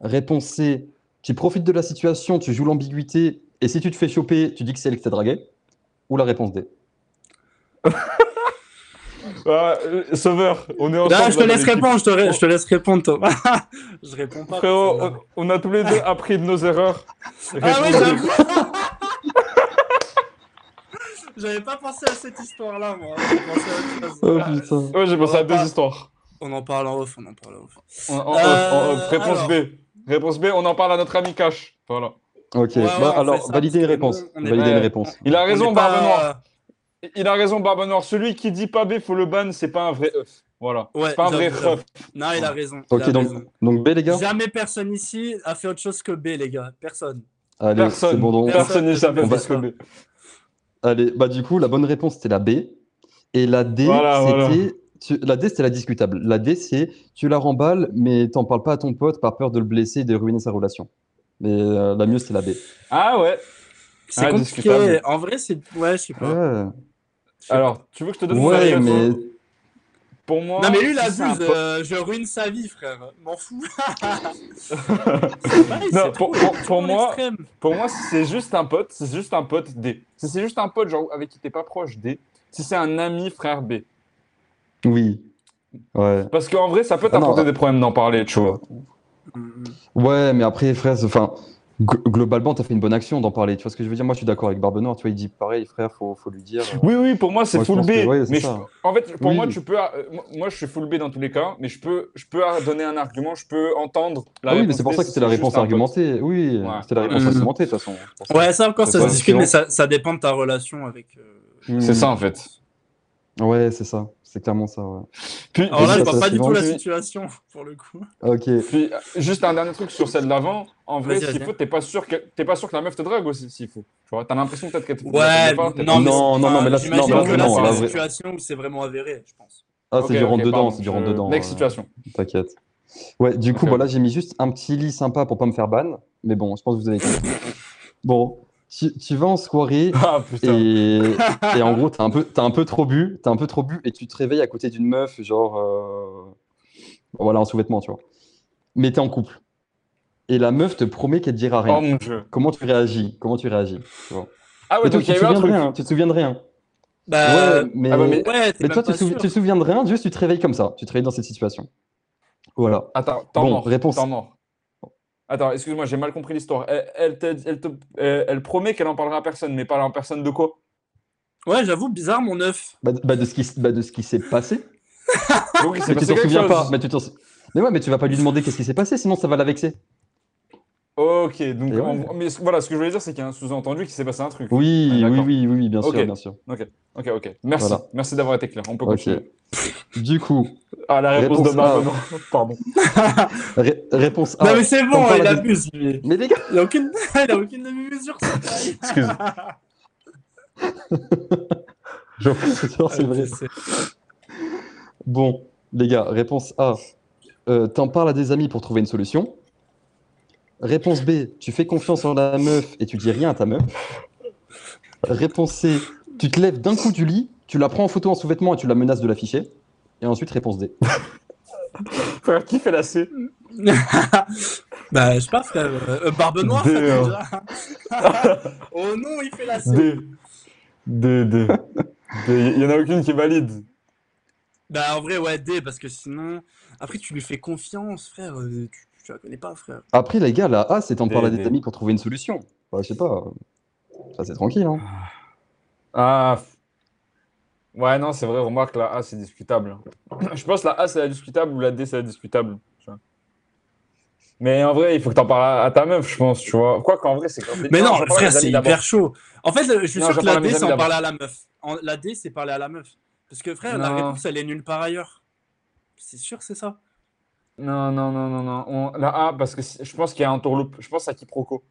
C: Réponse C, tu profites de la situation, tu joues l'ambiguïté. Et si tu te fais choper, tu dis que c'est elle qui t'a dragué. ou la réponse D.
B: Ah, euh, Sauveur, on est ensemble.
A: Là, je te
B: dans
A: laisse
B: l'équipe.
A: répondre, je te, ré- je te laisse répondre, Thomas. je réponds pas.
B: Frérot, on, on a tous les deux appris de nos erreurs.
A: Ah oui,
B: Réponds-y.
A: j'avoue. J'avais pas pensé à cette histoire-là, moi. J'ai pensé à autre
C: Oh
A: chose.
C: putain.
B: Ouais, j'ai pensé
A: On
B: à
A: va
B: deux
A: pas-
B: histoires.
A: On en parle en off, on en parle en off.
B: En- en- en-
A: Euh,
B: en- en- réponse
A: alors.
B: B. Réponse B, on en parle à notre ami Cash. Voilà.
C: Ok,
A: Ouais, ouais,
C: bah,
A: on fait
C: alors,
A: ça,
C: validez les
A: parce que nous,
C: réponses.
A: on est-
C: Validez
B: Ouais.
C: les réponses.
B: Il a
A: On
B: raison,
A: n'est
B: Barbe Noire.
A: pas- euh,
B: Il a raison, Barbe Noire. Celui qui dit pas B, faut le ban, c'est pas un vrai œuf. Voilà.
A: Ouais,
B: C'est pas un vrai
A: j'avoue,
B: œuf.
A: Non, il a raison. il
C: Ok,
A: a
C: donc,
A: raison.
C: donc B, les gars
A: Jamais personne ici a fait autre chose que B, les gars. Personne.
C: Allez, c'est
B: Personne.
C: bon, donc-
B: Personne n'est
A: Personne ne
B: jamais
A: fait
B: parce que
A: ça.
B: B.
C: Allez, bah du coup, la bonne réponse, c'était la B. Et la D,
B: Voilà, voilà.
C: c'était... tu- La D, c'était la discutable. La D, c'est tu la remballes, mais t'en parles pas à ton pote par peur de le blesser et de ruiner sa relation. Mais euh, la mieux, c'est la B.
B: Ah ouais.
A: C'est
B: Ah,
A: compliqué.
B: discutable.
A: En vrai, c'est. Ouais, je sais pas.
C: Ouais,
B: Ah. Alors, tu veux que je te donne mon avis
C: ouais
B: à toi
C: mais...
B: Pour moi.
A: Non, mais lui, il
B: c'est un
A: abuse.
B: pote.
A: euh, je ruine sa vie, frère. M'en fous.
B: Non, pour- pour- pour moi,
A: Extrême.
B: Pour moi, si c'est juste un pote, c'est juste un pote D. Si c'est juste un pote genre avec qui t'es pas proche D. Si c'est un ami frère B.
C: Oui. Ouais.
B: Parce qu'en vrai, ça peut
C: Ah non,
B: t'apporter
C: ouais.
B: des problèmes d'en parler, tu vois.
C: Ouais, mais après, frère, c'est- enfin, gl- globalement, t'as fait une bonne action d'en parler. Tu vois ce que je veux dire? Moi, je suis d'accord avec Barbe Noire. Tu vois, il dit pareil, frère, faut, faut lui dire. euh.
B: Oui, oui, pour moi, c'est
C: Moi, je
B: full
C: pense
B: B.
C: que- ouais, c'est
B: mais je-
C: ça.
B: en fait, pour
C: Oui.
B: moi, tu peux. euh, moi- moi, je suis full B dans tous les cas, mais je peux, je peux donner un argument, je peux entendre la
C: Ah oui, mais
B: réponse
C: c'est pour
B: D
C: ça que
B: si
C: c'était la
B: juste
C: réponse
B: un pote.
C: argumentée. Oui,
B: Ouais. Mmh.
C: c'était la réponse
A: Mm.
C: argumentée, de toute façon. C'est pour ça.
A: Ouais, ça encore,
C: C'est
A: ça
C: pas
A: se discute,
C: sinon-
A: mais ça, ça dépend de ta relation avec. euh,
C: Mm.
B: C'est ça, en fait.
C: Mmh. Ouais, c'est ça. C'est clairement ça, ouais.
B: Puis,
A: Alors là,
C: Et
A: je
C: ça,
A: vois
C: c'est
A: pas
C: la
A: du tout la
B: suivante.
A: situation, pour le coup.
C: Ok.
B: puis, euh, juste un dernier truc sur celle d'avant. En vrai,
A: Vas-y,
B: s'il
A: vas-y.
B: faut, t'es pas, sûr que... t'es pas sûr que la meuf te drague aussi, s'il faut. Tu vois, t'as l'impression peut-être qu'elle te
A: Ouais,
B: qu'elle te drague pas,
A: non, mais
C: Non, non, non, mais là,
A: c'est
C: c'est-
A: non,
B: non, mais
A: que là,
B: non,
A: c'est
B: là,
A: la
C: vrai-
A: situation où c'est vraiment avéré, je pense.
C: Ah,
B: Ok,
C: c'est du
B: ok,
C: rentre dedans,
B: pardon,
C: c'est du euh. rentre
B: je-
C: dedans.
B: Next
C: ouais.
B: situation.
C: T'inquiète. Ouais, du coup,
B: Ok.
C: voilà, j'ai mis juste un petit lit sympa pour pas me faire ban. Mais bon, je pense que vous avez. Bon, tu, tu vas en soirée
B: Ah putain.
C: Et, et en gros, t'as un peu, t'as un peu trop bu, t'as un peu trop bu, et tu te réveilles à côté d'une meuf, genre, euh, voilà, en sous-vêtements, tu vois. Mais t'es en couple. Et la meuf te promet qu'elle te dira rien.
B: Oh mon dieu.
C: Comment tu réagis? Comment tu réagis? tu vois.
B: Ah
C: Et
B: ouais,
C: toi,
B: donc
C: tu
B: il y a
C: te
B: eu un
C: souviens de
B: truc.
C: rien, tu te souviens de rien.
A: Bah,
C: Ouais, mais,
B: ah bah,
C: mais,
A: ouais, t'es même
C: toi, tu
A: pas
C: te, souvi-
A: sûr.
C: tu te souviens de rien, juste tu te réveilles comme ça, tu te réveilles dans cette situation. Voilà.
B: Attends, temps
C: Bon,
B: mort.
C: réponse.
B: temps mort. Attends, excuse-moi, j'ai mal compris l'histoire. Elle, elle, t'a dit- elle te- elle- elle promet qu'elle en parlera à personne, mais parle à personne de quoi
A: Ouais, j'avoue, bizarre mon œuf.
C: Bah, bah, de ce qui, s- bah, de ce qui s'est passé.
B: Donc il s'est passé
C: Mais tu t'en
B: quelque
C: souviens
B: chose.
C: pas. Mais tu t'en sou- Mais ouais, mais tu vas pas lui demander qu'est-ce qui s'est passé, sinon ça va la vexer.
B: Ok, donc
C: Et
B: en-
C: ouais.
B: mais c- voilà, ce que je voulais dire, c'est qu'il y a un sous-entendu qu'il s'est passé un truc.
C: Oui,
B: Ouais,
C: oui,
B: d'accord.
C: oui, oui, bien sûr,
B: Ok.
C: bien sûr.
B: Ok, ok. Merci.
C: Voilà.
B: Merci d'avoir été clair. On peut
C: Ok.
B: continuer.
C: Du coup,
B: Ah, la réponse,
C: Réponse
B: de Marc,
C: A.
B: non. Pardon.
C: ré- réponse A.
A: non, mais c'est
C: on
A: bon,
C: parle
A: il
C: à-
A: abuse, lui.
C: Mais les gars,
A: Il a aucune, il a aucune demi-mesure, ça.
B: Excuse.
C: je c'est vrai. Bon, les gars, réponse A. euh, T'en parles à des amis pour trouver une solution. Réponse B. Tu fais confiance en la meuf et tu dis rien à ta meuf. Réponse C. Tu te lèves d'un coup du lit, tu la prends en photo en sous-vêtements et tu la menaces de l'afficher. Et ensuite, réponse D.
B: Frère, qui fait la C
A: bah, je sais pas, frère. Euh, Barbe Noire, ça,
C: hein.
B: Dehors.
A: déjà. oh non, il fait la scène.
B: D. D, D. D. Il y en a aucune qui est valide.
A: Bah, en vrai, ouais, D, parce que sinon. Après, tu lui fais confiance, frère. euh, Tu, tu la connais pas, frère.
C: Après, les gars, la A, c'est t'en
B: D,
C: parles à des
B: D.
C: amis pour trouver une solution. Bah, je sais pas. Ça, c'est tranquille. Hein.
B: Ah. f- Ouais, non, c'est vrai, remarque, la A, c'est discutable. Je pense que la A, c'est la discutable ou la D, c'est la discutable. tu vois. Mais en vrai, il faut que t'en parles à- à ta meuf, je pense, tu vois. Quoi qu'en vrai, c'est quand
A: Mais non,
B: j'en parle à
A: frère,
B: mes amis
A: c'est
B: d'abord.
A: hyper chaud. En fait, le- je suis
B: Non,
A: sûr
B: j'en
A: que la
B: parle à mes
A: D, c'est
B: amis
A: en
B: d'abord.
A: parler à la meuf. En- la D, c'est parler à la meuf. Parce que frère, la
B: Non.
A: réponse, elle est nulle part ailleurs. C'est sûr, c'est ça.
B: Non, non, non, non, non. On- La A, parce que si- je pense qu'il y a un tourloupe. Je pense à quiproquo.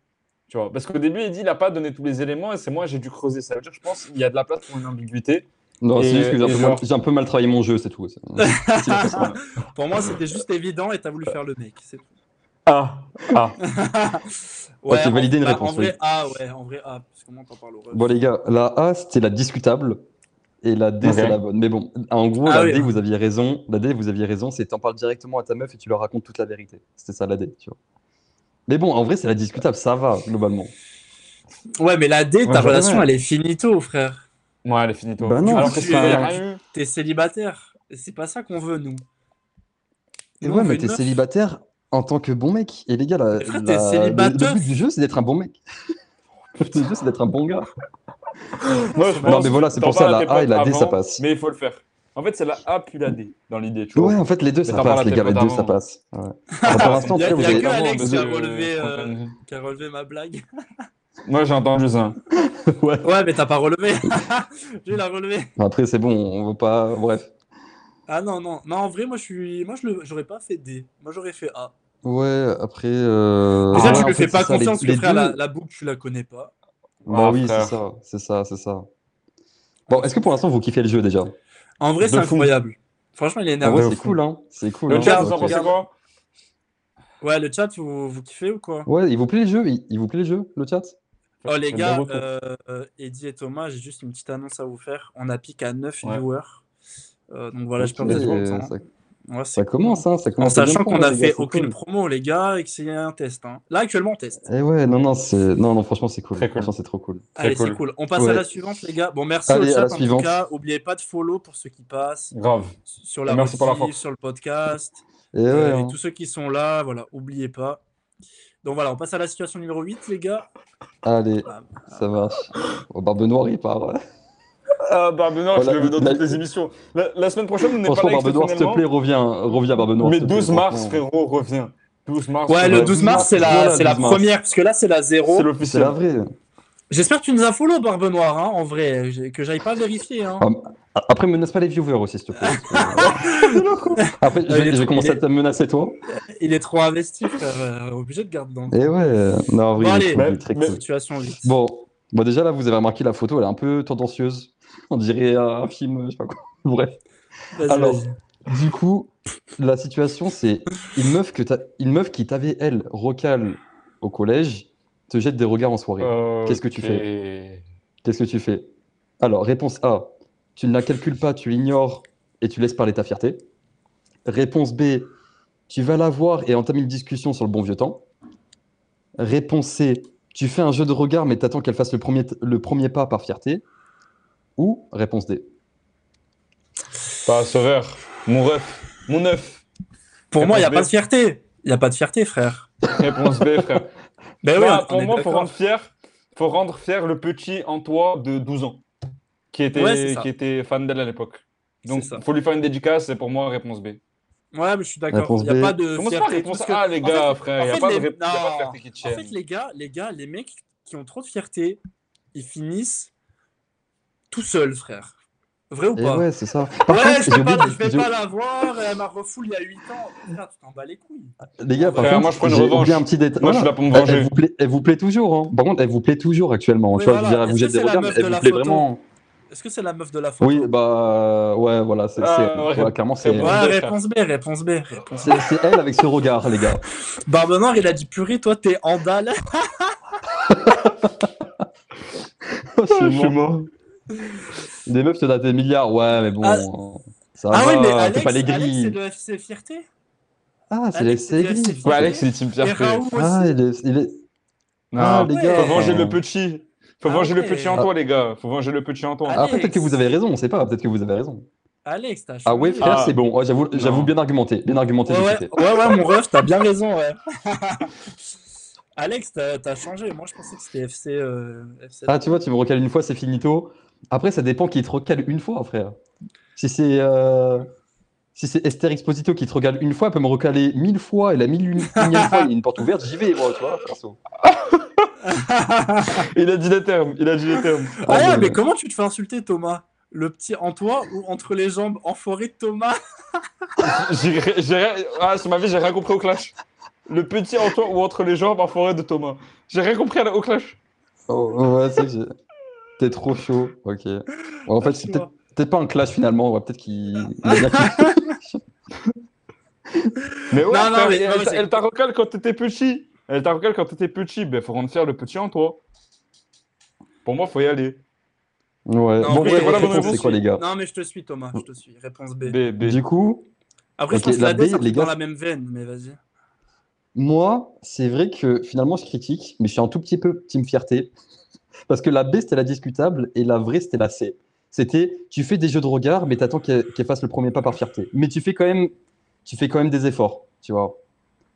B: Tu vois, parce qu'au début, il dit, il a pas donné tous les éléments et c'est moi, j'ai dû creuser. Ça veut dire, je pense, qu'il y a de la place pour une ambiguïté.
C: Non,
B: Et-
C: c'est juste que j'ai un
B: et
C: peu
B: genre-
C: mal- j'ai un, peu mal travaillé mon jeu, c'est tout. C'est- c'est la façon.
A: Pour moi, c'était juste évident et t'as voulu faire le mec. C'est tout.
B: Ah, ah.
A: Ouais,
C: Ok, valider
A: en,
C: une
A: bah,
C: réponse,
A: En vrai, A, ouais, en vrai, A. Parce que moi, t'en parles au ref.
C: Bon, les gars, la A, c'était la discutable. Et la D,
B: Ok.
C: c'est la bonne. Mais bon, en gros,
A: Ah
C: la
A: oui.
C: D, vous aviez raison. La D, vous aviez raison, c'est t'en parles directement à ta meuf et tu leur racontes toute la vérité. C'était ça la D, tu vois. Mais bon, en vrai, c'est la discutable, ça va, globalement.
A: Ouais, mais la D,
B: Ouais,
A: ta
B: j'en ai
A: relation,
B: marre.
A: elle est finito, frère.
B: Ouais, allez, finis-toi.
C: Bah non,
B: Alors que
A: tu
B: ça
A: es-
B: a rien eu.
A: T'es célibataire. C'est pas ça qu'on veut, nous.
C: Et
A: Nous, on
C: ouais,
A: veut
C: mais
A: une
C: t'es
A: meuf.
C: célibataire en tant que bon mec. Et les gars, la-
A: Frère,
C: la-
A: t'es
C: le-
A: célibataire.
C: le but du jeu, c'est d'être un bon mec. Le but du jeu, c'est d'être un bon gars.
B: Moi, je
C: Non,
B: pense
C: mais voilà, c'est
B: t'en
C: pour ça,
B: parles à
C: la
B: tes
C: A et
B: potes
C: la D, ça
B: avant,
C: passe.
B: Mais il faut le faire. En fait, c'est la A puis la D dans l'idée, tu vois.
C: Ouais, en fait, les deux, ça
B: t'en parles à
C: passe, les
B: tes
C: gars, les
B: potes
C: deux, ça
B: avant.
C: passe. Ouais. Enfin, Pour l'instant, en
A: Il y a-
C: tout cas,
A: il y a
C: vous avez-
A: hein. que Alex
B: parce
A: qui a
B: que-
A: relevé, euh,
B: Franck-
A: Qui a relevé ma blague.
B: Moi, j'ai entendu ça.
C: Ouais.
A: Ouais, mais t'as pas relevé. Lui, il a relevé.
C: Après, c'est bon, on veut pas. Bref.
A: Ah non, non. Non, en vrai, moi, je suis. Moi, je le- j'aurais pas fait D. Moi, j'aurais fait A.
C: Ouais, après. euh,
A: Déjà,
C: ouais,
A: tu
C: en
A: lui
C: fait,
A: fais pas
C: c'est ça, les-
A: confiance,
C: les
A: le frère, la,
C: deux-
A: la boucle, tu la connais pas.
C: Bah
B: Ah,
C: oui, c'est
B: frère.
C: ça, c'est ça, c'est ça. Bon, est-ce que pour l'instant, vous kiffez le jeu déjà
A: En vrai,
B: De
A: c'est
B: fou.
A: incroyable. Franchement, il est
C: En
A: énervé.
C: vrai,
B: de
C: c'est
B: fou.
C: cool, hein. C'est cool.
B: Le
C: hein.
B: chat,
A: Oh, regarde,
B: vous en
C: Ok.
B: pensez quoi
A: Ouais, le chat, vous, vous kiffez ou quoi
C: Ouais, il vous plaît le jeu? Il, il vous plaît le jeu, le chat?
A: Oh les
B: J'ai
A: gars,
B: des retours.
A: euh, euh, Eddie et Thomas, j'ai juste une petite annonce à vous faire. On a piqué à 9
B: Ouais.
A: viewers. Euh, donc voilà,
C: Ok,
A: j'espère que vous êtes
C: euh,
A: contents. hein.
C: ça,
A: Ouais,
C: ça
A: c'est cool.
C: commence, hein, ça
A: En
C: commence à bien
A: Ah, sachant
C: prendre,
A: qu'on a
C: les gars,
A: fait
C: c'est
A: aucune
C: cool.
A: promo, les gars, et que c'est un test. hein. Là, actuellement, on teste.
C: Eh ouais, non, non, c'est... Non, non, franchement, c'est cool.
B: Très cool.
C: Franchement, c'est trop cool.
B: Très
A: Allez,
B: cool.
A: c'est cool. On passe à
C: Ouais.
A: la suivante, les gars. Bon, merci
C: Allez,
A: au
C: à
A: chat
C: la
A: en
C: suivante.
A: tout cas. Oubliez pas de follow pour ceux qui passent,
B: Grave.
A: sur la
B: Et merci pour la
A: rediff,
B: force.
A: sur le podcast,
C: Eh ouais,
A: euh,
C: hein.
A: et tous ceux qui sont là. Voilà, oubliez pas. Donc voilà, on passe à la situation numéro 8, les gars.
C: Allez,
A: Ah,
C: ça marche. Au Barbe Noire, il part.
B: Ah, Barbe Noire,
C: Voilà.
B: je le veux dans
C: La-
B: toutes les émissions. La, la semaine prochaine, on n'est pas
C: Franchement,
B: là
C: Barbe Noire, s'il te plaît,
B: exceptionnellement,
C: reviens. Reviens, Barbe Noire.
B: Mais
C: s'il te plaît,
B: 12 mars,
C: franchement.
B: frérot, reviens. 12 mars.
A: Ouais,
B: on
A: le
B: va-
A: 12 mars, c'est la,
C: Voilà,
A: c'est la
C: 12 mars.
A: première, parce que là, c'est la
B: C'est
A: 0.
C: C'est la
B: l'officiel.
C: vraie.
A: J'espère que tu nous as follow, Barbe Noire, hein, en vrai, j'ai- que j'aille pas vérifier. Hein.
C: Ah, A- Après, menace pas les viewers aussi, s'il te plaît. Après, je
A: Ah, il est
C: vais, je
A: trop-
C: vais commencer
A: il
C: à
A: est-
C: te menacer, toi.
A: Il est trop investi, frère, euh, obligé de garder dans le
C: Eh ouais, euh, non, en vrai,
A: Bon,
C: il est
A: allez.
C: cool, il est
B: Mais-
C: très
B: mais-
C: cool.
A: situation 8.
C: Bon, bon, déjà là, vous avez remarqué la photo, elle est un peu tendancieuse. On dirait un film, euh, je sais pas quoi. Bref.
A: Vas-y,
C: alors.
A: vas-y.
C: Du coup, la situation, c'est une meuf, que t'as- une meuf qui t'avait, elle, recale au collège, te jette des regards en soirée. Qu'est-ce que tu
B: fais
C: Qu'est-ce que tu fais Alors, réponse A, tu ne la calcules pas, tu l'ignores et tu laisses parler ta fierté. Réponse B, tu vas la voir et entamer une discussion sur le bon vieux temps. Réponse C, tu fais un jeu de regard mais t'attends qu'elle fasse le premier, le premier pas par fierté. Ou réponse D.
B: Pas sauveur. Mon ref. Mon neuf.
A: Pour moi, il n'y a
B: Réponse
A: pas de fierté. Il n'y a pas de fierté, frère.
B: Réponse B, frère.
A: Ben
B: Non,
A: oui, on
B: pour
A: est
B: moi, faut
A: d'accord.
B: rendre fier, faut rendre fier le petit en toi de 12 ans, qui était,
A: Ouais, c'est ça.
B: qui était fan d'elle à l'époque. Donc,
A: C'est ça.
B: faut lui faire une dédicace. C'est pour moi réponse B.
A: Ouais, mais je suis d'accord.
C: Réponse
A: Il n'y a
C: B.
A: pas de
B: Comment c'est pas
A: fierté.
B: réponse
A: parce que-
B: A, les
A: en
B: gars,
A: fait-
B: frère
A: en
B: Il n'y a,
A: fait,
B: pas de
A: les-
B: ré- y a pas de
A: non.
B: fierté qui
A: En
B: tienne.
A: fait, les gars, les gars, les mecs qui ont trop de fierté, ils finissent tout seuls, frère. Vrai ou
C: Et
A: pas
C: Eh ouais, c'est ça. Par
A: Ouais,
C: contre,
A: je
C: j'ai
A: vais
C: oublié
A: pas,
C: de-
A: je vais
C: j'ai-
A: pas la voir, elle m'a refoulé il y a 8 ans. Frère, tu t'en bats les couilles.
C: Les gars, par
B: Frère,
C: contre,
B: Bah, moi, je prends une
C: j'ai
B: revanche.
C: oublié un petit détail.
B: Moi, je
C: Voilà.
B: suis là pour me
C: Elle-
B: venger.
C: Elle, vous plaît, elle vous plaît toujours. Hein. Par contre, elle vous plaît toujours actuellement.
A: Oui,
C: tu vois, je
A: voilà.
C: dirais, elle vous
A: Est-ce
C: jette
A: que
C: des
A: c'est la
C: regards, mais
A: meuf
C: elle
A: de
C: vous
A: la
C: plaît
A: photo
C: vraiment.
A: Est-ce que c'est la meuf de la photo
C: Oui, bah ouais, voilà, c'est
B: Ah,
C: c'est-
B: ouais,
C: voilà, clairement c'est
B: c'est
A: Ouais,
B: Réponse B,
A: réponse B, réponse B. réponse
C: c'est- c'est elle avec ce regard, les gars.
A: B. Barbe Noire, il a dit purée, toi t'es en dalle.
C: Je suis
B: je suis
C: mort. Des meufs te donnent des milliards, ouais, mais bon,
A: Ah.
C: ça
A: Ah,
C: va,
A: oui, mais
C: fais
A: Alex,
C: pas les
A: Alex,
C: grilles.
A: c'est le FC Fierté.
C: Ah, c'est
A: Alex, c'est
C: les
A: du FC
C: grilles.
A: Ouais,
B: Ouais,
A: Alex,
B: Alex,
A: il
B: il est team
A: Et
B: fierté.
A: Raoul
C: Ah,
A: aussi.
C: il est, il est-
B: Non,
C: ah, les
A: ouais.
C: gars.
B: faut
A: ouais.
B: venger le petit. Faut
A: Ah
B: venger
A: ouais.
B: le petit en toi, les gars. Faut venger le petit en toi.
A: Ah,
C: Après, peut-être que vous avez raison, on sait pas, peut-être que vous avez raison.
A: Alex, t'as changé.
C: Ah ouais, frère,
B: Ah.
C: c'est bon, ouais, j'avoue, j'avoue
B: Non.
C: bien argumenté, bien argumenté,
A: Ouais,
C: j'ai
A: ouais,
C: kiffé.
A: ouais, ouais, mon ref, t'as bien raison, ouais. Alex, t'as t'as changé. Moi, je pensais que c'était FC. euh, FC.
C: Ah, tu vois, tu me recales une fois, c'est finito. Après, ça dépend qui te recale une fois, frère. Si c'est euh, si c'est Esther Exposito qui te recale une fois, elle peut me recaler mille fois, et la mille une- unième fois, il y a une porte ouverte, j'y vais, moi, tu vois, perso.
B: Il a dit les termes. Il a dit les termes.
A: Ah ouais,
C: mais-
A: mais comment tu te fais insulter, Thomas Le petit en toi ou entre les jambes enfoiré de Thomas
B: J'ai- j'ai rien- Ah, sur ma vie, j'ai rien compris au clash. Le petit en toi ou entre les jambes en forêt de Thomas. J'ai rien compris à la- au clash.
C: Oh, ouais, c'est que j'ai- T'es trop chaud, ok. En fait, c'est
A: Tu
C: peut-être
A: vois.
C: peut-être pas un clash finalement, ouais, peut-être qu'il. il a bien kiffé.
B: Mais ouais,
A: Non,
B: frère,
A: non, mais-
B: elle,
A: non, mais
B: t'a-
A: c'est-
B: elle t'a recalé quand t'étais petit. Elle t'a recalé quand t'étais petit. Ben, faut rendre fier le petit en toi. Pour moi, faut y aller.
C: Ouais,
A: Non,
C: bon,
A: mais- voilà,
C: bref, votre
A: bonne
C: réponse, c'est
B: réponse,
C: quoi,
B: oui.
C: les gars?
A: Non, mais je te suis, Thomas, je te suis. Réponse B.
B: B, B.
C: Du coup,
A: Après,
C: Ok,
A: je pense que la
C: la
A: D,
C: B,
A: ça fait
C: les
A: dans
C: gars.
A: la même veine, mais vas-y.
C: Moi, c'est vrai que finalement, je critique, mais je suis un tout petit peu team fierté. Parce que la B, c'était la discutable et la vraie, c'était la C. C'était tu fais des jeux de regard, mais t'attends qu'elle qu'elle fasse le premier pas par fierté. Mais tu fais quand même, tu fais quand même des efforts, tu vois.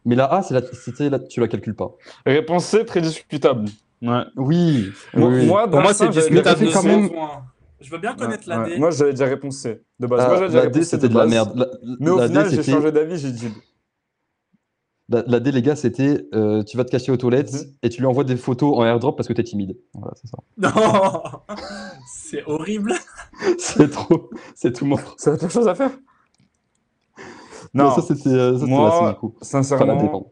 C: Mais la A, c'est la, c'était la- tu la calcules pas.
B: Réponse C, très discutable. Ouais.
C: Oui.
B: Moi,
C: oui, oui.
B: moi,
A: Pour
B: dans
A: moi,
B: ça,
A: c'est
B: j'avais-
A: discutable de
C: quand
A: son
C: même-
A: point. hein. Je veux bien
B: Ouais,
A: connaître
B: ouais.
A: la D.
B: Moi, j'avais déjà réponse C. De base,
C: Ah,
B: moi, j'avais déjà
C: la D,
B: réponse C
C: c'était de la
B: base.
C: merde. La,
B: Mais au
C: la D,
B: final, j'ai
C: c'était-
B: changé d'avis, j'ai dit.
C: la- la D, les gars, c'était euh, tu vas te cacher aux toilettes
B: Mhm.
C: et tu lui envoies des photos en airdrop parce que t'es timide. Voilà, c'est ça.
A: Non C'est horrible.
C: c'est trop, c'est tout mort.
B: C'est la pire chose à faire.
C: Non,
B: Non,
C: ça c'était euh, ça, c'était
B: moi,
C: la C, du coup. Enfin, la D,
B: sincèrement.
C: pardon.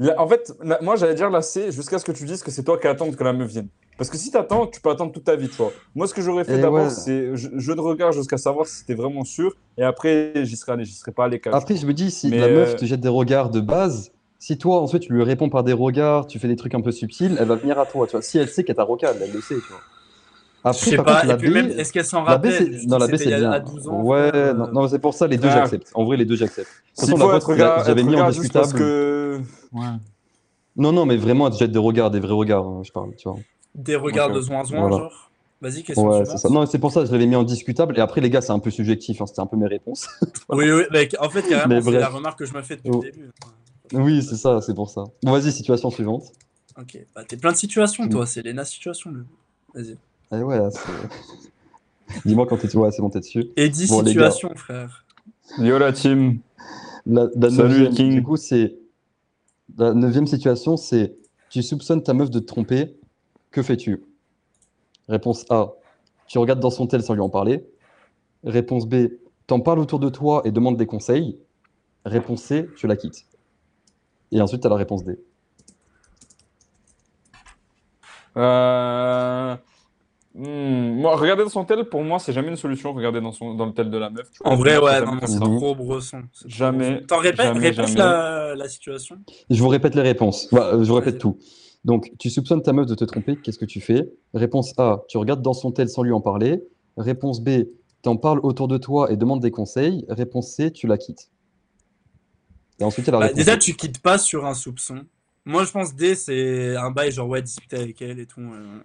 B: la- en fait, la- moi, j'allais dire la C jusqu'à ce que tu dises que c'est toi qui attends que la meuf vienne. Parce que si t'attends, tu peux attendre toute ta vie, tu vois. Moi, ce que j'aurais fait
C: Et
B: d'abord,
C: ouais.
B: c'est je, je te regarde jusqu'à savoir si t'es vraiment sûr. Et après, j'y serais allé, j'y serais pas allé. cash.
C: Après, je me dis, si
B: euh, Mais,
C: la meuf
B: euh,
C: te jette des regards de base, si toi, ensuite, tu lui réponds par des regards, tu fais des trucs un peu subtils, elle va venir à toi. Tu vois. Si elle sait qu'elle t'a rocade, elle le sait. Tu vois. Après,
A: Je sais
C: par
A: pas.
C: contre, la
A: Et puis
C: B,
A: même, est-ce qu'elle s'en
C: la B,
A: rappelle
C: c'est-
A: Juste
C: non, la B,
A: c'était
C: c'est
A: il y a-
C: bien.
A: à 12 ans.
C: ouais,
A: euh,
C: non, non, c'est pour ça, les deux,
B: Ah.
C: j'accepte. En vrai, les deux, j'accepte. De toute
B: S'il
C: façon,
B: faut
C: la
B: être
C: vôtre, j'a-
B: regard-
C: j'avais
B: être
C: mis en
B: regard juste parce
C: discutable.
B: que. Ouais.
C: Non, non, mais vraiment, elle te jette des regards, des vrais regards, hein, je parle. Tu vois.
A: Des regards
B: Ok.
A: de zoin-zoin,
C: Voilà.
A: genre. Vas-y, question
C: Ouais,
A: suivante.
C: c'est ça. Non, c'est pour ça, je l'avais mis en discutable. Et après, les gars, c'est un peu subjectif, hein, c'était un peu mes réponses.
A: Oui, oui, mec, en fait, carrément,
C: Mais
A: c'est
C: bref.
A: la remarque que je me fais depuis
C: Oh.
A: le début.
C: oui, c'est ça, c'est pour ça. Bon, vas-y, situation suivante.
A: Ok, bah t'es plein de situations,
C: Mm.
A: toi, c'est Lena situation. là. Vas-y.
C: Eh ouais, c'est- Dis-moi quand t'es ouais, c'est bon, t'es dessus.
A: Eddie
C: Bon, les gars.
A: situation, frère.
B: Yo la team.
C: La, la
B: Salut,
C: neuvième,
B: King.
C: du coup, c'est. La neuvième situation, c'est tu soupçonnes ta meuf de te tromper, que fais-tu Réponse A, tu regardes dans son tel sans lui en parler. Réponse B, t'en parles autour de toi et demandes des conseils. Réponse C, tu la quittes. Et ensuite, t'as la réponse D.
B: Euh, hmm, Moi, regarder dans son tel, pour moi, c'est jamais une solution. Regarder dans, son... dans le tel de la meuf. Tu
A: En
B: peux
A: vrai,
B: jamais-
A: ouais,
B: jamais
A: non, non,
B: faire
A: c'est
B: ça.
C: Mhm.
A: trop brosson. c'est trop
B: Jamais,
A: brosson. T'en répètes,
B: jamais,
A: répète
B: jamais.
A: La, la situation.
C: Je vous répète les réponses. Bah, euh, je vous répète
A: Vas-y.
C: tout. Donc, tu soupçonnes ta meuf de te tromper, qu'est-ce que tu fais Réponse A, tu regardes dans son tel sans lui en parler. Réponse B, t'en parles autour de toi et demandes des conseils. Réponse C, tu la quittes. Et ensuite, il y a la
A: Bah,
C: réponse.
A: déjà,
C: D.
A: tu quittes pas sur un soupçon. Moi, je pense D, c'est un bail, genre, ouais, discuter avec elle et tout. euh.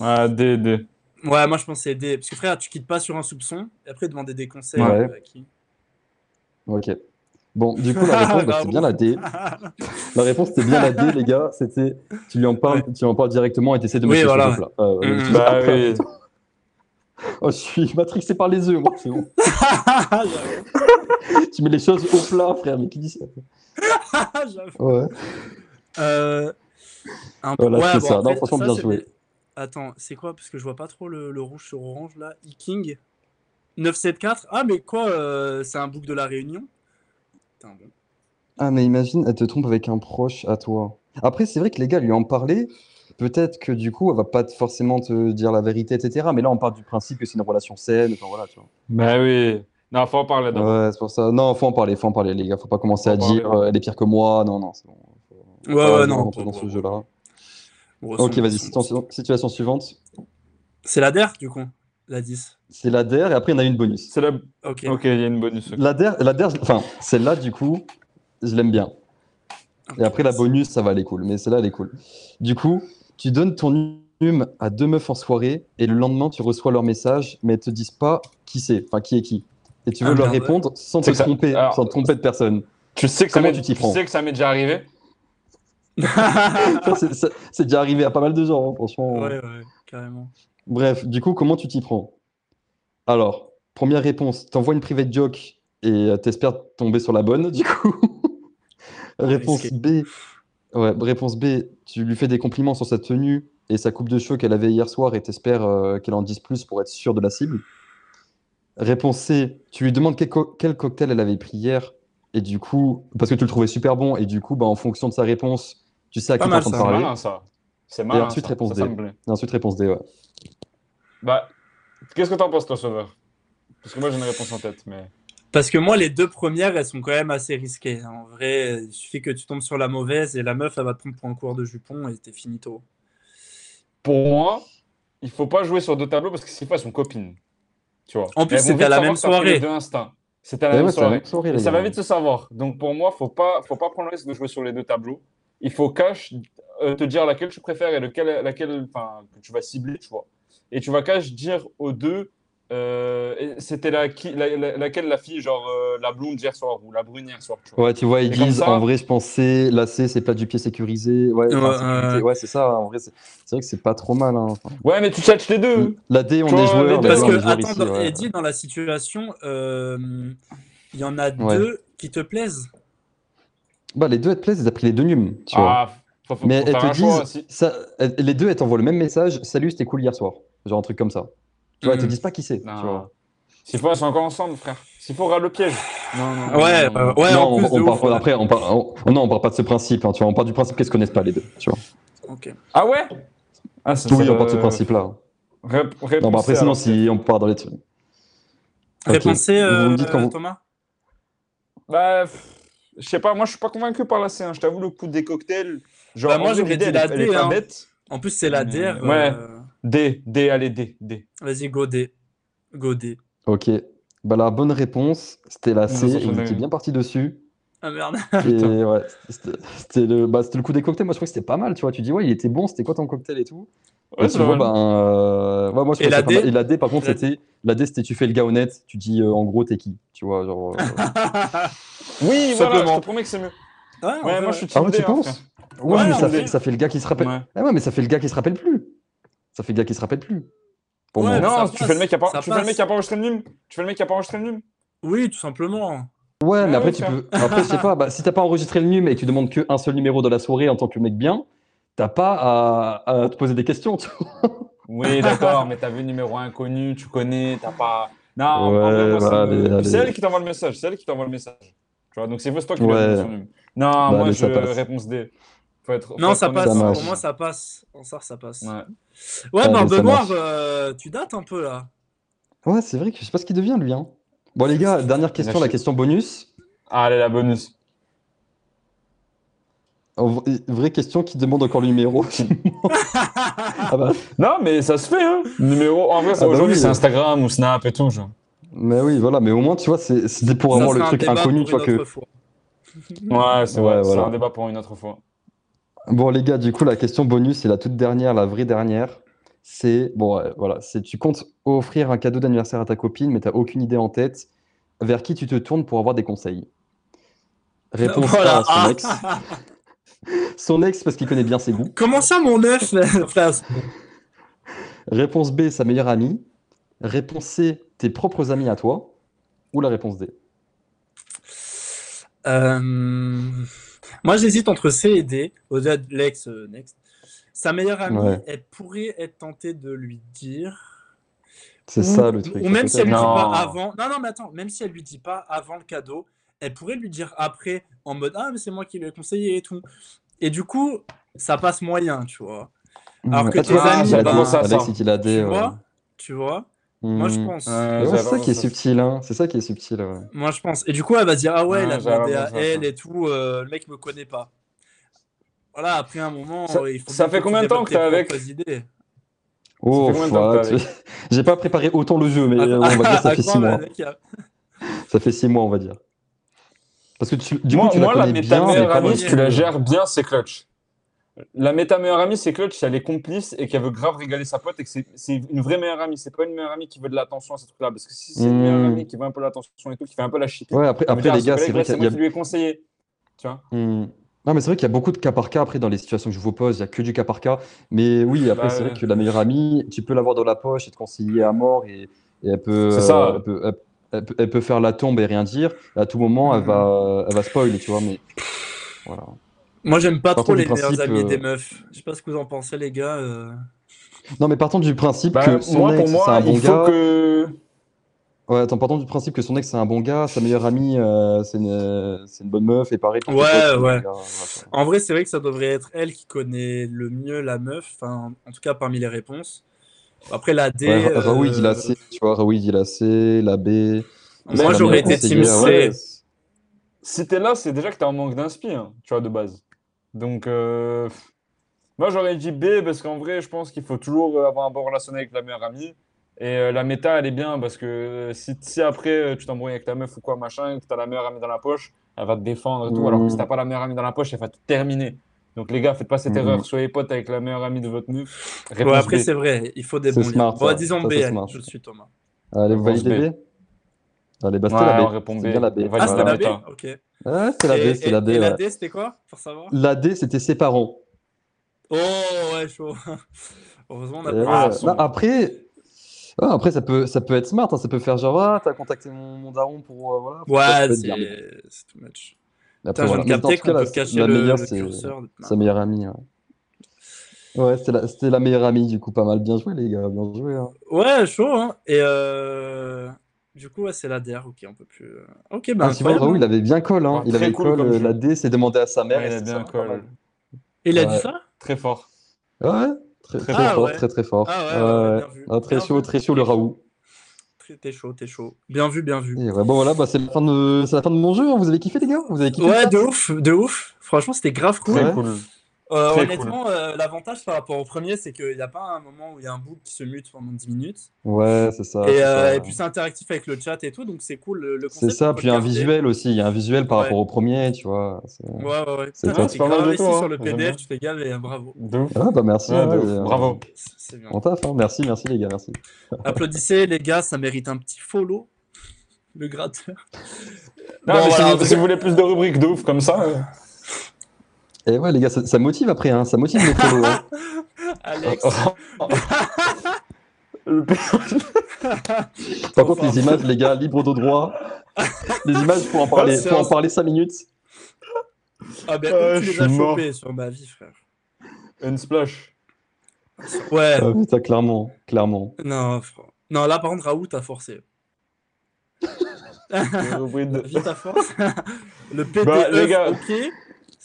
B: Ouais, Ah, D, D.
A: Ouais, moi, je pense c'est D. Parce que frère, tu quittes pas sur un soupçon, et après, demander des conseils
C: Ouais.
A: euh, à qui
C: Ok. Bon, du coup, la réponse, bah,
A: Ah, Bravo.
C: c'est bien la D.
A: Ah,
C: La réponse, c'était bien la D, les gars. C'était, tu lui en parles, tu lui en parles directement et t'essaies de
A: Oui,
C: mettre les
A: voilà.
C: choses au plat. Euh,
A: Mhm.
C: tu-
B: Bah oui.
C: Oh, je suis matrixé par les œufs, moi, c'est bon.
A: J'avoue,
C: tu mets les choses au plat, frère, mais qui dit ça
A: Ah, j'avoue.
C: Ouais.
A: Euh, un peu-
C: Voilà, c'est
A: bon,
C: ça.
A: après,
C: Non, franchement, bien
A: c'est
C: joué.
A: des- Attends, c'est quoi? Parce que je vois pas trop le, le rouge sur orange là. E-King 974. Ah, mais quoi, euh, c'est un bouc de la Réunion? Putain, bon.
C: Ah, mais imagine, elle te trompe avec un proche à toi. Après, c'est vrai que les gars, lui en parler, peut-être que du coup, elle va pas te- forcément te dire la vérité, etc. Mais là, on part du principe que c'est une relation saine. Enfin, voilà, tu vois.
B: Bah oui. Non, faut en parler d'abord.
C: Ouais, c'est pour ça. Non, faut en parler, faut en parler, les gars. Faut pas commencer
B: Faut
C: à
B: en parler,
C: dire, euh, elle est pire que moi. Non, non, c'est bon. Faut- faut
A: Ouais,
C: Ah, pas
A: ouais, non,
C: rentrer
A: bon, bon,
C: dans ce
A: bon.
C: jeu-là.
A: Bon,
C: Ok,
A: son-
C: vas-y,
A: son-
C: situation, situation suivante.
A: C'est la DER, du coup, la 10.
C: C'est la DER et après, on a une bonus.
B: C'est la...
A: Ok.
B: Ok, il y a une bonus.
C: La DER, la DER, je- enfin, celle-là, du coup, je l'aime bien. Et après, la bonus, ça va, elle est cool. Mais celle-là, elle est cool. Du coup, tu donnes ton hume à deux meufs en soirée et le lendemain, tu reçois leur message, mais elles te disent pas qui c'est, enfin qui est qui. Et tu veux
A: Ah,
C: leur
A: merde.
C: répondre sans te
B: C'est que ça-
C: tromper,
B: alors-
C: sans te tromper de personne.
B: Tu sais que ça
C: Comment
B: m'est
C: tu t'y prends
B: sais que ça m'est déjà arrivé.
C: Ça, c'est- ça- C'est déjà arrivé à pas mal de gens, hein, franchement.
A: Ouais, ouais, carrément.
C: Bref, du coup, comment tu t'y prends Alors, première réponse, t'envoies une private joke et euh, t'espères tomber sur la bonne, du coup. réponse B. Ouais, réponse B, tu lui fais des compliments sur sa tenue et sa coupe de cheveux qu'elle avait hier soir et t'espères euh, qu'elle en dise plus pour être sûr de la cible. Réponse C, tu lui demandes quel, co- quel cocktail elle avait pris hier et du coup, parce que tu le trouvais super bon et du coup, bah, en fonction de sa réponse, tu sais à
A: Pas
C: qui t'es
A: mal,
C: en train de
A: ça.
B: C'est
C: parler.
B: malin, ça. C'est malin.
C: ensuite,
B: ça.
C: réponse
B: ça, ça
C: D.
B: me plaît.
C: Et ensuite, réponse D, ouais. Eh
B: Bah, qu'est-ce que t'en penses, toi, Sauveur Parce que moi, j'ai une réponse en tête, mais.
A: Parce que moi, les deux premières, elles sont quand même assez risquées. En vrai, il suffit que tu tombes sur la mauvaise et la meuf, elle va te prendre pour un cours de jupon et t'es finito.
B: Pour moi, il faut pas jouer sur deux tableaux parce que c'est pas son copine. Tu vois.
A: En plus,
B: Elles vont
A: c'était
B: vite
A: à la
B: savoir
A: même
B: que t'as pris
A: soirée.
B: les deux instincts. C'était à
C: Ouais,
B: la même
C: ouais, c'est la
B: soirée.
C: même soirée,
B: Et
C: les
B: ça va
C: gars.
B: vite se savoir. Donc pour moi, faut pas, faut pas prendre le risque de jouer sur les deux tableaux. Il faut cash euh, te dire laquelle tu préfères et lequel, laquelle, enfin, que tu vas cibler, tu vois. Et tu vas cash dire aux deux, euh, c'était la, qui- la- la- laquelle la fille, genre euh, la blonde hier soir ou la brune hier soir. Tu vois.
C: Ouais, tu vois, ils
B: Et comme
C: disent
B: ça-
C: en vrai, je pensais lacé, c'est plat du pied sécurisé. Ouais, enfin,
A: Ouais,
C: sécurité.
A: ouais.
C: Ouais, c'est ça. En vrai, c'est c'est vrai que c'est pas trop mal. hein. Enfin,
B: Ouais, mais tu chatches les deux.
C: la D, on
B: Tu vois,
C: est joueur.
B: les-
C: la D,
A: Parce
C: Bah, on
A: que,
C: est joueur
A: attends,
C: ici,
A: dans-
C: ouais.
A: Eddie, dans la situation, euh, il y en a
C: Ouais.
A: deux qui te plaisent.
C: Bah, les deux, elles te plaisent, elles ont pris les deux nums. Tu vois.
B: Ah, faut, faut-
C: Mais
B: faut
C: elles
B: faire un
C: te
B: choix.
C: disent,
B: aussi.
C: ça, elles- les deux, elles t'envoient le même message Salut, c'était cool hier soir. Genre un truc comme ça. Tu vois, elles te
A: Mhm.
C: disent pas qui c'est. tu
B: Non.
C: vois.
B: S'il faut, elles sont encore ensemble, frère. S'il faut, rate le piège. Non, non. non,
A: Ouais,
B: non, non.
A: euh, ouais,
C: non,
A: en plus
C: on,
A: de
C: on part
A: ouf,
C: pas
A: ouais.
C: d'après, on part, on- non, on part pas de ce principe. hein, tu vois, on part du principe qu'elles se connaissent pas les deux. Tu vois.
A: Ok.
B: Ah ouais ah, ça,
C: Oui,
B: ça,
C: on part de ce
B: euh,
C: principe-là.
B: rép-
C: Non,
B: réponse,
C: bah après, sinon,
B: alors.
C: si on part dans les trucs. Ok.
A: Répensez,
C: Vous
A: euh,
C: me dites quand vous-
A: Thomas
B: Bah, pff, je sais pas, moi je suis pas convaincu par la C1. Je t'avoue, le coup des cocktails. Genre,
A: Bah, moi,
B: en vrai,
A: j'aurais
B: l'idée,
A: dit
B: elle,
A: la
B: est- elle est
A: D,
B: pas
A: hein.
B: bête.
A: En plus, c'est la
B: Mais,
A: DR.
B: ouais.
A: euh,
B: D, D, allez, D, D.
A: Vas-y, go D. Go D.
C: Ok. Bah, la bonne réponse, c'était la C.
B: Nous en
C: et Vous
B: sommes
C: étiez bien parti dessus.
A: Ah merde.
C: Et ouais, c'était c'était le, bah, c'était le coup des cocktails. Moi, je trouvais que c'était pas mal. Tu vois, tu dis, ouais, il était bon, c'était quoi ton cocktail et tout.
B: Ouais,
C: et
B: c'est
C: tu vois,
B: pas mal.
C: ben, euh, ouais, moi, je
A: Et
C: trouvais
A: la
C: ça pas mal.
A: D
C: Et la D, par contre,
A: La-
C: c'était, la D, c'était tu fais le gars honnête, tu dis, euh, en gros, t'es qui, tu vois, genre. euh,
B: Oui, voilà, je
A: Simplement.
B: te promets que c'est mieux.
A: Ouais, en
B: Ouais,
A: vrai,
B: moi je suis
C: Ah
B: team
C: ouais,
B: D.
C: tu
B: hein,
C: penses?
B: frère.
C: Ouais,
A: Ouais,
C: mais
A: on
C: ça
A: dit.
C: fait, ça fait le gars qui se rappelle.
B: Ouais.
C: Ah ouais, mais ça fait le gars qui se rappelle plus. Ça fait le gars qui se rappelle plus. Pour
A: Ouais,
C: moi.
A: mais
B: Non,
A: ça
B: tu fais le mec qui a
A: passe,
B: pas,
A: ça
B: tu fais le mec
A: passe.
B: qui a pas enregistré le num. Tu fais le mec qui a pas enregistré le num.
A: Oui, tout simplement.
C: Ouais, mais
B: Ouais,
C: après,
B: ouais,
C: tu
B: frère.
C: peux... après, je sais pas, bah, si t'as pas enregistré le numéro et que tu demandes qu'un seul numéro de la soirée en tant que mec bien, t'as pas à, à te poser des questions. tu vois.
B: Oui, d'accord, mais t'as vu le numéro inconnu, tu connais, t'as pas. Non,
C: Ouais,
B: en vrai, moi, ça
C: bah,
B: me-
C: allez,
B: Puis c'est
C: allez.
B: elle qui t'envoie le message, c'est elle qui t'envoie le message. Tu vois, donc c'est faux, c'est toi qui lui
C: Ouais. Bah,
B: as donné son num. Non, moi
C: allez,
B: je
C: ça passe.
B: réponse D. Faut être, faut
A: Non,
B: être
A: ça
B: honnête.
A: passe.
C: marche.
A: Pour moi, ça passe. En sort, ça passe.
B: Ouais.
A: Ouais,
C: Allez,
A: Barbe
C: ça
A: Noire,
C: marche.
A: euh, tu dates un peu là.
C: Ouais, c'est vrai que je sais pas ce qu'il devient lui. Hein. Bon, les gars, dernière question, la
B: Lâchez.
C: question bonus.
B: Ah, Allez, la bonus.
C: En vrai- Vraie question qui demande encore le numéro. ah bah,
B: Non, mais ça se fait, hein. Numéro, en vrai, ça,
C: Ah bah
B: aujourd'hui,
C: oui.
B: c'est Instagram ou Snap et tout, genre.
C: mais oui, voilà, mais au moins, tu vois, c'est- c'était pour
A: Ça
C: avoir le
A: sera un
C: truc
A: débat
C: inconnu,
A: pour
C: tu vois,
A: une autre
C: que.
A: fois.
B: Ouais, c'est
C: Ouais,
B: vrai,
C: voilà.
B: c'est un débat pour une autre fois.
C: Bon, les gars, du coup, la question bonus, c'est la toute dernière, la vraie dernière. C'est, bon, ouais, voilà, c'est tu comptes offrir un cadeau d'anniversaire à ta copine, mais t'as aucune idée en tête. Vers qui tu te tournes pour avoir des conseils? Réponse
A: Voilà.
C: A, son ex. Son ex, parce qu'il connaît bien ses goûts.
A: Comment ça, mon œuf frère
C: Réponse B, sa meilleure amie. Réponse C, tes propres amis à toi. Ou la réponse D.
A: Euh, Moi, j'hésite entre C et D. Au-delà de l'ex, euh, next. Sa meilleure amie,
C: Ouais.
A: elle pourrait être tentée de lui dire.
C: C'est
A: Ou-
C: ça le truc.
A: Ou même si elle lui dit
B: Non.
A: pas avant. Non, non, mais attends, même si elle lui dit pas avant le cadeau, elle pourrait lui dire après en mode Ah, mais c'est moi qui lui ai conseillé et tout. Et du coup, ça passe moyen, tu vois. alors
C: Ouais.
A: que
C: Ah, tu
A: tes
C: vois,
A: amis,
C: j'allais
A: bah,
C: dire
B: ça,
C: Alex,
B: ça.
C: il a
A: Tu
C: D, ouais.
A: vois Tu vois Moi, je
C: Hmm.
A: pense.
B: Ouais,
C: Mais ouais,
B: j'avais
C: c'est ça qui est
B: ça.
C: subtil, hein. C'est ça qui est subtil. ouais.
A: Moi, je pense. Et du coup, elle va dire Ah ouais, il a
B: Ouais, j'avais
A: demandé à
B: vraiment ça,
A: elle
B: ça.
A: et tout, euh, le mec me connaît pas. Voilà, après un moment,
B: Ça-
A: euh, il faut
B: ça
A: bien
B: fait
A: tu
B: combien de temps
A: développes
B: que t'es
A: tes
B: avec
A: propres idées.
C: Oh,
B: combien de temps que Ah, t'es
C: ouais, tu- j'ai pas préparé autant le jeu, mais euh, on va dire ça
A: À
C: fait
A: quand,
C: six
A: le
C: mois.
A: mec, il a-
C: Ça fait six mois, on va dire. Parce que tu, du coup,
B: moi,
C: tu
B: moi,
C: la
B: la
C: connais
B: méta
C: bien, mais
B: meilleure
C: pas
B: amie,
C: dans le
B: si
A: le
B: tu la
C: jeu.
B: gères bien, c'est clutch. La méta meilleure amie, c'est clutch si elle est complice et qu'elle veut grave régaler sa pote et que c'est c'est une vraie meilleure amie. C'est pas une meilleure amie qui veut de l'attention à ce truc-là. Parce que si c'est une meilleure
C: Hmm.
B: amie qui veut un peu l'attention et tout, qui fait un peu la chic.
C: Ouais, après, après les gars, c'est vrai qu'il y a,
B: moi qui lui ai conseillé. Tu vois
C: Hmm. Non, mais c'est vrai qu'il y a beaucoup de cas par cas. Après, dans les situations que je vous pose, il n'y a que du cas par cas. Mais oui, après,
B: Bah,
C: c'est vrai
B: ouais.
C: que la meilleure amie, tu peux l'avoir dans la poche et te conseiller à mort. Et, et elle peut,
B: C'est ça.
C: euh, Elle peut, elle- elle peut- elle peut faire la tombe et rien dire. À tout moment, elle va, elle va spoiler, tu vois. Mais voilà.
A: Moi, j'aime pas
C: Partons
A: trop
C: du
A: les meilleurs
C: principe,
A: amis
C: euh,
A: des meufs. Je sais pas ce que vous en pensez, les gars. euh.
C: Non, mais partons du principe
B: Bah,
C: que son
B: moi,
C: ex,
B: pour moi,
C: c'est un bon
B: il faut
C: gars.
B: que.
C: Ouais, attends, partons du principe que son ex, c'est un bon gars. Sa meilleure amie, euh, c'est une, euh, c'est une bonne meuf. Et pareil, pour tes
A: Ouais,
C: potes, c'est un bon
A: ouais.
C: gars, voilà.
A: En vrai, c'est vrai que ça devrait être elle qui connaît le mieux la meuf, enfin, en tout cas parmi les réponses. Après, la D.
C: Ouais, ah Ra- Raoul, il a
A: euh,
C: C, tu vois. Raoul, il a C, la B. C'est
A: Moi,
C: la
A: j'aurais
C: meilleure
A: été team C.
C: conseillère, ouais.
B: Si t'es là, c'est déjà que t'es en manque d'inspi, hein, tu vois, de base. Donc, euh, pff. moi, j'aurais dit B parce qu'en vrai, je pense qu'il faut toujours euh, avoir un bon relationnel avec la meilleure amie. Et euh, la méta, elle est bien parce que euh, si, si après euh, tu t'embrouilles avec ta meuf ou quoi, machin, et que t'as la meilleure amie dans la poche, elle va te défendre et tout. Alors que si
C: Mm.
B: t'as pas la meilleure amie dans la poche, elle va te terminer. Donc les gars, faites pas cette
C: Mhm.
B: erreur. Soyez potes avec la meilleure amie de votre meuf.
A: Ouais,
B: Réponse
A: après,
B: B.
A: c'est vrai, il faut des
C: C'est
A: bons liens.
C: smart,
A: Bon,
C: ça.
A: disons
C: Ça,
A: B,
C: c'est
A: allez,
C: smart.
A: je suis Thomas.
C: Allez, vous
B: Réponse
C: validez B Allez, bah, c'était
B: Ouais,
C: la B.
B: on répond
C: C'est
B: B.
C: bien la B.
B: On
A: Ah,
B: valide
A: c'était
B: Voilà,
A: la B
B: putain.
A: Ok.
C: Ouais, c'est la
A: Et-
C: B, c'est la B.
A: et- et la
C: ouais.
A: D, c'était quoi, pour savoir
C: La D, c'était ses parents.
A: Oh, ouais, chaud. Heureusement, on n'a
C: Et
A: pas...
B: Ah,
C: ouais.
B: son-
C: Euh, Non, après, ah, après ça, peut, ça peut être smart, hein, ça peut faire genre, ah, t'as contacté mon, mon daron pour. euh, voilà, ça
A: Ouais,
C: peut être bien, mais-
A: c'est c'est too much.
C: mais
A: Putain,
C: après,
A: je viens
C: voilà.
A: de
C: Mais en
A: capter
C: tout cas,
A: qu'on
C: la,
A: peut cacher
C: la
A: le,
C: meilleure,
A: le
C: c'est
A: curseur.
C: sa meilleure amie. Ouais, ouais c'était la, c'était la meilleure amie, du coup, pas mal. Bien joué, les gars, bien joué. hein.
A: Ouais, chaud, hein. Et euh... du coup, ouais, c'est la DR, ok, on peut plus. euh, Ok, bah,
C: Ah, tu vois,
A: incroyable.
C: Raoul,
A: hein.
C: il avait bien call, hein.
B: Ah,
C: il
B: très
C: avait
B: cool
C: call,
B: comme
C: euh,
B: jeu.
C: la D, c'est demandé à sa mère.
B: Ouais,
C: et
B: il a
C: c'est
B: bien
C: ça, pas
B: call.
C: mal.
A: hein. Il a dit
C: Ouais.
A: ça?
B: Très fort.
C: Ouais, très,
B: Très
C: très
A: Ah
C: fort,
A: ouais.
C: très très fort.
A: Ah ouais, ouais, ouais,
C: Ouais.
A: bien vu.
C: Ah, très
A: Bien
C: chaud,
A: vu.
C: très chaud le Raoul.
A: Très- T'es chaud, t'es chaud. Bien vu, bien vu.
C: Et ouais, bon voilà, bah, c'est la fin de, c'est la fin de mon jeu. hein. Vous avez kiffé les gars? Vous avez kiffé
A: Ouais,
C: ça
A: de ouf, de ouf. Franchement, c'était grave cool.
B: Très
C: Ouais.
B: cool.
A: Euh,
B: Très
A: honnêtement, euh, l'avantage par rapport au premier, c'est qu'il n'y a pas un moment où il y a un bouc qui se mute pendant 10 minutes.
C: Ouais, c'est ça.
A: et,
C: Ah, c'est
A: euh,
C: ça.
A: et puis c'est interactif avec le chat et tout, donc c'est cool le, le
C: C'est
A: concept.
C: ça,
A: faut
C: puis il y a un
A: le garder.
C: visuel aussi, il y a un visuel par
A: Ouais.
C: rapport au premier, tu vois. c'est-
A: Ouais, ouais, ouais.
C: C'est
A: Putain,
C: top.
A: t'es
B: Pas mal
A: grave
B: de
A: investi
B: toi, hein.
A: sur le
B: J'aime bien.
A: PDF, je te gave et euh, bravo.
B: De ouf.
C: Ah bah merci,
B: Ouais, de
C: ouais,
B: ouf.
C: euh,
B: Bravo.
A: C'est c'est bien.
C: On taffe, hein. Merci, merci les gars, merci.
A: Applaudissez les gars, ça mérite un petit follow. Le gratteur. Bon,
B: Non, mais si
A: voilà.
B: vous- si, vous voulez plus de rubriques de ouf comme ça, euh,
C: Et ouais les gars, ça, ça motive après, hein. ça motive les follow. hein.
B: euh,
A: Alex.
B: le-
C: Par
A: Trop
C: contre, les
A: fort.
C: images, les gars, libre de droit. Les images, faut en parler,
A: c'est
C: faut en
A: un-
C: parler 5 minutes.
A: Ah ben,
B: Ah,
A: tu
B: je
A: les as
B: suis mort.
A: chopés sur ma vie, frère.
B: Unsplash.
A: Ouais,
C: Ah, putain, clairement, clairement.
A: non, frère. Non, là, par contre, Raoult, t'as forcé.
B: Les rubriques de-
A: Vite à force. Le PDF,
B: Bah, les gars. Oh.
A: ok,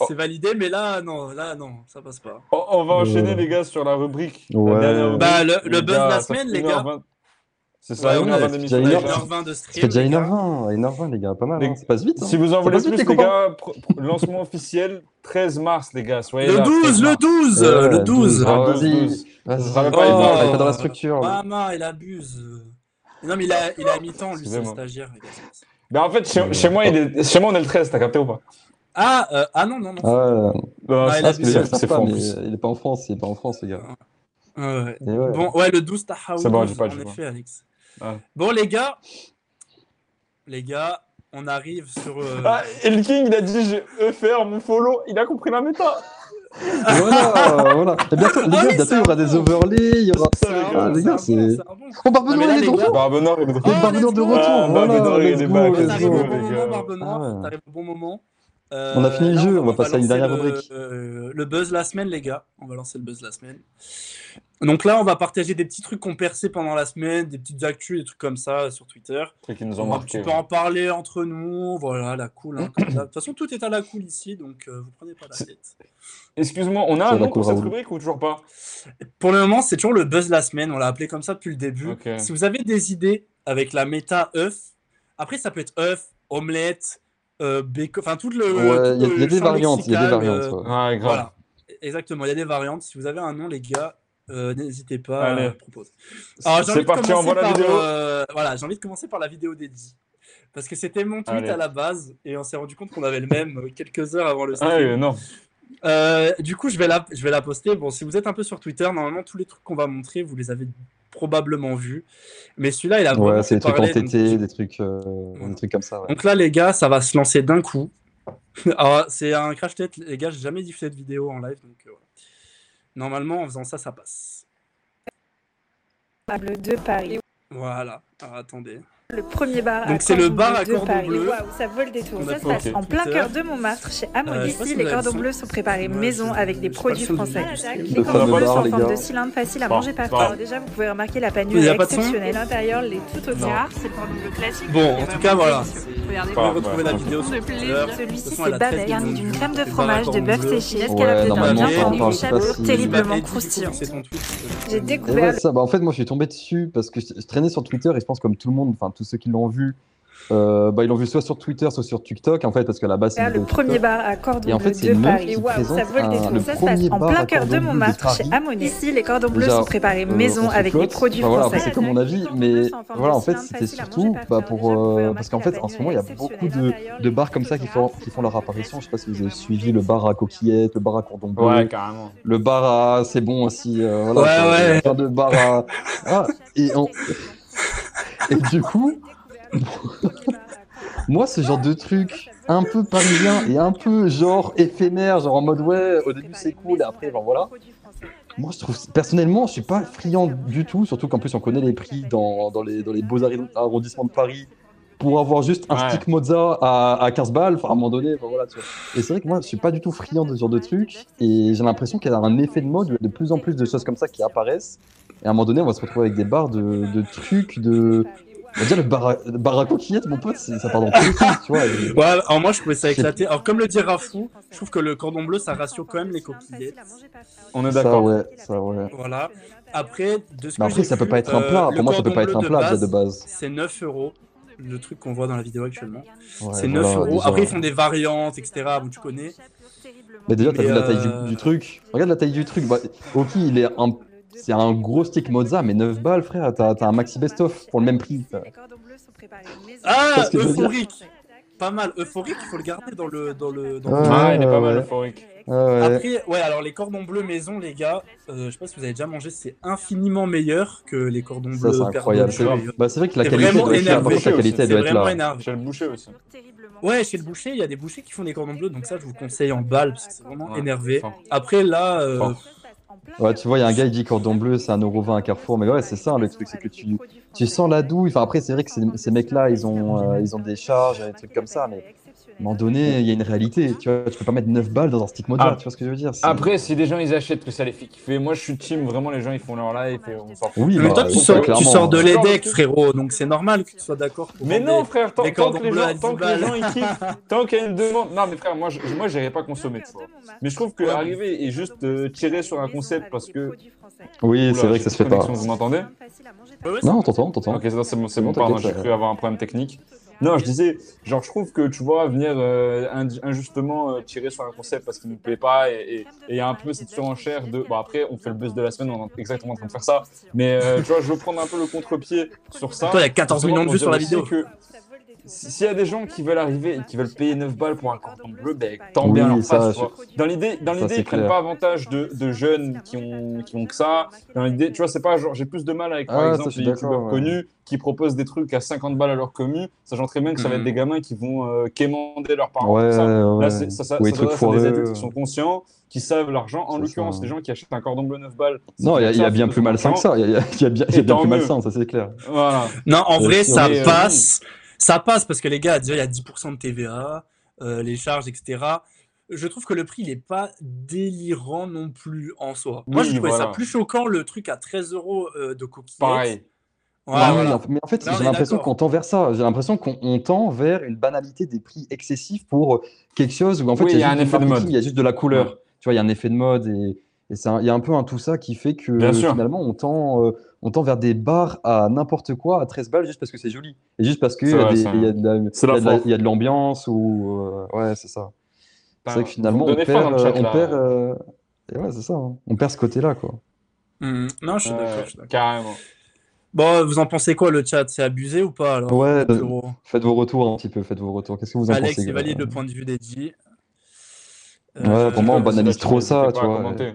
A: c'est validé, mais là, non, là, non, ça passe pas.
B: On, Oh, on va enchaîner,
C: Euh.
B: les gars, sur la rubrique. La
C: Ouais.
B: dernière rubrique.
A: Bah, le- le
B: Les
A: buzz de la
B: gars, ça
A: semaine,
B: fait
A: les
B: hein. 1h20. C'est ça,
A: Ouais, ouais,
B: 1h20
A: c'est
B: d'émission.
C: déjà
B: déjà.
C: 1h20.
A: 1h20 de
C: Ça
A: stream.
C: fait déjà
A: les gars.
C: 1h20, 1h20 les gars, pas mal,
B: Les-
C: hein. ça passe vite. hein.
B: Si vous en
C: Ça
B: voulez
C: passe
B: plus,
C: vite,
B: les
C: les copains.
B: gars, pro- pro- lancement officiel 13 mars, les gars. Soyez
A: Le
B: là,
A: 12,
B: 13
A: le
B: mars.
A: 12,
C: Ouais,
A: le 12.
C: Ah,
B: Ah, 12,
C: vas-y.
B: 12.
C: Vas-y. Oh. Ah.
B: Ce sera même
A: pas
C: il
A: une
C: va
A: heure.
C: être dans la structure.
A: Maman, il abuse. Non, mais il a, il a mi-temps, lui, c'est
B: Ah, Excusez-moi.
A: stagiaire. les gars, c'est pour ça.
B: Mais en fait, chez, chez moi, il est- chez moi, on est le 13, t'as capté ou pas
A: Ah, euh, ah non, non, non.
C: Ah,
A: Ah,
B: Non,
A: il a
B: c'est-
C: parce que les
A: abusé.
C: gars,
B: c'est
C: ils savent
B: c'est
C: pas,
B: fort en
C: mais
B: plus.
C: il est pas en France, il est pas en France, les gars.
A: Ah, ouais.
C: Et ouais.
A: Bon, ouais, le 12 Tahaou.
B: C'est bon, j'ai pas, Ah.
A: en
B: j'ai
A: effet, Alex.
B: Ouais.
A: Bon, les gars, les gars, on arrive sur. euh,
B: Ah, El King, il a dit je vais faire mon follow. Il a compris la méta.
C: voilà, voilà. Et bientôt, les
A: Ah
C: gars,
A: oui,
C: bientôt,
A: c'est
C: il y aura
A: un
C: des
A: bon.
C: overlays, il y aura. Ah,
A: c'est un
B: les
A: bon,
C: gars,
A: Ah, c'est un
C: c'est-
A: bon, c'est un bon.
C: Oh, Barbe
A: Non, mais
C: Noire,
A: là,
C: il
A: les
C: est de
A: gars-
C: retour
B: Barbe Noire, Ah bah, il est
A: Oh,
B: de retour.
C: Et Barbe Noire de
A: let's go.
C: retour
B: Ah, Barbe
C: voilà,
B: Noire, il
C: let's
B: est
C: go,
B: back.
C: let's
A: T'arrives
C: go.
A: au
B: Ouais,
A: bon
B: les
A: moment,
B: gars.
A: Barbe Noire,
C: Ah ouais.
A: t'arrives au bon moment. Euh,
C: On a fini le
A: là,
C: jeu, on va passer à une
A: lancer
C: dernière
A: le-
C: rubrique.
A: euh, le buzz la semaine, les gars. On va lancer le buzz la semaine. Donc là, on va partager des petits trucs qu'on perçait pendant la semaine, des petites actus, des trucs comme ça euh, sur Twitter.
B: Truc qui nous ont
A: On va un petit
B: marqué.
A: peu en parler entre nous. Voilà, la cool. hein, comme ça. De toute façon, tout est à la cool ici, donc euh, vous prenez pas la
B: C'est-
A: tête.
B: Excuse-moi, on a
C: Ça
B: un
C: va,
B: nom pour cette
C: Raoul.
B: rubrique ou toujours pas
A: Pour le moment, c'est toujours le buzz la semaine. On l'a appelé comme ça depuis le début.
B: Ok.
A: Si vous avez des idées avec la méta œuf, après ça peut être œuf, omelette, euh, bacon, enfin tout le.
C: Ouais,
A: tout
C: il y a- il y a
A: le
C: des
A: champ
C: variantes, il y a des
A: lexical, euh,
C: variantes. ouais.
B: Ouais, grave.
A: Voilà, exactement. Il y a des variantes. Si vous avez un nom, les gars, euh, n'hésitez pas
B: Allez.
A: à proposer. Alors, j'ai envie
B: C'est
A: de
B: parti,
A: commencer
B: envoie la
A: par,
B: vidéo.
A: euh, voilà, j'ai envie de commencer par la vidéo d'Eddy. Parce que c'était mon tweet
B: Allez.
A: à la base et on s'est rendu compte qu'on avait le même euh, quelques heures avant le stream.
B: Ah, oui, non.
A: Euh, du coup, je vais, la, je vais la poster. Bon, si vous êtes un peu sur Twitter, normalement, tous les trucs qu'on va montrer, vous les avez probablement vus. Mais celui-là, il a vraiment
C: Ouais, c'est
A: fait
C: des trucs
A: parler, donc-
C: entêtés, des trucs, euh,
A: Voilà.
C: des trucs comme ça. ouais.
A: donc là, les gars, ça va se lancer d'un coup. Alors, c'est un crash tête, les gars. J'ai jamais diffusé de vidéo en live, donc euh, voilà. normalement, en faisant ça, ça passe.
D: Table de Paris.
A: Voilà. Alors, attendez.
D: Le premier bar
A: Donc,
D: à
A: c'est le
D: cordon
A: bar à
D: bleu de
A: cordon
D: Paris.
A: bleu.
D: Waouh, ça vole des tours.
A: On a
D: Ça se
A: fait
D: passe
B: ok.
D: en plein
A: Twitter.
D: cœur de Montmartre, chez
A: Euh, je sais
D: Amodici.
A: pas si vous
D: les
A: avez le
D: cordons
A: son.
D: bleus sont préparés
A: Ouais,
D: maison
A: je-
D: avec
A: je
D: des
A: sais pas
D: produits
A: si vous-
D: français. Ah,
C: Le
D: Les cordons
B: fameux
D: bleus sont
C: bar,
D: en
C: les
D: forme
C: gars.
D: de cylindre facile à
B: Bon,
D: manger par
B: c'est pas
D: terre. Déjà, vous pouvez remarquer la
A: Il y
D: panure
A: a pas de son
D: exceptionnelle. L'intérieur, les tout au
A: Non.
D: car. C'est le cordon bleu classique.
A: Bon, en tout cas, voilà. Vous
B: Pas-
A: pouvez
B: ouais,
A: retrouver la
B: ouais.
A: vidéo sur Twitter. De toute
D: Celui-ci,
A: façon, elle
D: c'est
A: a
D: Babel,
A: 13
D: garni d'une
A: millions de
D: crème de
A: vues.
D: fromage, de
A: C'est
D: bœuf
A: pas
D: séché,
C: Ouais,
D: d'escalade de
A: normalement,
D: dindon,
A: on
D: une
A: parle
C: pas
D: chapelure
C: si-
D: terriblement
A: Et du coup,
D: croustillante.
A: C'est ton tweet.
D: J'ai
C: Et
D: découvert
C: ouais, ça, bah, en fait, moi, je suis tombé dessus parce que je, je traînais sur Twitter et je pense comme tout le monde, enfin, tous ceux qui l'ont vu, euh, bah, ils l'ont vu soit sur Twitter, soit sur TikTok, en fait, parce qu'à la base, c'est
D: Faire
C: une
D: le
C: vidéo
D: premier
C: TikTok.
D: bar à Cordon
C: euh, Et en
D: Bleu
C: fait, c'est
D: de
C: une meuf
D: Paris.
C: qui
D: Et waouh, ça
C: présente
D: vole des
C: un-
D: trous.
C: le
D: Ça se passe en
C: premier bar
D: plein
C: à
D: cœur de
C: Cordon Bleu de
D: Montmartre, chez
C: Paris.
D: Amonet. Ici, les cordons bleus
C: Déjà,
D: sont préparés
C: euh,
D: maison
C: on se
D: avec des
C: flotte.
D: produits
C: Enfin, voilà,
D: français.
C: C'est comme mon avis, mais voilà, en fait, c'était surtout bah, pour euh, parce qu'en fait, en ce moment, il y a beaucoup de, de bars comme ça qui font, qui font leur apparition. Je sais pas si vous avez suivi le bar à coquillettes, le bar à cordon bleu,
B: Ouais, carrément.
C: le bar à c'est bon aussi. euh, voilà,
A: Ouais,
C: c'est-
A: ouais.
C: plein de bars à. Ah, et, en- et du coup, moi, ce genre de truc un peu parisien et un peu genre éphémère, genre en mode ouais, au début c'est cool, et après, bon voilà. Moi, je trouve, personnellement, je suis pas friand du tout, surtout qu'en plus, on connaît les prix dans, dans les, dans les beaux arri- arrondissements de Paris pour avoir juste un
B: Ouais.
C: stick mozza à, à 15 balles, enfin, à un moment donné, enfin, voilà, tu vois. Et c'est vrai que moi, je suis pas du tout friand de ce genre de truc, et j'ai l'impression qu'il y a un effet de mode, il y a de plus en plus de choses comme ça qui apparaissent, et à un moment donné, on va se retrouver avec des bars de, de trucs, de... On va dire le bar à, le bar à coquillettes, mon pote, c'est- ça part dans tous les sens, tu vois. et-
A: Ouais, alors moi je trouvais ça
C: C'est-
A: éclaté. Alors comme le dit Rafou, je trouve que le cordon bleu ça rassure quand même les coquillettes.
B: On est
C: Ça,
B: d'accord.
C: ouais, ça, ouais.
A: Voilà. Après, de ce que
C: Mais
A: j'ai
C: après, ça peut
A: vu,
C: pas être un
A: euh,
C: plat,
A: le
C: pour moi, ça peut
A: cordon
C: pas être un
A: bleu
C: plat, déjà, de base.
A: C'est 9 euros, le truc qu'on voit dans la vidéo actuellement.
C: Ouais,
A: c'est 9
C: voilà,
A: euros.
C: déjà.
A: Après, ils font des variantes, etc. Bon, tu connais.
C: Mais déjà, t'as
A: Mais,
C: vu la taille
A: euh,
C: du, du truc. Regarde la taille du truc. Bah, Oki, il est un. C'est un gros stick mozza, mais 9 balles, frère. T'as t'as un maxi best-of pour le même prix. frère.
A: Ah,
C: Parce que je veux dire-
A: euphorique Pas mal. Euphorique, il faut le garder dans le. Dans le dans
C: Ouais,
A: le-
B: Ouais, il est pas
C: ouais,
B: mal
C: ouais.
B: euphorique.
C: Ah ouais.
A: Après, ouais, alors les cordons bleus maison, les gars, euh, je sais pas si vous avez déjà mangé, c'est infiniment meilleur que les cordons
C: Ça,
A: bleus
C: c'est incroyable.
A: Père Noël.
C: Bah, c'est vrai que la
A: C'est
C: qualité
A: vraiment
C: doit être là. Par
A: énervé.
C: contre, la qualité
A: C'est
C: doit être
A: vraiment
C: là.
A: énervé.
B: Chez le boucher aussi.
A: Ouais, chez le boucher, il y a des bouchers qui font des cordons bleus, donc ça, je vous conseille en balle, parce que c'est vraiment
B: Ouais,
A: énervé.
B: fort.
A: Après, là, euh,
B: Fort.
C: Ouais, tu vois, il y a un gars, il dit cordon bleu, c'est 1,20€ à Carrefour. Mais ouais, c'est ça le truc, c'est que tu, tu sens la douille. Enfin, après, c'est vrai que ces, ces mecs-là, ils, ont, euh, ils ont des charges, des trucs comme ça. Mais à un moment donné, il y a une réalité. Tu vois, tu peux pas mettre 9 balles dans un stick mozza.
B: Ah.
C: Tu vois ce que je veux dire C'est-
B: Après, si des gens ils achètent que ça les fait kiffer, moi je suis team, vraiment les gens ils font leur live et on s'en fout.
C: Oui,
A: mais
C: bah,
A: toi, tu
C: ça,
A: sors, tu
C: clairement.
A: sors de
B: Genre,
A: l'EDEC,
B: le truc-
A: frérot, donc c'est normal que tu sois d'accord. pour
B: Mais
A: vendre
B: non,
A: des-
B: frère, tant,
A: des
B: tant
A: cordons
B: que les
A: bleus à
B: gens,
A: 10
B: tant que les
A: balles.
B: gens ils kiffent, tant qu'il y a une demande. Non, mais frère, moi je- moi j'irai pas consommer, tu vois. Mais je trouve que
A: Ouais.
B: arriver et juste euh, tirer sur un concept parce que.
C: Oui,
B: Oula,
C: c'est vrai que ça se fait pas.
B: connexion, vous m'entendez
A: Ouais, ouais,
C: Non, t'entends, t'entends.
B: Ok, non, c'est bon, c'est bon,
C: Non,
B: pardon, j'ai
C: t'inquiète,
B: cru avoir un problème technique. Non, je disais, genre, je trouve que tu vois, venir euh, indi- injustement euh, tirer sur un concept parce qu'il ne plaît pas et- et et il y a un peu cette surenchère de. Bon, après, on fait le buzz de la semaine, on est exactement en train de faire ça. Mais euh, tu vois, je veux prendre un peu le contre-pied sur ça.
A: Toi, il y a 14 millions de vues sur la vidéo.
B: que si- s'il y a des gens qui veulent arriver et qui veulent payer 9 balles pour un cordon bleu, ben, tant
C: Oui,
B: bien leur
C: ça,
B: face, tu
C: je-
B: vois. Dans l'idée, dans
C: Ça,
B: l'idée,
C: c'est
B: ils prennent
C: clair.
B: pas avantage de, de jeunes qui ont, qui ont que ça. Dans l'idée, tu vois, c'est pas genre, j'ai plus de mal avec, par
C: Ah, ça,
B: exemple,
C: je suis
B: les youtubeurs
C: d'accord, ouais.
B: connus qui proposent des trucs à 50 balles à leur commu, sachant très bien que ça va être
A: Mhm.
B: des gamins qui vont euh, quémander leurs parents.
C: Ouais,
B: pour ça. Là,
C: ouais.
B: c'est- ça, ça,
C: Ou les
B: ça
C: trucs
B: s'adresse à des
C: foireux.
B: adultes qui sont conscients, qui savent l'argent. En
C: C'est
B: l'occurrence,
C: ça.
B: les gens qui achètent un cordon bleu 9 balles. c'est
C: Non, il y a,
B: qu'ils
C: il y a
B: savent
C: bien
B: que
C: plus
B: son
C: malsain que
B: argent-
C: ça. Il y a, il y a bien, il y a
B: Et
C: bien
B: tant
C: plus
B: mieux.
C: malsain, ça c'est clair.
B: Voilà.
A: Non, en
C: Bien
A: vrai,
C: sûr,
A: ça
B: mais, euh,
A: passe. Ça passe parce que les gars, déjà, il y a 10% de TVA, euh, les charges, etc. Je trouve que le prix, il n'est pas délirant non plus en soi. Moi,
B: Oui,
A: je trouvais ça
B: voilà.
A: plus choquant, le truc à 13 euros euh, de coquillettes.
B: Pareil.
A: Ouais,
C: Bah oui,
A: voilà.
C: en fait- mais en fait,
A: Là, on
C: j'ai
A: est
C: l'impression
A: d'accord.
C: qu'on tend vers ça. J'ai l'impression qu'on on tend vers une banalité des prix excessifs pour euh, quelque chose où en fait
B: Oui,
C: il
B: il y a
C: juste
B: un
C: du
B: effet de
C: marketing,
B: mode.
C: il y a juste de la couleur. Tu vois, il y a un effet de mode et, et c'est un- il y a un peu un tout ça qui fait que
B: Bien sûr.
C: finalement on tend, euh, on tend vers des bars à n'importe quoi à 13 balles juste parce que c'est joli et juste parce qu'il y,
B: C'est
C: a
B: vrai,
C: des-
B: ça.
C: il y a de la-
B: C'est
C: il y a
B: la
C: de la-
B: force.
C: il y a de l'ambiance ou euh, ouais, c'est ça. C'est vrai que
B: Bah,
C: finalement
B: Vous
C: on
B: donnez faim dans
C: perd,
B: le
C: euh,
B: chat,
C: on
B: là.
C: perd, euh, et ouais, c'est ça. hein. On perd ce côté-là quoi.
A: Hum, Non, je suis d'accord.
B: Ouais,
A: je suis d'accord.
B: Carrément.
A: Bon, vous en pensez quoi, le chat? C'est abusé ou pas alors?
C: Ouais,
A: Zéro euros.
C: faites vos retours un petit peu, faites vos retours. Qu'est-ce que vous en
A: Alex,
C: pensez
A: il
C: gars
A: valide le point de vue d'Edgy.
C: Ouais, pour moi, on
A: Euh,
C: banalise trop ça,
B: N'hésitez pas
C: tu
B: à
C: vois.
B: commenter.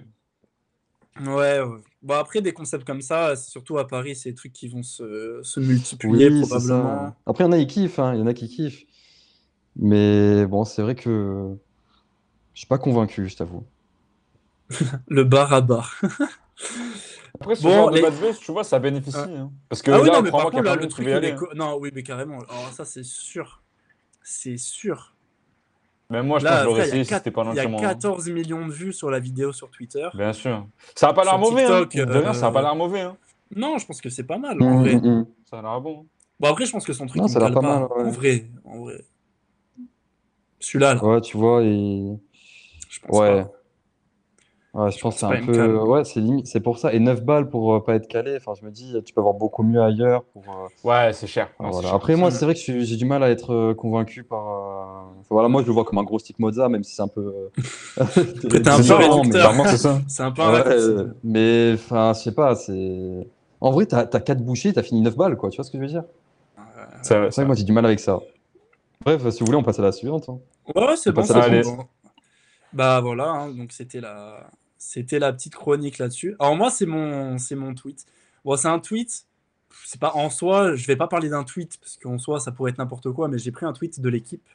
A: Ouais, ouais. Bon, après, des concepts comme ça, c'est surtout à Paris, c'est des trucs qui vont se, se multiplier
C: Oui, c'est ça.
A: probablement.
C: Après, il y en a qui kiffent, hein, il y en a qui kiffent. Mais bon, c'est vrai que je suis pas convaincu, je t'avoue.
A: Le bar à bar.
B: Après, ce
A: Bon,
B: genre
A: les-
B: de bad buzz, tu vois, ça bénéficie. hein. Parce que
A: Ah oui,
B: là,
A: non, mais par
B: crois-moi
A: contre,
B: qu'il y hein. a
A: là,
B: pas
A: le
B: de
A: truc,
B: truc
A: il est co- Non, oui, mais carrément. Alors, ça, c'est sûr. C'est sûr.
B: Mais moi, je pense
A: Là,
B: que j'aurais
A: frère, il y a
B: essayé si
A: quatre-
B: c'était pas
A: il y a
B: l'enchaînement.
A: 14 millions de vues sur la vidéo sur Twitter.
B: hein. Bien sûr. Ça a pas l'air
A: Sur
B: mauvais, hein.
A: TikTok,
B: De rien,
A: euh,
B: ça a pas l'air mauvais, hein.
A: Non, je pense que c'est pas mal, en
C: Hum,
A: vrai.
C: hum, hum.
B: Ça a l'air bon.
A: Bon, après, je pense que son truc,
C: Non,
A: il
C: ça
A: me
C: a l'air
A: cale
C: pas mal,
A: pas. En
C: ouais.
A: vrai, en vrai. Celui-là, là,
C: mm. Ouais, tu vois, et...
A: je pense
C: Ouais.
A: pas.
C: Ouais, je pense que c'est
A: pas
C: un
A: une
C: peu.
A: canne.
C: Ouais, c'est limi- c'est pour ça. Et 9 balles pour euh, pas être calé. Enfin, je me dis, tu peux avoir beaucoup mieux ailleurs. Pour, euh,
B: Ouais, c'est cher. Non, c'est
C: voilà.
B: cher.
C: Après, moi, c'est vrai que je suis- j'ai du mal à être euh, convaincu par. euh, Voilà, moi, je le vois comme un gros stick Mozart, même si c'est un peu. euh,
A: t'es un peu
C: différent, mais-
A: réducteur.
B: Clairement, c'est ça.
A: C'est un peu un
C: Ouais,
A: raccourci.
C: euh, mais enfin, je sais pas, c'est. En vrai, t'as 4 bouchées, t'as fini 9 balles, quoi. Tu vois ce que je veux dire?
B: Ça va,
C: C'est vrai
B: ça
C: que
B: va.
C: moi, j'ai du mal avec ça. Bref, si vous voulez, on passe à la suivante. hein.
A: Ouais, ouais, c'est
C: On
A: bon,
C: passe
B: à la
A: c'est
B: suite.
A: bon. Bah voilà, hein, donc c'était la... c'était la petite chronique là-dessus. Alors moi, c'est mon... c'est mon tweet. Bon, c'est un tweet, c'est pas en soi, je vais pas parler d'un tweet, parce qu'en soi, ça pourrait être n'importe quoi, mais j'ai pris un tweet de l'équipe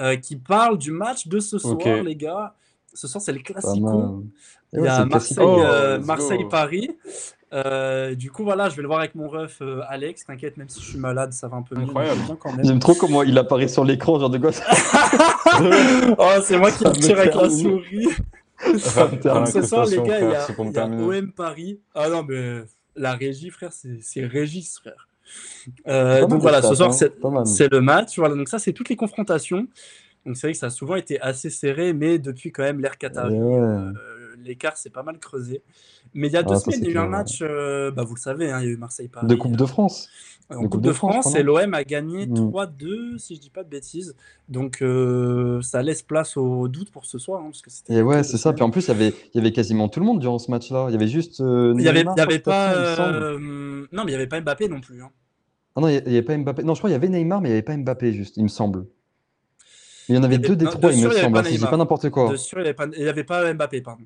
A: euh, qui parle du match de ce soir,
B: Ok.
A: les gars. Ce soir, Ah, c'est le
C: Pas
A: Classico.
C: mal. Eh
A: Il
C: ouais,
A: y
C: c'est
A: a
C: le classique.
A: Marseille,
B: Oh,
A: euh,
B: let's go.
A: Marseille-Paris. Euh, du coup, voilà, je vais le voir avec mon ref euh, Alex. T'inquiète, même si je suis malade, ça va un peu mieux. mais
B: Incroyable.
A: je viens quand même.
C: J'aime trop comment il apparaît sur l'écran, genre de gosse.
A: Oh, c'est moi qui le
C: Ça me
A: tire avec la
C: termine.
A: souris.
B: Ça va faire
A: Donc, ce soir, les
B: l'incrustation,
A: gars, il y
B: frère,
A: a,
B: c'est pour me
A: il y a
B: terminer.
A: OM Paris. Ah non, mais la régie, frère, c'est c'est Régis, frère. Euh,
C: Pas mal,
A: donc voilà,
C: ça,
A: ce soir,
C: hein.
A: c'est
C: Pas mal.
A: c'est le match. Voilà, donc ça, c'est toutes les confrontations. Donc c'est vrai que ça a souvent été assez serré, mais depuis quand même l'ère
C: Eh
A: Qatari,
C: ouais.
A: euh, l'écart s'est pas mal creusé. Mais il y a deux
C: Ah, ça,
A: semaines, il y a
C: c'est
A: eu un
C: clair.
A: match, euh, bah, vous le savez, hein, il y a eu Marseille-Paris. euh,
C: De Coupe de France.
A: En
C: De
A: Coupe, de France,
C: pas
A: et
C: mal.
A: l'OM a gagné
C: Mm.
A: 3-2, si je dis pas de bêtises. Donc euh, ça laisse place au doute pour ce soir. hein, parce que c'était
C: Et Eh ouais,
A: deux
C: c'est ça.
A: semaines.
C: Puis en plus, il y avait, il y avait quasiment tout le monde durant ce match-là. Il y avait juste. euh,
A: Il n'y avait,
C: Neymar,
A: il y avait
C: je crois,
A: pas.
C: il me semble.
A: euh, non, mais il n'y avait pas Mbappé non plus. hein.
C: Ah non, il y il y avait pas Mbappé. Non, je crois qu'il y avait Neymar, mais il n'y avait pas Mbappé, juste, il me semble. Il y en avait
A: avait-
C: deux des
A: non, de
C: trois, il
A: sûr,
C: me
A: il y avait
C: semble.
A: pas
C: hein, si je dis
A: Neymar.
C: pas n'importe quoi.
A: De sûr, il n'y avait, pas- il y avait pas Mbappé, pardon.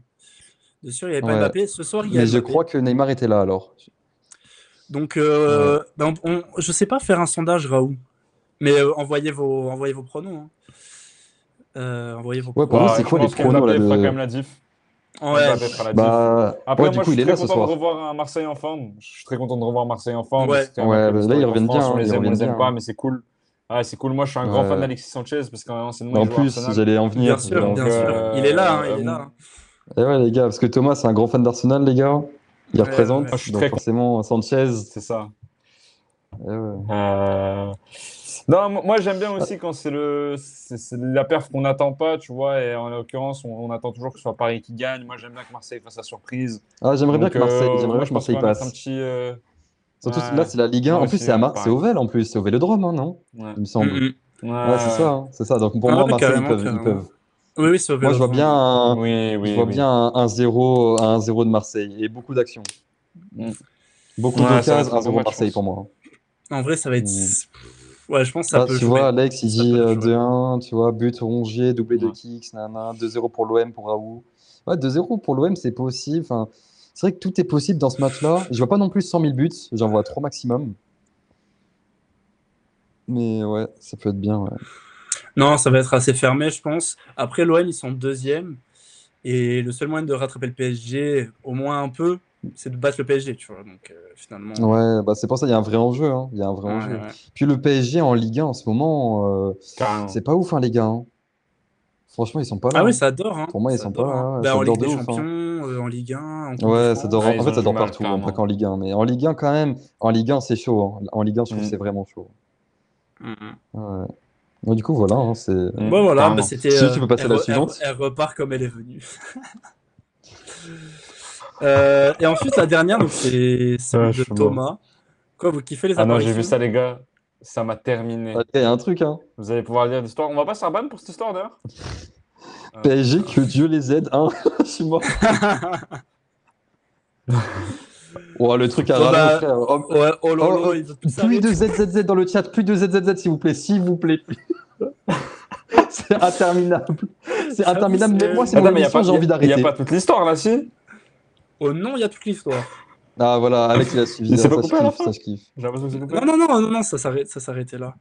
A: De sûr, il n'y avait pas
C: Ouais.
A: Mbappé. Ce soir, il y a
C: Mais je
A: Mbappé.
C: crois que Neymar était là alors.
B: Ah,
A: Donc, euh, ben, on- on- je ne sais pas faire un sondage, Raoul. Mais euh, envoyez, vos, envoyez vos pronoms. hein. Euh, envoyez vos pronoms.
C: Ouais, Pour
B: Ouais,
C: vous, c'est
B: je
C: quoi
B: pense
C: les pronos,
B: qu'Mbappé
C: là, de-
B: fera quand même la diff.
A: Ouais,
B: Mbappé fera la diff.
C: Bah,
B: Après, moi,
C: ouais, du coup,
B: je
C: il
B: suis
C: est
B: très
C: là ce
B: content de
C: soir.
B: revoir un Marseille en forme. Je suis très content de revoir Marseille en forme.
A: Ouais.
B: C'était un
C: Ouais,
B: peu
C: bah, là,
B: l'histoire
C: ils
B: en
C: reviennent
B: France,
C: bien,
B: On
C: ils
B: les aime, on les
C: reviennent
B: aime
C: bien.
B: pas, mais c'est cool. Ah, c'est cool. Moi, je suis un grand
C: Ouais.
B: fan d'Alexis Sanchez parce qu'en anciennement,
C: En
B: il joue à
C: plus,
B: Arsenal.
C: j'allais en venir.
A: bien
C: j'allais
A: sûr,
C: en
A: bien
C: venir.
A: sûr.
B: euh,
A: il est là, hein, il
B: euh,
A: est là. hein.
C: Et ouais, les gars, parce que Thomas, c'est un grand fan d'Arsenal, les gars. Il
A: Ouais,
C: représente.
A: ouais.
B: Je suis
C: Donc
B: très
C: forcément, Sanchez.
B: C'est ça.
C: eh ouais.
B: Euh, Non, mo- moi j'aime bien aussi quand c'est le c'est c'est la perf qu'on n'attend pas, tu vois. Et en l'occurrence, on, on attend toujours que ce soit Paris qui gagne. Moi j'aime bien que Marseille fasse la surprise.
C: Ah, j'aimerais bien
B: Donc,
C: que Marseille,
B: euh,
C: j'aimerais
B: moi,
C: bien
B: je
C: que
B: pense qu'on
C: Marseille
B: va mettre un
C: passe.
B: petit. euh,
C: Surtout
B: ouais.
C: là, c'est la Ligue 1.
B: Moi
C: En plus,
B: aussi,
C: c'est à Mar-
B: pareil.
C: c'est au Vélodrome, en plus, c'est au Vélodrome, hein, non?
B: Ouais.
C: Il me semble.
A: Mm, mm.
C: Ouais, c'est ça, hein, c'est ça. Donc pour
A: Ah
C: moi,
A: ouais,
C: Marseille, ils
A: carrément,
C: peuvent, ils
A: carrément.
C: peuvent.
A: Oui, oui, c'est au
C: Moi, je vois
A: Vélodrome.
C: bien un,
B: Oui,
C: hein. je
B: oui,
C: vois
B: oui.
C: bien un- un 0, un 0 de Marseille et beaucoup d'actions.
B: Mm.
C: Beaucoup
B: Ouais, ça va
C: d'occasions,
B: être un
C: un
B: bon
C: 0
B: match, je
C: Marseille
B: pense.
C: pour moi.
A: En vrai, ça va être. Ouais, je pense que ça
C: Là,
A: peut
C: mm. Ah, tu
A: jouer.
C: vois, Alex, il
A: Ça
C: dit
A: peut
C: euh,
A: jouer.
C: 2-1, tu vois, but Rongier, doublé de
B: Ouais.
C: Kicks, nana, 2-0 pour l'OM, pour Raoult. Ouais, 2-0 pour l'OM, c'est possible. Enfin, c'est vrai que tout est possible dans ce match-là. Je vois pas non plus 100 000 buts, j'en vois 3 maximum. Mais ouais, ça peut être bien. ouais.
A: Non, ça va être assez fermé, je pense. Après, l'OM, ils sont deuxième. Et le seul moyen de rattraper le PSG, au moins un peu, c'est de battre le PSG, tu vois. Donc, euh, finalement.
C: Ouais, bah c'est pour ça qu'il y a un vrai enjeu. hein. Il y a un vrai
A: ouais,
C: enjeu.
A: ouais.
C: Puis le PSG en Ligue 1 en ce moment, euh,
B: Carrément.
C: c'est pas ouf, hein, les gars. hein. Franchement, ils sont pas là.
A: Ah oui,
C: hein.
A: ça dort. Hein.
C: Pour moi, ils
A: Ça
C: sont pas
A: dort,
C: là,
A: hein.
C: ouais,
A: Bah,
C: ça
A: en
C: dort
A: Ligue des
C: de ouf, hein.
A: Champions, euh, en Ligue 1. En Coupe de
C: Ouais, ça
A: France.
C: dort.
B: Ah, ils
C: en
B: ont
C: fait, ça
B: du
C: dort
B: mal,
C: partout, hein,
B: clairement.
C: pas qu'en Ligue 1. Mais en Ligue 1, quand même, en Ligue 1, c'est chaud. hein. En Ligue 1, je trouve que
B: Mm.
C: c'est vraiment chaud.
A: Mhm.
C: Ouais. Ouais, du coup, voilà. hein, c'est...
B: Mm,
A: Bon, voilà,
B: carrément.
A: bah, c'était.
C: Si
A: euh,
C: tu peux passer à
A: elle
C: la
A: re-
C: suivante.
A: Elle, elle repart E comme elle est venue. Euh, et ensuite, la dernière, donc, c'est celle
B: Ah, je
A: de
B: suis mort.
A: Thomas. Quoi, vous kiffez les
B: Ah non, j'ai
A: apparitions
B: vu ça, les gars. Ça m'a terminé.
C: Ah, Il y a un truc. Hein.
B: Vous allez pouvoir lire l'histoire. On va pas se faire ban pour cette histoire d'ailleurs.
C: PSG, que Dieu les aide. Hein. je suis mort. Ouah, Oh, le truc à
A: Bon,
C: rallonge,
A: bah,
C: frère. Oh,
A: Ouais, oh là
C: Oh,
A: là,
C: oh,
A: il veut plus
C: plus
A: s'arrêter.
C: de ZZZ dans le chat. Plus de ZZZ, s'il vous plaît. S'il vous plaît. c'est interminable. C'est
A: J'avoue,
C: interminable.
A: c'est-
C: Mais moi, c'est
B: Attends,
C: mon
B: Ah, mais y a
C: émission,
B: pas,
C: j'ai
B: y a- y
C: envie
B: a
C: d'arrêter.
B: pas toute l'histoire là, si
A: Oh non, il y a toute l'histoire.
C: Ah, voilà, Alex, il a suivi. hein,
B: Il s'est
C: ça,
B: pas hein.
C: je
B: coupé à la
C: kiffe,
B: fin
C: ça, je kiffe.
B: J'ai l'impression que c'est coupé.
A: Non, non, non, non, non, ça s'arrête, ça s'arrêtait là.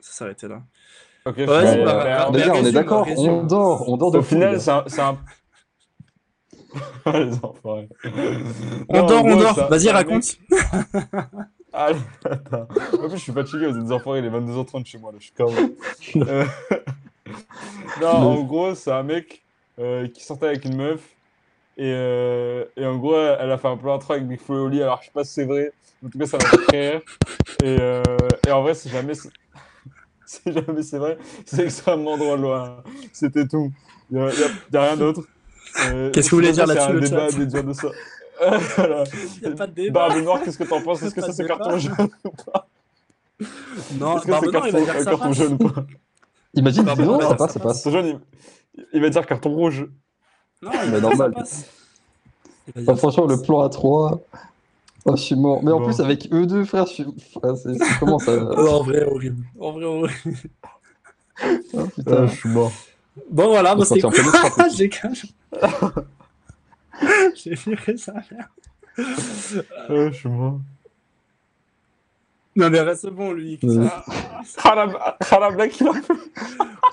A: Ça s'arrêtait là.
B: Ok, je
A: Ouais,
B: suis-
A: c'est pas grave.
B: Ouais,
A: Alors,
C: Les
A: mais
C: gars, on est
A: résume,
C: d'accord,
A: résume.
C: on dort, on dort de
B: Au
C: fou, les
B: final,
C: gars.
B: c'est un. c'est un- Les enfoirés.
A: On
B: Non, en
A: dort, on
B: gros,
A: dort.
B: c'est un-
A: Vas-y,
B: c'est un
A: raconte.
B: mec- Allez, attends. En plus, je suis fatigué, vous êtes des enfoirés, il est 22h30 chez moi, là, je suis comme. Euh, non, en gros, c'est un mec euh, qui sortait avec une meuf. Et, euh, et en gros, elle elle a fait un plan intro avec Big Flo et Oli, alors je sais pas si c'est vrai. En tout cas, ça m'a fait très rire. Et, euh, et en vrai, c'est jamais. C'est jamais, c'est vrai, c'est extrêmement drôle. voilà. C'était tout. Il n'y a, y a- y a rien d'autre. Euh,
A: Qu'est-ce que vous voulez dire
B: c'est
A: là-dessus,
B: un
A: le
B: débat à
A: chat
B: déduire de ça. Euh, voilà.
A: Il n'y a pas de débat.
B: Barbe noire, qu'est-ce que t'en penses Est-ce que
A: Pas
B: ça
A: de
B: c'est
A: Eh ben. débat.
B: carton jaune
A: Non,
B: Est-ce Bah, que c'est
A: Barbe Noire, Hein, bah, il va
B: carton,
A: dire que ça
B: carton
A: passe.
B: jaune ou pas
C: Imagine,
A: Bah,
C: non,
A: bah,
C: ça
A: bah,
C: passe,
A: ça
C: ça passe.
B: Carton jaune, il... il va dire carton rouge.
A: Non, il
C: Mais
A: va dire que ça
C: normal.
A: passe. Il va dire que
C: Ah,
A: ça
C: franchement, le
A: passe.
C: plan à 3. Oh, je suis mort. Mais en
B: Bon.
C: plus, avec eux deux, frère, je suis. Ah, c'est- c'est- comment ça
A: Ouais, Oh, en vrai, horrible. En vrai, horrible.
C: Ah, putain.
B: suis mort.
A: Bon, voilà,
C: On
A: bah, c'est
C: sortit en pleine frappe.
A: Ah, j'ai quand même- J'ai viré ça.
B: Euh, je suis mort.
A: Non, mais reste c'est bon, lui.
C: Ouais.
A: Ah,
B: Ah la, ah, la blague qu'il a fait.